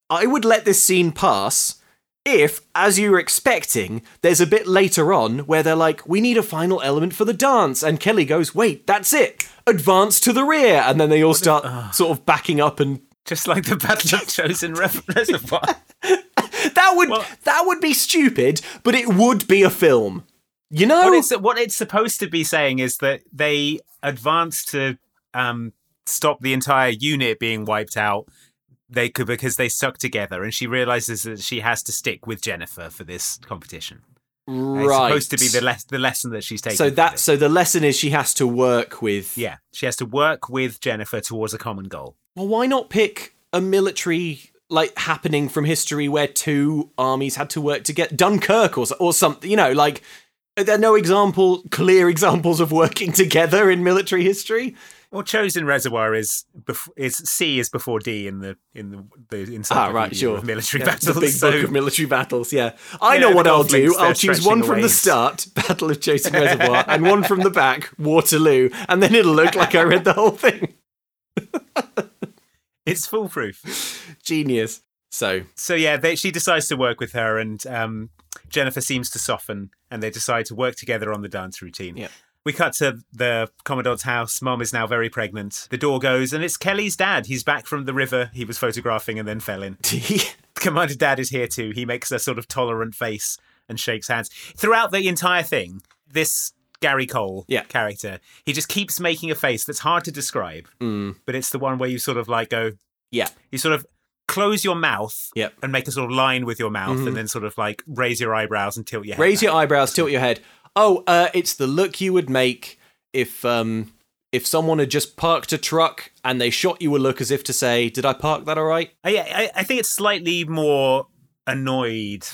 I would let this scene pass if, as you were expecting, there's a bit later on where they're like, we need a final element for the dance. And Kelly goes, wait, that's it. Advance to the rear. And then they all start
uh.
sort of backing up and. (laughs)
Just like the Battle of Chosen Reservoir.
that would that would be stupid, but it would be a film. You know
what it's, what it's supposed to be saying is that they advance to um, stop the entire unit being wiped out. they could because they suck together, and she realizes that she has to stick with Jennifer for this competition. And It's
Right.
supposed to be the les- the lesson that she's taking.
So that so the lesson is she has to work with.
Yeah, she has to work with Jennifer towards a common goal.
Well, why not pick a military like happening from history where two armies had to work together, Dunkirk or so- or something? You know, like are there no example, clear examples of working (laughs) together in military history?
Well, chosen reservoir is bef- is C is before D in the in the, the encyclopedia
Ah, right, sure.
of military
Yeah,
battles.
The big
so
book of military battles. Yeah, I
Yeah,
know
the
what I'll
golf links
do.
there
I'll choose
stretching
one
the
from the
waves.
start, (laughs) Battle of
(laughs)
Chosin Reservoir, and one from the back, Waterloo, and then it'll look like I read the whole thing. (laughs)
it's foolproof.
Genius. So (laughs)
so yeah, they, she decides to work with her, and um, Jennifer seems to soften, and they decide to work together on the dance routine.
Yep.
We cut to the Commodore's house. Mom is now very pregnant. The door goes, and it's Kelly's dad. He's back from the river he was photographing and then fell in. (laughs) Commander Dad is here too. He makes a sort of tolerant face and shakes hands. Throughout the entire thing, this Gary Cole character, he just keeps making a face that's hard to describe, but it's the one where you sort of like go,
yeah.
You sort of close your mouth and make a sort of line with your mouth
Mhm.
and then sort of like raise your eyebrows and tilt your head.
Raise your eyebrows, tilt your head. Oh, uh, it's the look you would make if um, if someone had just parked a truck and they shot you a look as if to say, "Did I park that all right?"
I, I, I think it's slightly more annoyed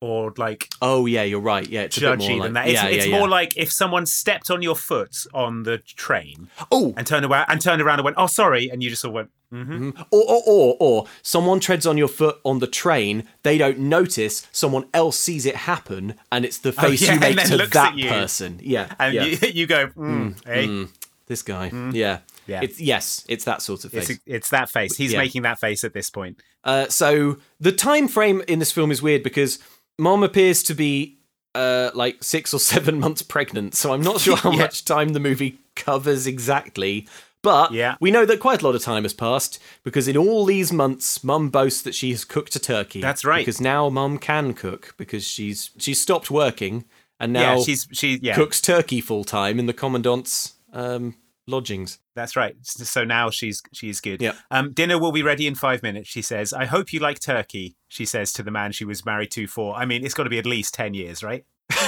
or like
Oh yeah, you're right. Yeah, it's a bit
judgy
more like,
than that. It's,
yeah,
it's
yeah,
more
yeah.
like if someone stepped on your foot on the train,
oh,
and turned around and turned around and went, "Oh, sorry," and you just sort of went, mm-hmm.
Or, or, or, or someone treads on your foot on the train, they don't notice, someone else sees it happen, and it's the
Oh,
face
yeah,
you
and
make
then
to
looks
that
at you.
person. Yeah.
and
yeah.
you, (laughs) you go, mm,
Mm,
"Hey."
mm, this guy.
Mm.
Yeah.
Yeah.
It's, yes, it's that sort of face.
It's, it's that face. He's
Yeah.
making that face at this point.
Uh, so the time frame in this film is weird because mom appears to be uh, like six or (laughs) seven months pregnant. So I'm not
(laughs)
sure how
Yeah.
much time the movie covers exactly. But we know that quite a lot of time has passed because in all these months, mum boasts that she has cooked a turkey. That's right. Because now mum can cook because she's she's stopped working and now
yeah, she's she yeah.
cooks turkey full time in the commandant's um, lodgings. (laughs)
That's right. S- So now she's she's good.
Yeah.
Um, dinner will be ready in five minutes. She says, "I hope you like turkey." She says to the man she was married to for. I mean, it's got to be at least ten years, right? (laughs)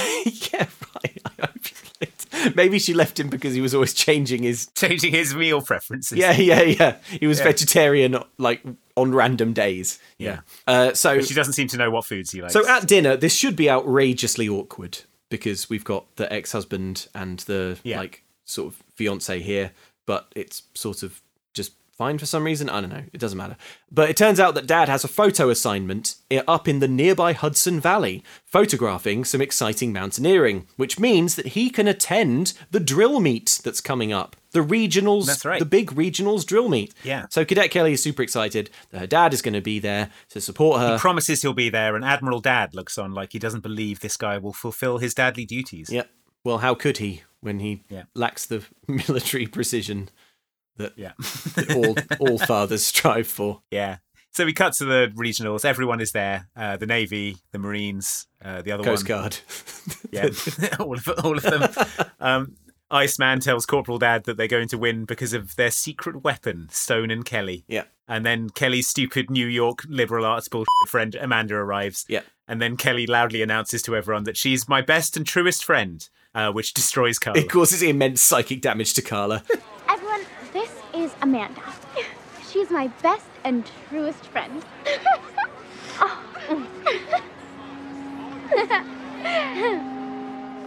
Maybe she left him because he was always changing his
Changing his meal preferences.
Yeah, yeah, yeah. He was
Yeah.
vegetarian like on random days.
Yeah.
Uh, so
But she doesn't seem to know what foods he likes.
so at dinner, this should be outrageously awkward because we've got the ex-husband and the like sort of fiance here, but it's sort of just fine for some reason. I don't know. It doesn't matter. But it turns out that Dad has a photo assignment i- up in the nearby Hudson Valley, photographing some exciting mountaineering, which means that he can attend the drill meet that's coming up. The regionals,
That's right.
the big regionals drill meet.
Yeah.
So Cadet Kelly is super excited that her dad is going to be there to support her.
He promises he'll be there, and Admiral Dad looks on like he doesn't believe this guy will fulfill his dadly duties.
Yeah. Well, how could he when he
Yeah.
lacks the (laughs) military precision that, that (laughs) all all fathers strive for?
Yeah. So we cut to the regionals. Everyone is there: uh, the Navy, the Marines, uh, the other
Coast
one,
Guard.
Yeah, (laughs) all of all of them. Um, Iceman tells Corporal Dad that they're going to win because of their secret weapon, Stone and Kelly.
Yeah.
And then Kelly's stupid New York liberal arts bullshit friend Amanda arrives.
Yeah.
And then Kelly loudly announces to everyone that she's my best and truest friend, uh, which destroys Carla.
(laughs) It causes immense psychic damage to Carla.
Everyone, this is Amanda. (laughs) She's my best and truest friend. Oh.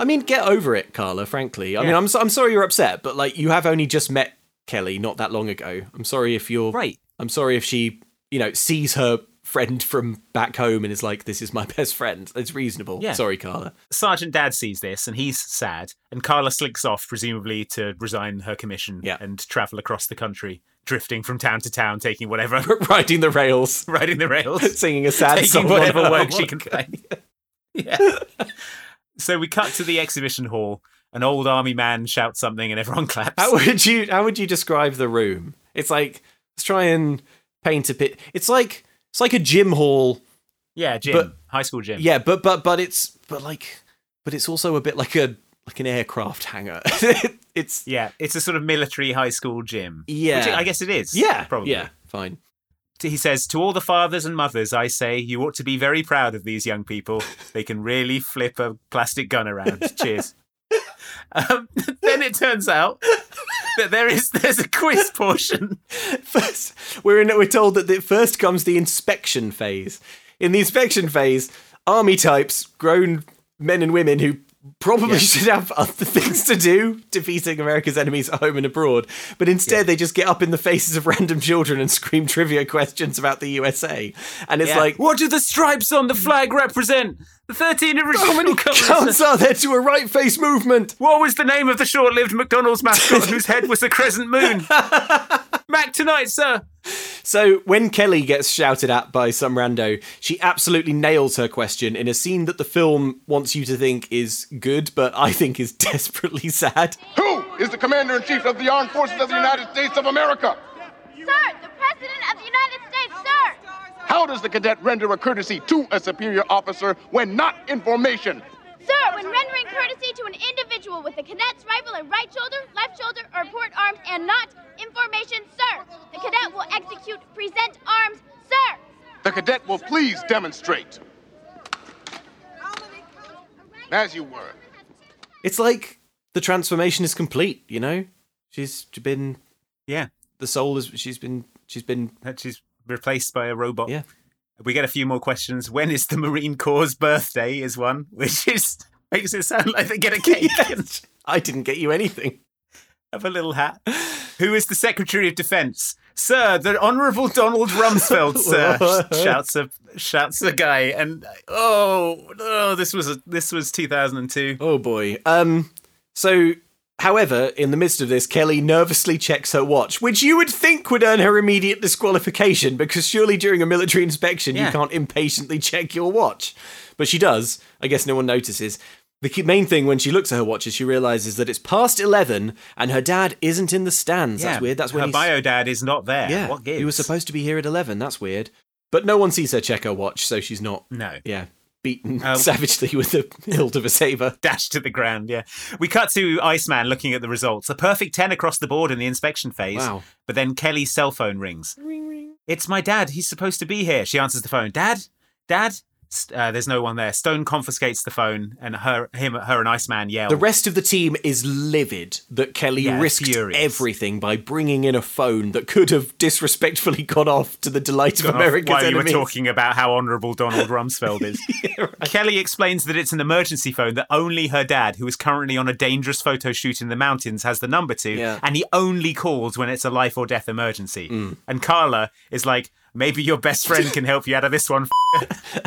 I mean, get over it, Carla. Frankly, I mean, I'm so, I'm sorry you're upset, but like you have only just met Kelly not that long ago. I'm sorry if you're
right.
I'm sorry if she you know sees her friend from back home and is like, "This is my best friend." It's reasonable.
Yeah.
Sorry, Carla. (laughs)
Sergeant Dad sees this and he's sad. And Carla slinks off, presumably to resign her commission and travel across the country, drifting from town to town, taking whatever. (laughs)
Riding the rails. (laughs)
Riding the rails.
Singing a sad
taking
song on
whatever
her
work she
harmonica.
can play. Yeah. so we cut to the exhibition hall. An old army man shouts something and everyone (laughs) claps.
How (laughs) would you how would you describe the room? It's like let's try and paint a bit. It's like it's like a gym hall.
Yeah, gym.
But-
high school gym.
Yeah, but but but it's but like but it's also a bit like a like an aircraft hangar. (laughs) it's
yeah, it's a sort of military high school gym.
Yeah.
Which I guess it is.
Yeah,
probably.
yeah, fine.
He says, To all the fathers and mothers, I say, you ought to be very proud of these young people. They can really flip a plastic gun (laughs) around. Cheers. Um, (laughs) then it turns out that there is there's a quiz portion.
(laughs) First, we're in, we're told that the, first comes the inspection phase. In the inspection phase, army types, grown men and women who probably should have other things to do, defeating America's enemies at home and abroad, but instead they just get up in the faces of (laughs) random children and scream trivia questions about the USA. And it's
Yeah. (laughs)
like,
what do the stripes on the flag represent? The (laughs) 13 original
How many counts are there to a right face movement?
What was the name of the short lived McDonald's mascot whose head was the crescent
(laughs)
moon? Mac tonight, sir.
So when Kelly gets shouted at by some rando, she absolutely nails her question in a scene that the film wants you to think is good, but I think is (laughs) desperately sad.
Who is the Commander in Chief of the Armed Forces of the United States of America?
Sir, the President of the United States, sir!
How does the cadet render a courtesy to a superior officer when not in formation?
Sir, when rendering courtesy to an individual with the cadet's rifle in right shoulder, left shoulder, or port arms and not information, sir, the cadet will execute present arms, sir!
The cadet will please demonstrate. As you were.
It's like the transformation is complete, you know? She's been
Yeah.
The soul is she's been she's been
she's replaced by a robot.
Yeah.
We get a few more questions. When is the Marine Corps' birthday? Is one, which is makes it sound like they get
(laughs)
a cake.
I didn't get you anything.
Have a little hat. Who is the Secretary of Defense? Sir, the Honorable Donald
(laughs)
Rumsfeld, sir, sh- shouts a shouts a guy, and oh, oh, this was a, this was 2002.
Oh boy. Um so however, in the midst of this, Kelly nervously checks her watch, which you would think would earn her immediate disqualification because surely during a military inspection
Yeah.
you can't impatiently check your watch. But she does. I guess no one notices. The key- main thing when she looks at her watch is she realizes that it's past 11 and her dad isn't in the stands.
Yeah,
That's weird. That's when
her
he's-
bio dad is not there.
Yeah,
what
you were
gives?
supposed to be here at eleven. That's weird. But no one sees her check her watch, so she's not.
No.
Yeah, beaten
Mm. Um,
(laughs) savagely with the hilt of a saber.
Dash to the ground, yeah. We cut to Iceman looking at the results. A perfect 10 across the board in the inspection phase.
Wow.
But then Kelly's cell phone rings. It's my dad. He's supposed to be here. She answers the phone. Dad? Dad? S- Uh, there's no one there. Stone confiscates the phone and her, him, her and Iceman yell.
The rest of the team is livid that Kelly
Yeah,
risked everything by bringing in a phone that could have disrespectfully (laughs) gone off to the delight of
Gone off
America's
Oh, while you were
enemies.
talking about how honourable Donald Rumsfeld is. Kelly explains that it's an emergency phone that only her dad, who is currently on a dangerous photo shoot in the mountains, has the number to, and he only calls when it's a life or death emergency. And Carla is like, maybe your best friend can help you out of this one. (laughs) f***er."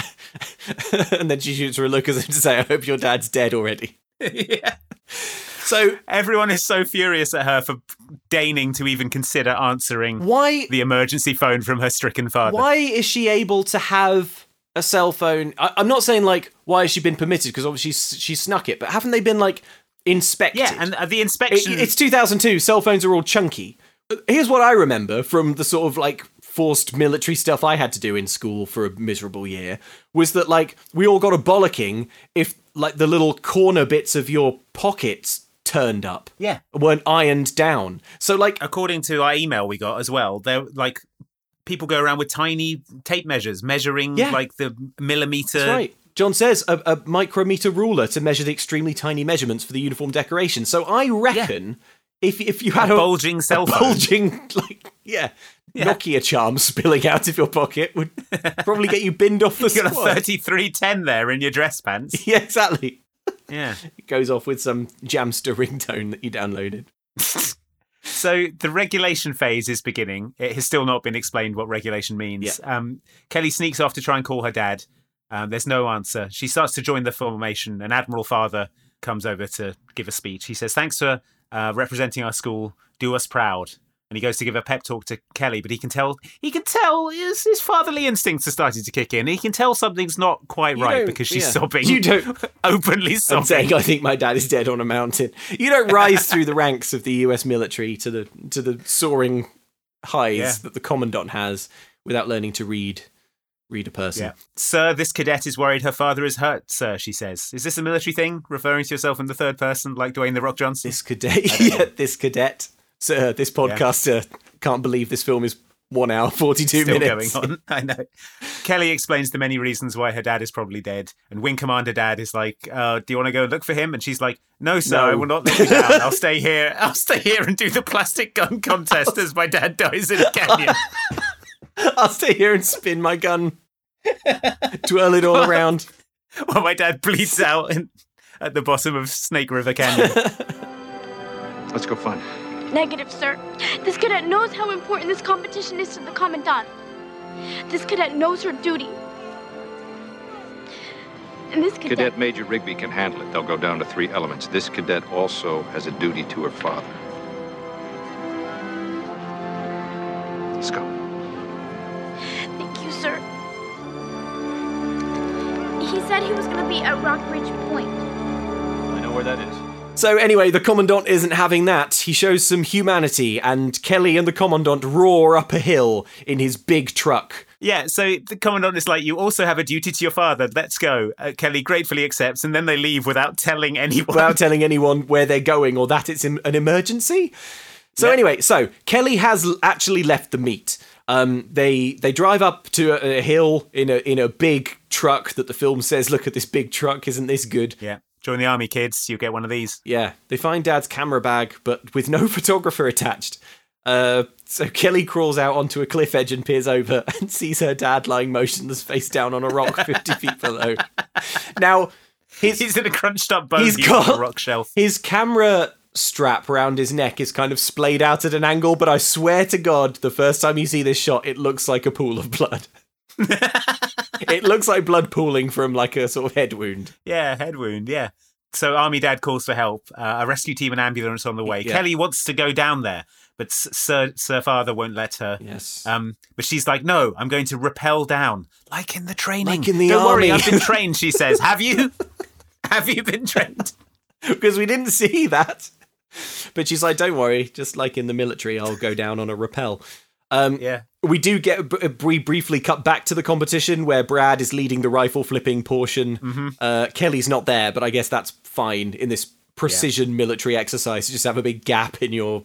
(laughs) and then she shoots her a look as if to say, "I hope your dad's dead already." (laughs) So
everyone is so furious at her for deigning to even consider answering
why
the emergency phone from her stricken father.
Why is she able to have a cell phone? I, I'm not saying like why has she been permitted because obviously s- she snuck it, but haven't they been like inspected? Yeah,
and uh, the inspection-
it's 2002. Cell phones are all chunky. Uh, Here's what I remember from the sort of like forced military stuff I had to do in school for a miserable year was that like we all got a bollocking if like the little corner bits of your pockets turned up.
Yeah.
Weren't ironed down. So like
according to our email we got as well, they're like people go around with tiny tape measures measuring
Yeah.
like the millimeter
That's right. John says a, a micrometer ruler to measure the extremely tiny measurements for the uniform decoration. So I reckon if if you had a,
bulging cell
a
phone.
(laughs) bulging like yeah, Nokia charm spilling out of your pocket
(laughs)
would probably get you binned off the
You got a
squad.
3310 there in your dress pants.
(laughs) Yeah, exactly.
Yeah.
It goes off with some Jamster ringtone that you downloaded.
So the regulation phase is beginning. It has still not been explained what regulation means. Um, Kelly sneaks off to try and call her dad. Um, there's no answer. She starts to join the formation, and Admiral Father comes over to give a speech. He says, "Thanks for uh, representing our school. Do us proud." And he goes to give a pep talk to Kelly, but he can tell he can tell his, his fatherly instincts are starting to kick in. He can tell something's not quite
You
right
don't-
because she's
yeah.
sobbing.
You don't
(laughs) openly
I'm saying
sobbing.
I think my dad is dead on a mountain. You don't rise through
(laughs)
the ranks of the U.S. military to the to the soaring highs
Yeah.
that the commandant has without learning to read read a person.
Yeah. Sir, this cadet is worried her father is hurt, sir, she says. Is this a military thing? Referring to yourself in the third person like Dwayne The Rock Johnson?
(laughs) This cadet. yeah, this cadet. Sir, this podcaster can't believe this film is one hour, 42
Still
minutes.
going on. (laughs) I know. Kelly explains the many reasons why her dad is probably dead, and Wing Commander Dad is like, uh, "Do you want to go look for him?" And she's like, "No, sir,
No.
I will not let you down. I'll stay (laughs) here. I'll stay here and do the plastic gun contest as my dad dies in a canyon." (laughs)
I'll stay here and spin my gun, (laughs) twirl it all around.
While my dad bleeds out in, at the bottom of Snake River Canyon.
Let's go find him.
Negative, sir. This cadet knows how important this competition is to the Commandant. This cadet knows her duty. And this cadet.
Cadet Major Rigby can handle it. They'll go down to three elements. This cadet also has a duty to her father. Let's go.
Thank you, sir. He said he was gonna be at Rockbridge Point.
I know where that is.
So, anyway, the Commandant isn't having that. He shows some humanity, and Kelly and the Commandant roar up a hill in his big truck.
Yeah, so the commandant is like, "You also have a duty to your father. Let's go." Uh, Kelly gratefully accepts, and then they leave without telling anyone.
without telling anyone where they're going or that it's im- an emergency. So anyway, so Kelly has l- actually left the meet. Um, they they drive up to a, a hill in a in a big truck that the film says, "Look at this big truck, isn't this good?"
(laughs) Yeah, join the army, kids. You get one of these.
Yeah, they find Dad's camera bag, but with no (laughs) photographer attached. Uh, so Kelly crawls out onto a cliff edge and peers over (laughs) and sees her dad lying motionless, face down on a
(laughs)
rock fifty feet below. Now
(laughs)
he's,
he's in a crunched up bone.
He's
used on
got
a Oh, rock shelf.
His camera strap round his neck is kind of splayed out at an angle, but I swear to God, the first time you see this shot, it looks like a pool of
(laughs)
blood. it looks like blood pooling from like a sort of head wound.
Yeah, head wound. Yeah. So army dad calls for help. Uh, a rescue team and ambulance on the way.
Yeah.
Kelly wants to go down there, but S- Sir Sir Father won't let her.
Yes.
Um, but she's like, "No, I'm going to rappel down, like in the training.
Like in the
Don't worry,
army."
I've been trained." She (laughs) says, "Have you? Have you been trained?"
Because we didn't see that. But she's like, don't worry, just like in the military, I'll go down on a rappel. Um,
yeah.
We do get, b- we briefly cut back to the competition where Brad is leading the rifle flipping portion.
Mhm.
Uh, Kelly's not there, but I guess that's fine in this precision military exercise. You just have a big gap in your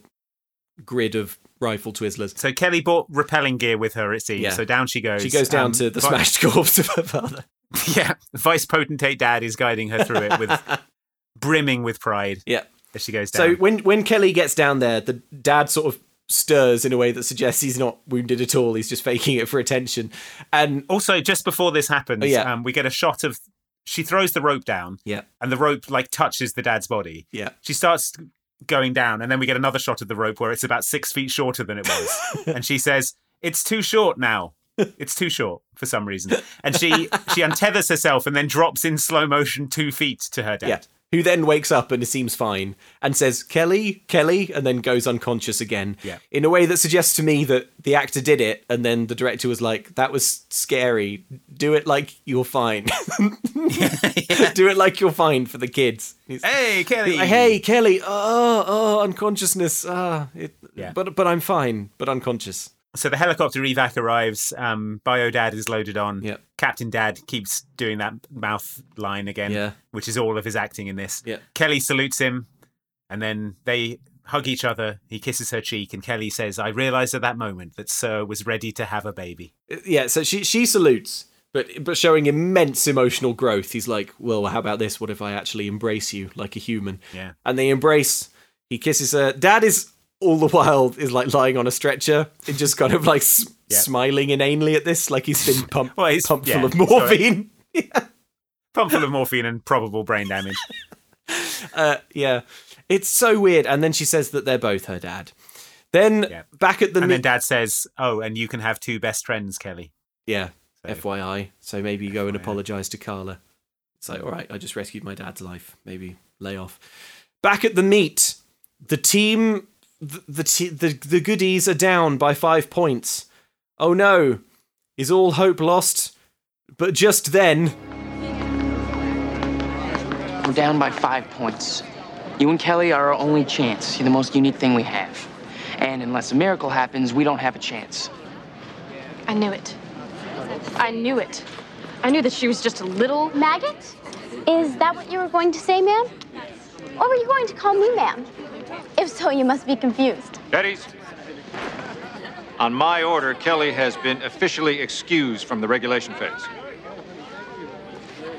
grid of rifle twizzlers.
So Kelly bought rappelling gear with her, it seems.
Yeah.
So down she goes.
She goes down
Um,
to the
Vi-
smashed (laughs) corpse of her father.
(laughs) Yeah. Vice Potentate Dad is guiding her through it with
(laughs)
brimming with pride.
Yeah.
As she goes
So
down.
when when Kelly gets down there, the dad sort of stirs in a way that suggests he's not wounded at all. He's just (laughs) faking it for attention. And
also just before this happens,
Oh, yeah.
um, we get a shot of she throws the rope down.
Yeah.
And the rope like touches the dad's body.
Yeah.
She starts going down, and then we get another shot of the rope where it's about six feet shorter than it was.
(laughs)
and she says, It's too short now. It's too short for some reason. And she
(laughs)
she untethers herself and then drops in slow motion two feet to her dad.
Yeah. Who then wakes up and seems fine and says, Kelly, Kelly, and then goes unconscious again.
Yeah.
In a way that suggests to me that the actor did it and then the director was like, that was scary. Do it like
(laughs)
you're fine. (laughs) Do it like you're fine for the kids. He's-
Hey, Kelly.
He's like, hey, Kelly. Oh, oh, unconsciousness. Ah, it,
Yeah.
but, but I'm fine, but unconscious.
So the helicopter evac arrives. Um, Bio Dad is loaded on.
Yep.
Captain Dad keeps doing that mouth line again,
Yeah.
which is all of his acting in this.
Yeah.
Kelly salutes him, and then they hug each other. He kisses her cheek, and Kelly says, "I realized at that moment that Sir was ready to have a baby."
Uh, yeah, so she she salutes, but but showing immense emotional growth. He's like, "Well, how about this? What if I actually embrace you like a human?"
Yeah.
And they embrace. He kisses her. Dad is all the while is like lying on a stretcher (laughs) and just kind of like s-
Yeah.
smiling inanely at this, like he's been pumped
Well, he's
pumped
yeah,
full of
sorry.
morphine.
Pump
(laughs)
full of morphine and probable brain damage.
Uh, yeah, it's so weird. And then she says that they're both her dad. Then back at the
and
me-
then Dad says, "Oh, and you can have two best friends, Kelly."
Yeah. FYI. So maybe you go and apologize to Carla. It's like, all right, I just rescued my dad's life. Maybe lay off. Back at the meet, the team, the the, te- the the goodies are down by five points. Oh no, is all hope lost? But just then,
We're down by five points. You and Kelly are our only chance. You're the most unique thing we have. And unless a miracle happens, we don't have a chance.
I knew it. I knew it. I knew that she was just a little.
Maggot? Is that what you were going to say, ma'am? Or were you going to call me ma'am? If so, you must be confused.
Eddie's.
On my order, Kelly has been officially excused from the regulation phase.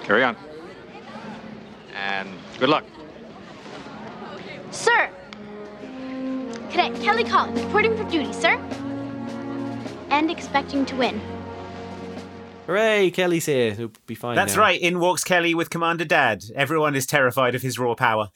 Carry on. And good luck.
Sir! Cadet Kelly Collins, reporting for duty, sir. And expecting to win.
Hooray, Kelly's here. He'll be fine.
That's
now.
right. In walks Kelly with Commander Dad. Everyone is terrified of his raw
(laughs)
power.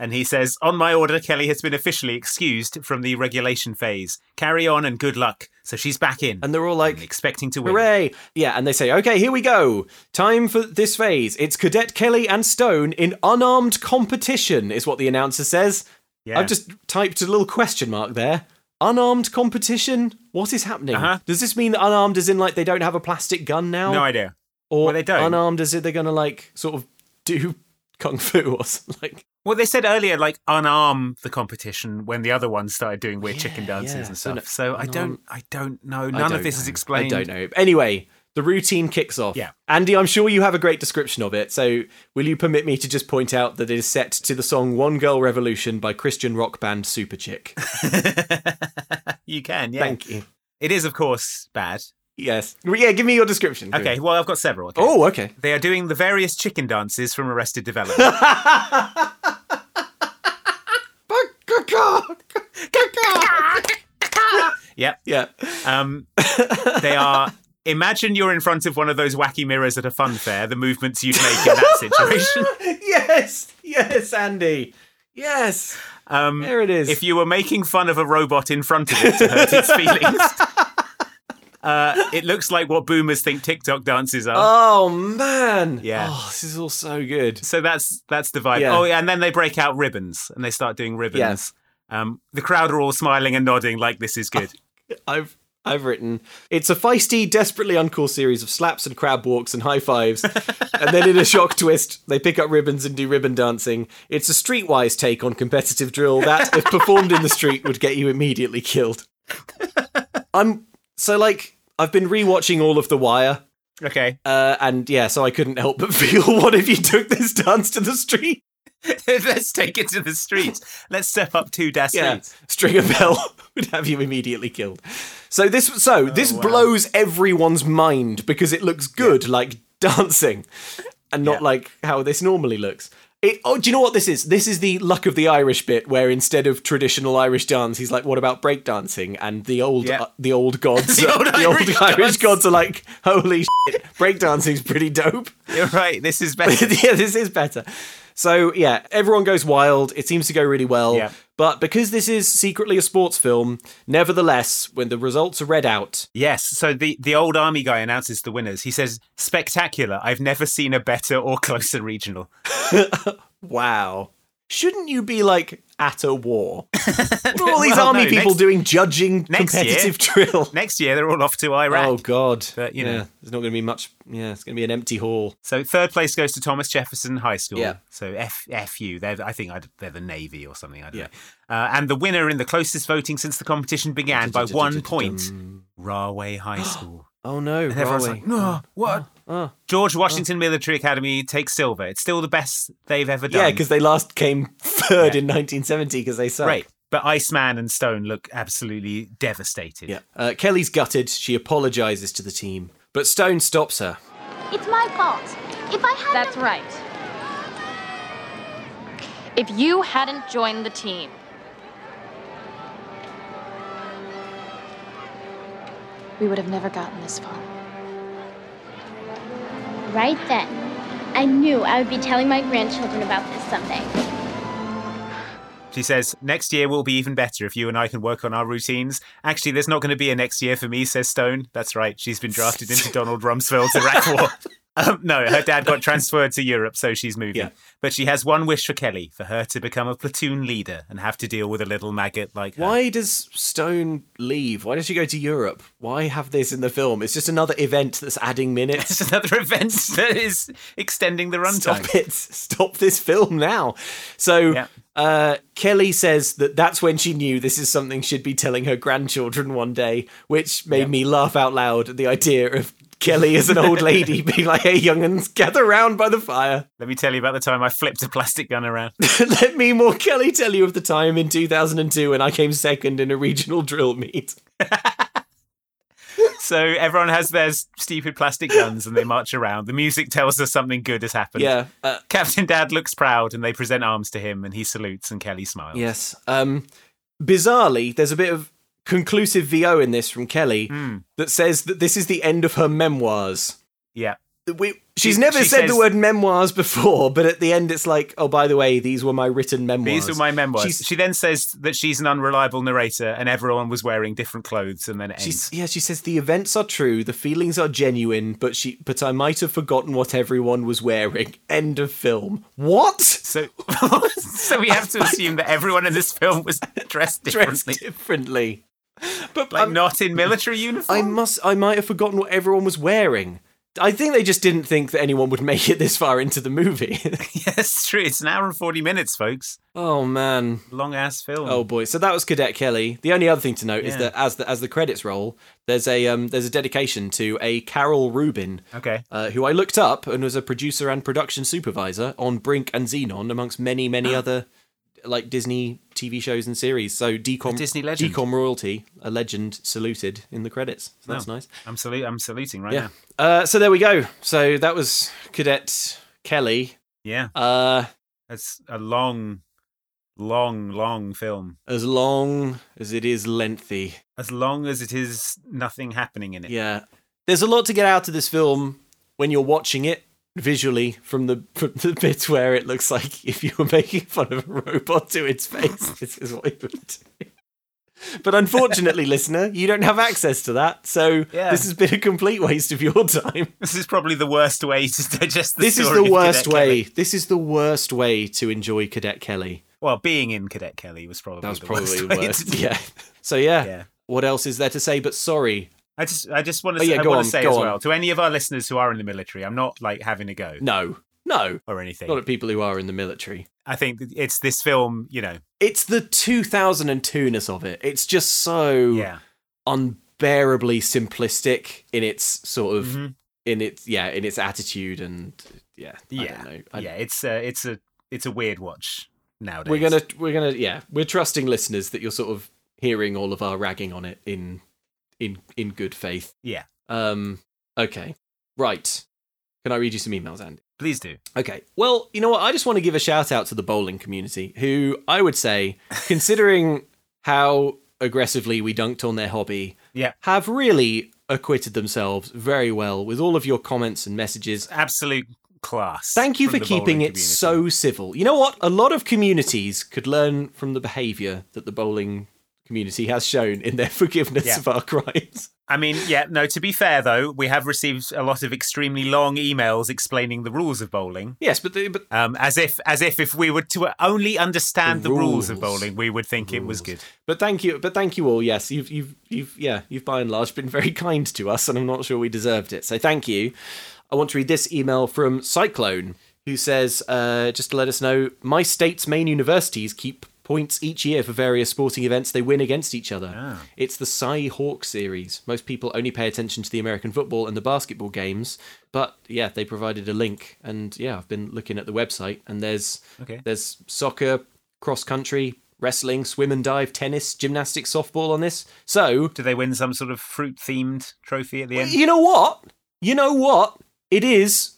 and he says, On my order, Kelly has been officially excused from the regulation phase. Carry on and good luck. So she's back in.
And they're all like,
expecting to win.
Hooray! Yeah, and they say, okay, here we go. Time for this phase. It's Cadet Kelly and Stone in unarmed competition, is what the announcer says.
Yeah.
I've just typed a little question mark there. Unarmed competition? What is happening?
Uh-huh.
Does this mean unarmed as in like they don't have a plastic gun now?
No idea.
Or
Well, they don't.
unarmed as if they're going to like sort of do (laughs) kung fu or something like
Well, they said earlier, like, unarm the competition when the other ones started doing weird chicken dances and
yeah. So
stuff.
no-
So I don't, I don't know.
I
None
don't
of this is
know.
explained.
I don't know. Anyway, the routine kicks off. Yeah. Andy, I'm sure you have a great description of it. So, will you permit me to just point out that it is set to the song One Girl Revolution by Christian rock band
(laughs)
Super Chick?
You can, yeah.
Thank you.
It is, of course, bad.
Yes. Yeah, give me your description. Give
Okay,
me-
well, I've got several. Okay.
Oh, okay.
They are doing the various chicken dances from Arrested Development. yep.
(laughs) Yeah.
Um, they are. Imagine you're in front of one of those wacky mirrors at a fun fair, the movements you'd make in
(laughs)
that situation.
yes, yes, Andy. Yes.
Um,
there it is.
If you were making fun of a robot in front of it to hurt its feelings.
(laughs)
Uh, it looks like what boomers think TikTok dances are.
Oh man.
Yeah.
Oh, this is all so good.
So that's that's the vibe.
Yeah.
Oh, yeah, and then they break out ribbons and they start doing ribbons.
Yes.
Um, the crowd are all smiling and nodding like this is
(laughs)
good.
I've I've written it's a feisty, desperately uncool series of slaps and crab walks and high fives, and then in a shock twist, they pick up ribbons and do ribbon dancing. It's a streetwise take on competitive drill that, if performed in the street, would get you immediately killed. I'm so like I've been rewatching all of The Wire.
Okay.
Uh, and yeah, so I couldn't help but (laughs) feel what if you took this dance to the street?
(laughs) Let's take it to the streets. Let's step up two dash
Yeah,
streets.
Stringer Bell (laughs) would have you immediately killed. So this, so this blows everyone's mind because it looks good, like (laughs) dancing, and not like how this normally looks. It, oh, do you know what this is? This is the luck of the Irish bit, where instead of traditional Irish dance, he's like, "What about break dancing?" And the old, uh, the old gods,
The
are-
old
(laughs) the old
Irish
Irish, gods are like, "Holy (laughs) shit, break dancing's pretty dope."
You're right. This
(laughs)
is better.
yeah, this is better. So yeah, everyone goes wild. It seems to go really well.
Yeah.
But because this is secretly a sports film, nevertheless, when the results are read out,
Yes. So the, the old army guy announces the winners. He says, Spectacular. I've never seen a better or closer regional.
wow, shouldn't you be like at
(laughs)
a war? What are all these army
no,
people
next-
doing judging
next
competitive (laughs)
year,
drill?
Next year, they're all off to Iraq.
Oh God,
But, you
Yeah,
know.
there's not going to be much. Yeah, it's going to be an empty hall.
So third place goes to Thomas Jefferson High School.
Yeah.
So F FU. They're I think I'd, they're the Navy or something. I don't know. Uh, and the winner in the closest voting since the competition began
(laughs)
by one point, Rahway High
(gasps)
School.
Oh no,
And everyone's
Raleigh.
like, "Mm, no, what?
Oh.
George Washington Military Academy takes silver. It's still the best they've ever done.
Yeah, because they last came (laughs) third in 1970 because they suck.
Right. But Iceman and Stone look absolutely devastated.
Yeah. Uh, Kelly's gutted. She apologizes to the team, but Stone stops her.
It's my fault. If I hadn't.
That's right. If you hadn't joined the team, we would have never gotten this far.
Right then, I knew I would be telling my grandchildren about this someday.
She says, Next year will be even better if you and I can work on our routines. Actually, there's not going to be a next year for me, says Stone. That's right. She's been drafted
(laughs)
into Donald Rumsfeld's Iraq War. Um, no, her dad got transferred to Europe, so she's moving. But she has one wish for Kelly for her to become a platoon leader and have to deal with a little maggot like her.
Why does Stone leave? Why does she go to Europe? Why have this in the film? It's just another event that's adding
(laughs) (laughs)
minutes.
it's another event that is extending the runtime.
Stop it. Stop this film now. So uh, Kelly says that that's when she knew this is something she'd be telling her grandchildren one day, which made me laugh out loud at the idea of Kelly as an old lady being like, hey, young'uns, gather round by the fire.
Let me tell you about the time I flipped a plastic gun around.
(laughs) Let me more Kelly tell you of the time in 2002 when I came second in a regional drill meet.
so everyone has their stupid plastic guns and they march around. The music tells us something good has happened.
Yeah, uh,
Captain Dad looks proud and they present arms to him and he salutes and Kelly smiles.
Yes. Um, bizarrely, there's a bit of conclusive VO in this from Kelly
Hmm.
that says that this is the end of her memoirs.
Yeah.
We, She's never said the word memoirs before, but at the end it's like, oh, by the way, these were my written memoirs.
These are my memoirs.
She's-
she then says that she's an unreliable narrator and everyone was wearing different clothes and then it ends.
She's, yeah, she says the events are true, the feelings are genuine, but she but I might have forgotten what everyone was wearing. End of film. What?
So (laughs) so we have to assume that everyone in this film was (laughs) dressed differently.
differently. But
like not in military uniform.
Um, I must I might have forgotten what everyone was wearing. I think they just didn't think that anyone would (laughs) make it this far into the movie.
(laughs)
(laughs)
yes, true. It's an hour and 40 minutes, folks.
Oh man.
Long ass film.
Oh boy. So that was Cadet Kelly. The only other thing to note is
Yeah.
that as the as the credits roll, there's a um there's a dedication to a Carol Rubin.
Okay.
Uh, who I looked up and was a producer and production supervisor on Brink and Xenon, amongst many, many
Ah.
other like Disney TV shows and series. So DCOM,
Disney legend.
DCOM royalty, a legend saluted in the credits. So that's
No.
nice.
I'm salu- I'm saluting right
Yeah.
now.
Uh, so there we go. So that was Cadet Kelly.
Yeah.
Uh,
That's a long, long, long film.
As long as it is lengthy.
As long as it is nothing happening in it.
Yeah. There's a lot to get out of this film when you're watching it visually from the (laughs) from the bits where it looks like if you were making fun of a robot to its face, (laughs) this is what you would do. But
(laughs)
unfortunately, listener, you don't have access to that, so
Yeah.
this has been a complete waste of your time.
This is probably the worst way to (laughs) digest the
this is
story
the
of
worst
Cadet
way.
Kelly.
This is the worst way to enjoy Cadet Kelly.
Well, being in Cadet Kelly was probably
That was
the
probably
worst. way
worst.
to-
(laughs) Yeah. So yeah. What else is there to say? But sorry.
(laughs) I just, I just want
Oh,
to,
yeah,
I
go
want
on,
to say
go
as
on.
well to any of our listeners who are in the military. I'm not like having a go.
No. No.
Or anything.
Not at people who are in the military.
I think that it's this film. You know,
It's the 2002ness of it. It's just so unbearably simplistic in its sort of
Mhm.
in its yeah in its attitude and yeah I
yeah,
don't know. I-
yeah. It's a, it's a, it's a weird watch nowadays.
we're gonna we're gonna yeah we're trusting listeners that you're sort of hearing all of our ragging on it in in in good faith.
Yeah.
Um. Okay. Right. Can I read you some emails, Andy?
Please do.
Okay. Well, you know what? I just want to give a shout out to the bowling community, who I would
(laughs)
say, considering how aggressively we dunked on their hobby,
Yeah.
have really acquitted themselves very well with all of your comments and messages.
Absolute class.
Thank you
from
for
the bowling
keeping it
community.
so civil. You know what? A lot of communities could learn from the behaviour that the bowling community has shown in their (laughs) forgiveness
Yeah.
of our crimes.
I mean, yeah, no, to be fair though, we have received a lot of extremely long emails explaining the rules of bowling.
Yes, but, the, but
um, as if as if if we were to only understand
The
the, rules. of
rules.
bowling, we would think it was good.
But thank you, but thank you all. Yes, you've you've you've yeah, you've by and large been very (laughs) kind to us, and I'm not sure we deserved it. So thank you. I want to read this email from Cyclone, who says, uh, just to let us know, my state's main universities keep points each year for various sporting events they win against each other. It's the Cy Hawk series. Most people only pay attention to the American football and the basketball games, but yeah, they provided a link, and yeah, I've been looking at the website, and there's
Okay.
there's soccer, cross country, wrestling, swim and dive, tennis, gymnastics, softball on this. So,
do they win some sort of fruit themed trophy at the end?
You know what? You know what? It is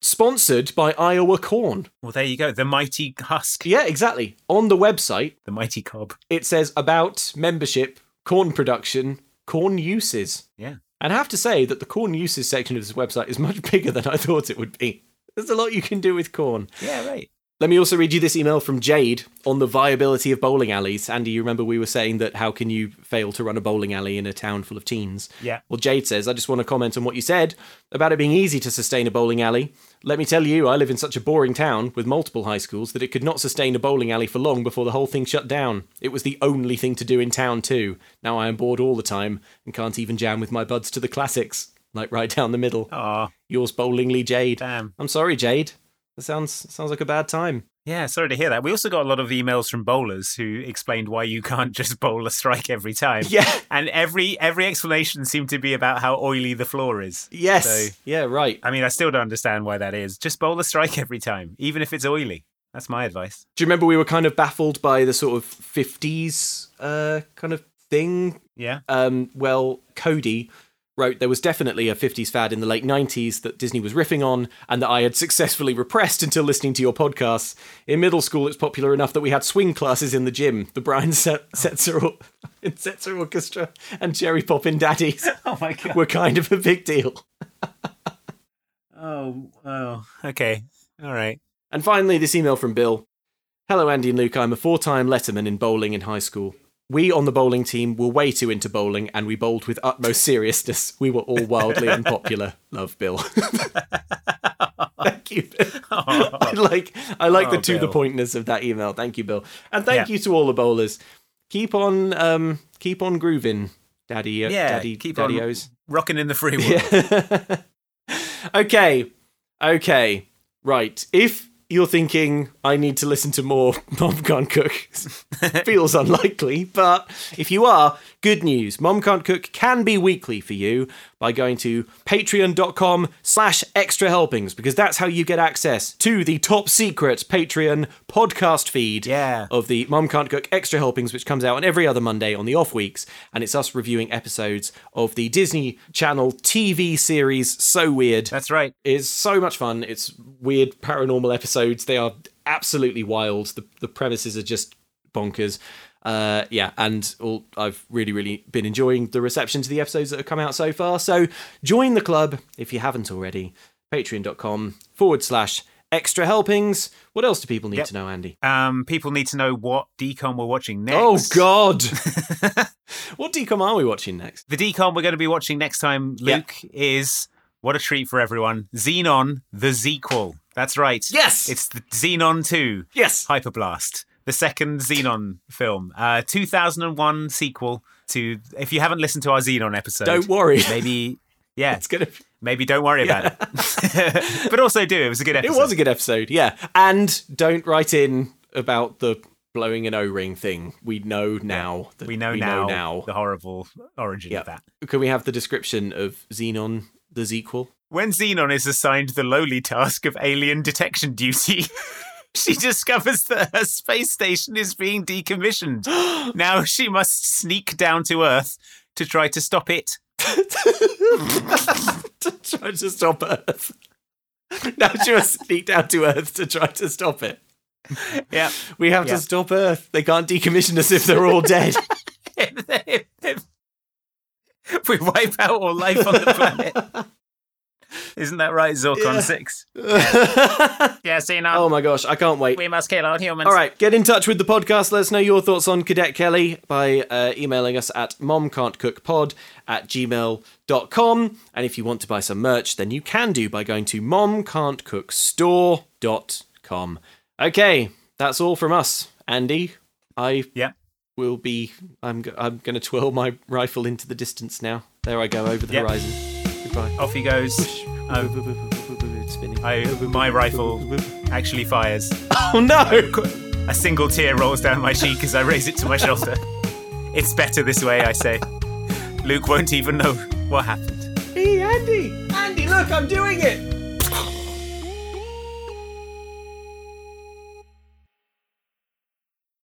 sponsored by Iowa Corn.
Well, there you go. The mighty husk.
Yeah, exactly. On the website,
the mighty cob,
it says about membership, corn production, corn uses.
Yeah.
And I have to say that the corn uses section of this website is much (laughs) bigger than I thought it would be. There's a lot you can do with corn.
Yeah, right.
Let me also read you this email from Jade on the viability of bowling alleys. Andy, you remember we were saying that how can you fail to run a bowling alley in a town full of teens?
Yeah.
Well, Jade says, I just want to comment on what you said about it being easy to sustain a bowling alley. Let me tell you, I live in such a boring town with multiple high schools that it could not sustain a bowling alley for long before the whole thing shut down. It was the only thing to do in town, too. Now I am bored all the time and can't even jam with my buds to the classics, like right down the middle.
Aw.
Yours bowlingly, Jade.
Damn.
I'm sorry, Jade. That sounds sounds like a bad time.
Yeah, sorry to hear that. We also got a lot of emails from bowlers who explained why you can't just bowl a strike every time.
(laughs) Yeah.
And every every explanation seemed to be about how oily the floor is.
Yes. yeah, right.
I mean, I still don't understand why that is. Just bowl a strike every time, even if it's oily. That's my advice.
Do you remember we were kind of baffled by the sort of 50s uh, kind of thing?
Yeah.
Um, well, Cody wrote there was definitely a 50s fad in the late 90s that Disney was riffing on and that I had successfully repressed until listening to your podcasts. In middle school, it's popular enough that we had swing classes in the gym, the Brian (laughs) Set- Setzer, (laughs) or- Setzer Orchestra and Cherry Poppin' Daddies
(laughs)
(laughs)
oh my God.
were kind of a big deal.
Oh, oh, okay. All right.
And finally, this email from Bill. Hello, Andy and Luke. I'm a four time letterman in bowling in high school. We on the bowling team were way too into bowling and we bowled with utmost seriousness. We were all
(laughs)
wildly unpopular. Love, Bill. (laughs) Thank you. Bill.
Oh.
(laughs) I like I like the
Oh,
to the
Bill.
pointness of that email. Thank you, Bill, and thank you to all the bowlers. Keep on, um, keep on grooving, Daddy. Uh,
yeah,
Daddy,
keep
Daddy
on
O's.
rocking in the free world.
Okay. Okay. Right. If you're thinking I need to listen to more (laughs) Mom Can't Cook, feels unlikely, but if you are, good news. Mom Can't Cook can be weekly for you by going to patreon.com slash extra helpings because that's how you get access to the top secret Patreon podcast feed of the Mom Can't Cook Extra Helpings, which comes out on every other Monday on the off weeks. And it's us reviewing episodes of the Disney Channel TV series So Weird. That's
right.
It's so much fun. It's weird paranormal episodes. They are absolutely wild. The, the premises are just bonkers. Uh, yeah, and all, I've really, really been enjoying the reception to the episodes that have come out so far. So join the club if you haven't already. Patreon.com forward slash extra helpings. What else do people need
Yep.
to know, Andy?
Um, people need to know what decom we're watching next.
Oh, God. what decom are we watching next?
The decom we're going to be watching next time, Luke, is what a treat for everyone. Xenon the sequel. That's right.
Yes.
It's the Xenon 2.
Yes.
Hyperblast. The second Xenon film. Uh 2001 sequel to if you haven't listened to our Xenon episode.
Don't worry.
Maybe
(laughs)
yeah. It's
gonna
maybe don't worry about it. (laughs) but also do. It was a good episode.
It was a good episode, yeah. And don't write in about the blowing an O ring thing. We know now. That we
know now the horrible origin
of that. Can we have the description of Xenon
(laughs)
the sequel?
When Xenon is assigned the lowly task of alien detection duty, (laughs) she discovers that her space station is being
(gasps)
decommissioned. now she must sneak down to Earth to try to stop it.
to try to stop Earth. now she must sneak down to Earth to try to stop it.
Yeah. (laughs)
We have
Yeah.
to stop Earth. They can't decommission us if they're
(laughs)
all dead. (laughs)
we wipe out all life on the
(laughs)
planet. Isn't that right, Zorkon
Yeah.
6?
yeah, Xenon. Oh my gosh, I can't wait.
We must kill all humans.
All right, get in touch with the podcast. Let us know your thoughts on Cadet Kelly by uh, emailing us at momcan'tcookpod at gmail.com. And if you want to buy some merch, then you can do by going to momcan'tcookstore.com. Okay, that's all from us, Andy. I
yeah.
will be. I'm, go- I'm going to twirl my rifle into the distance now. There I go, over the
Yep.
horizon. (laughs) Goodbye.
Off he goes.
Oh,
I, my rifle actually fires.
Oh no!
A single tear rolls down my cheek as I raise it to my shoulder. It's better this way, I say. Luke won't even know what happened.
Hey, Andy! Andy, look, I'm doing it!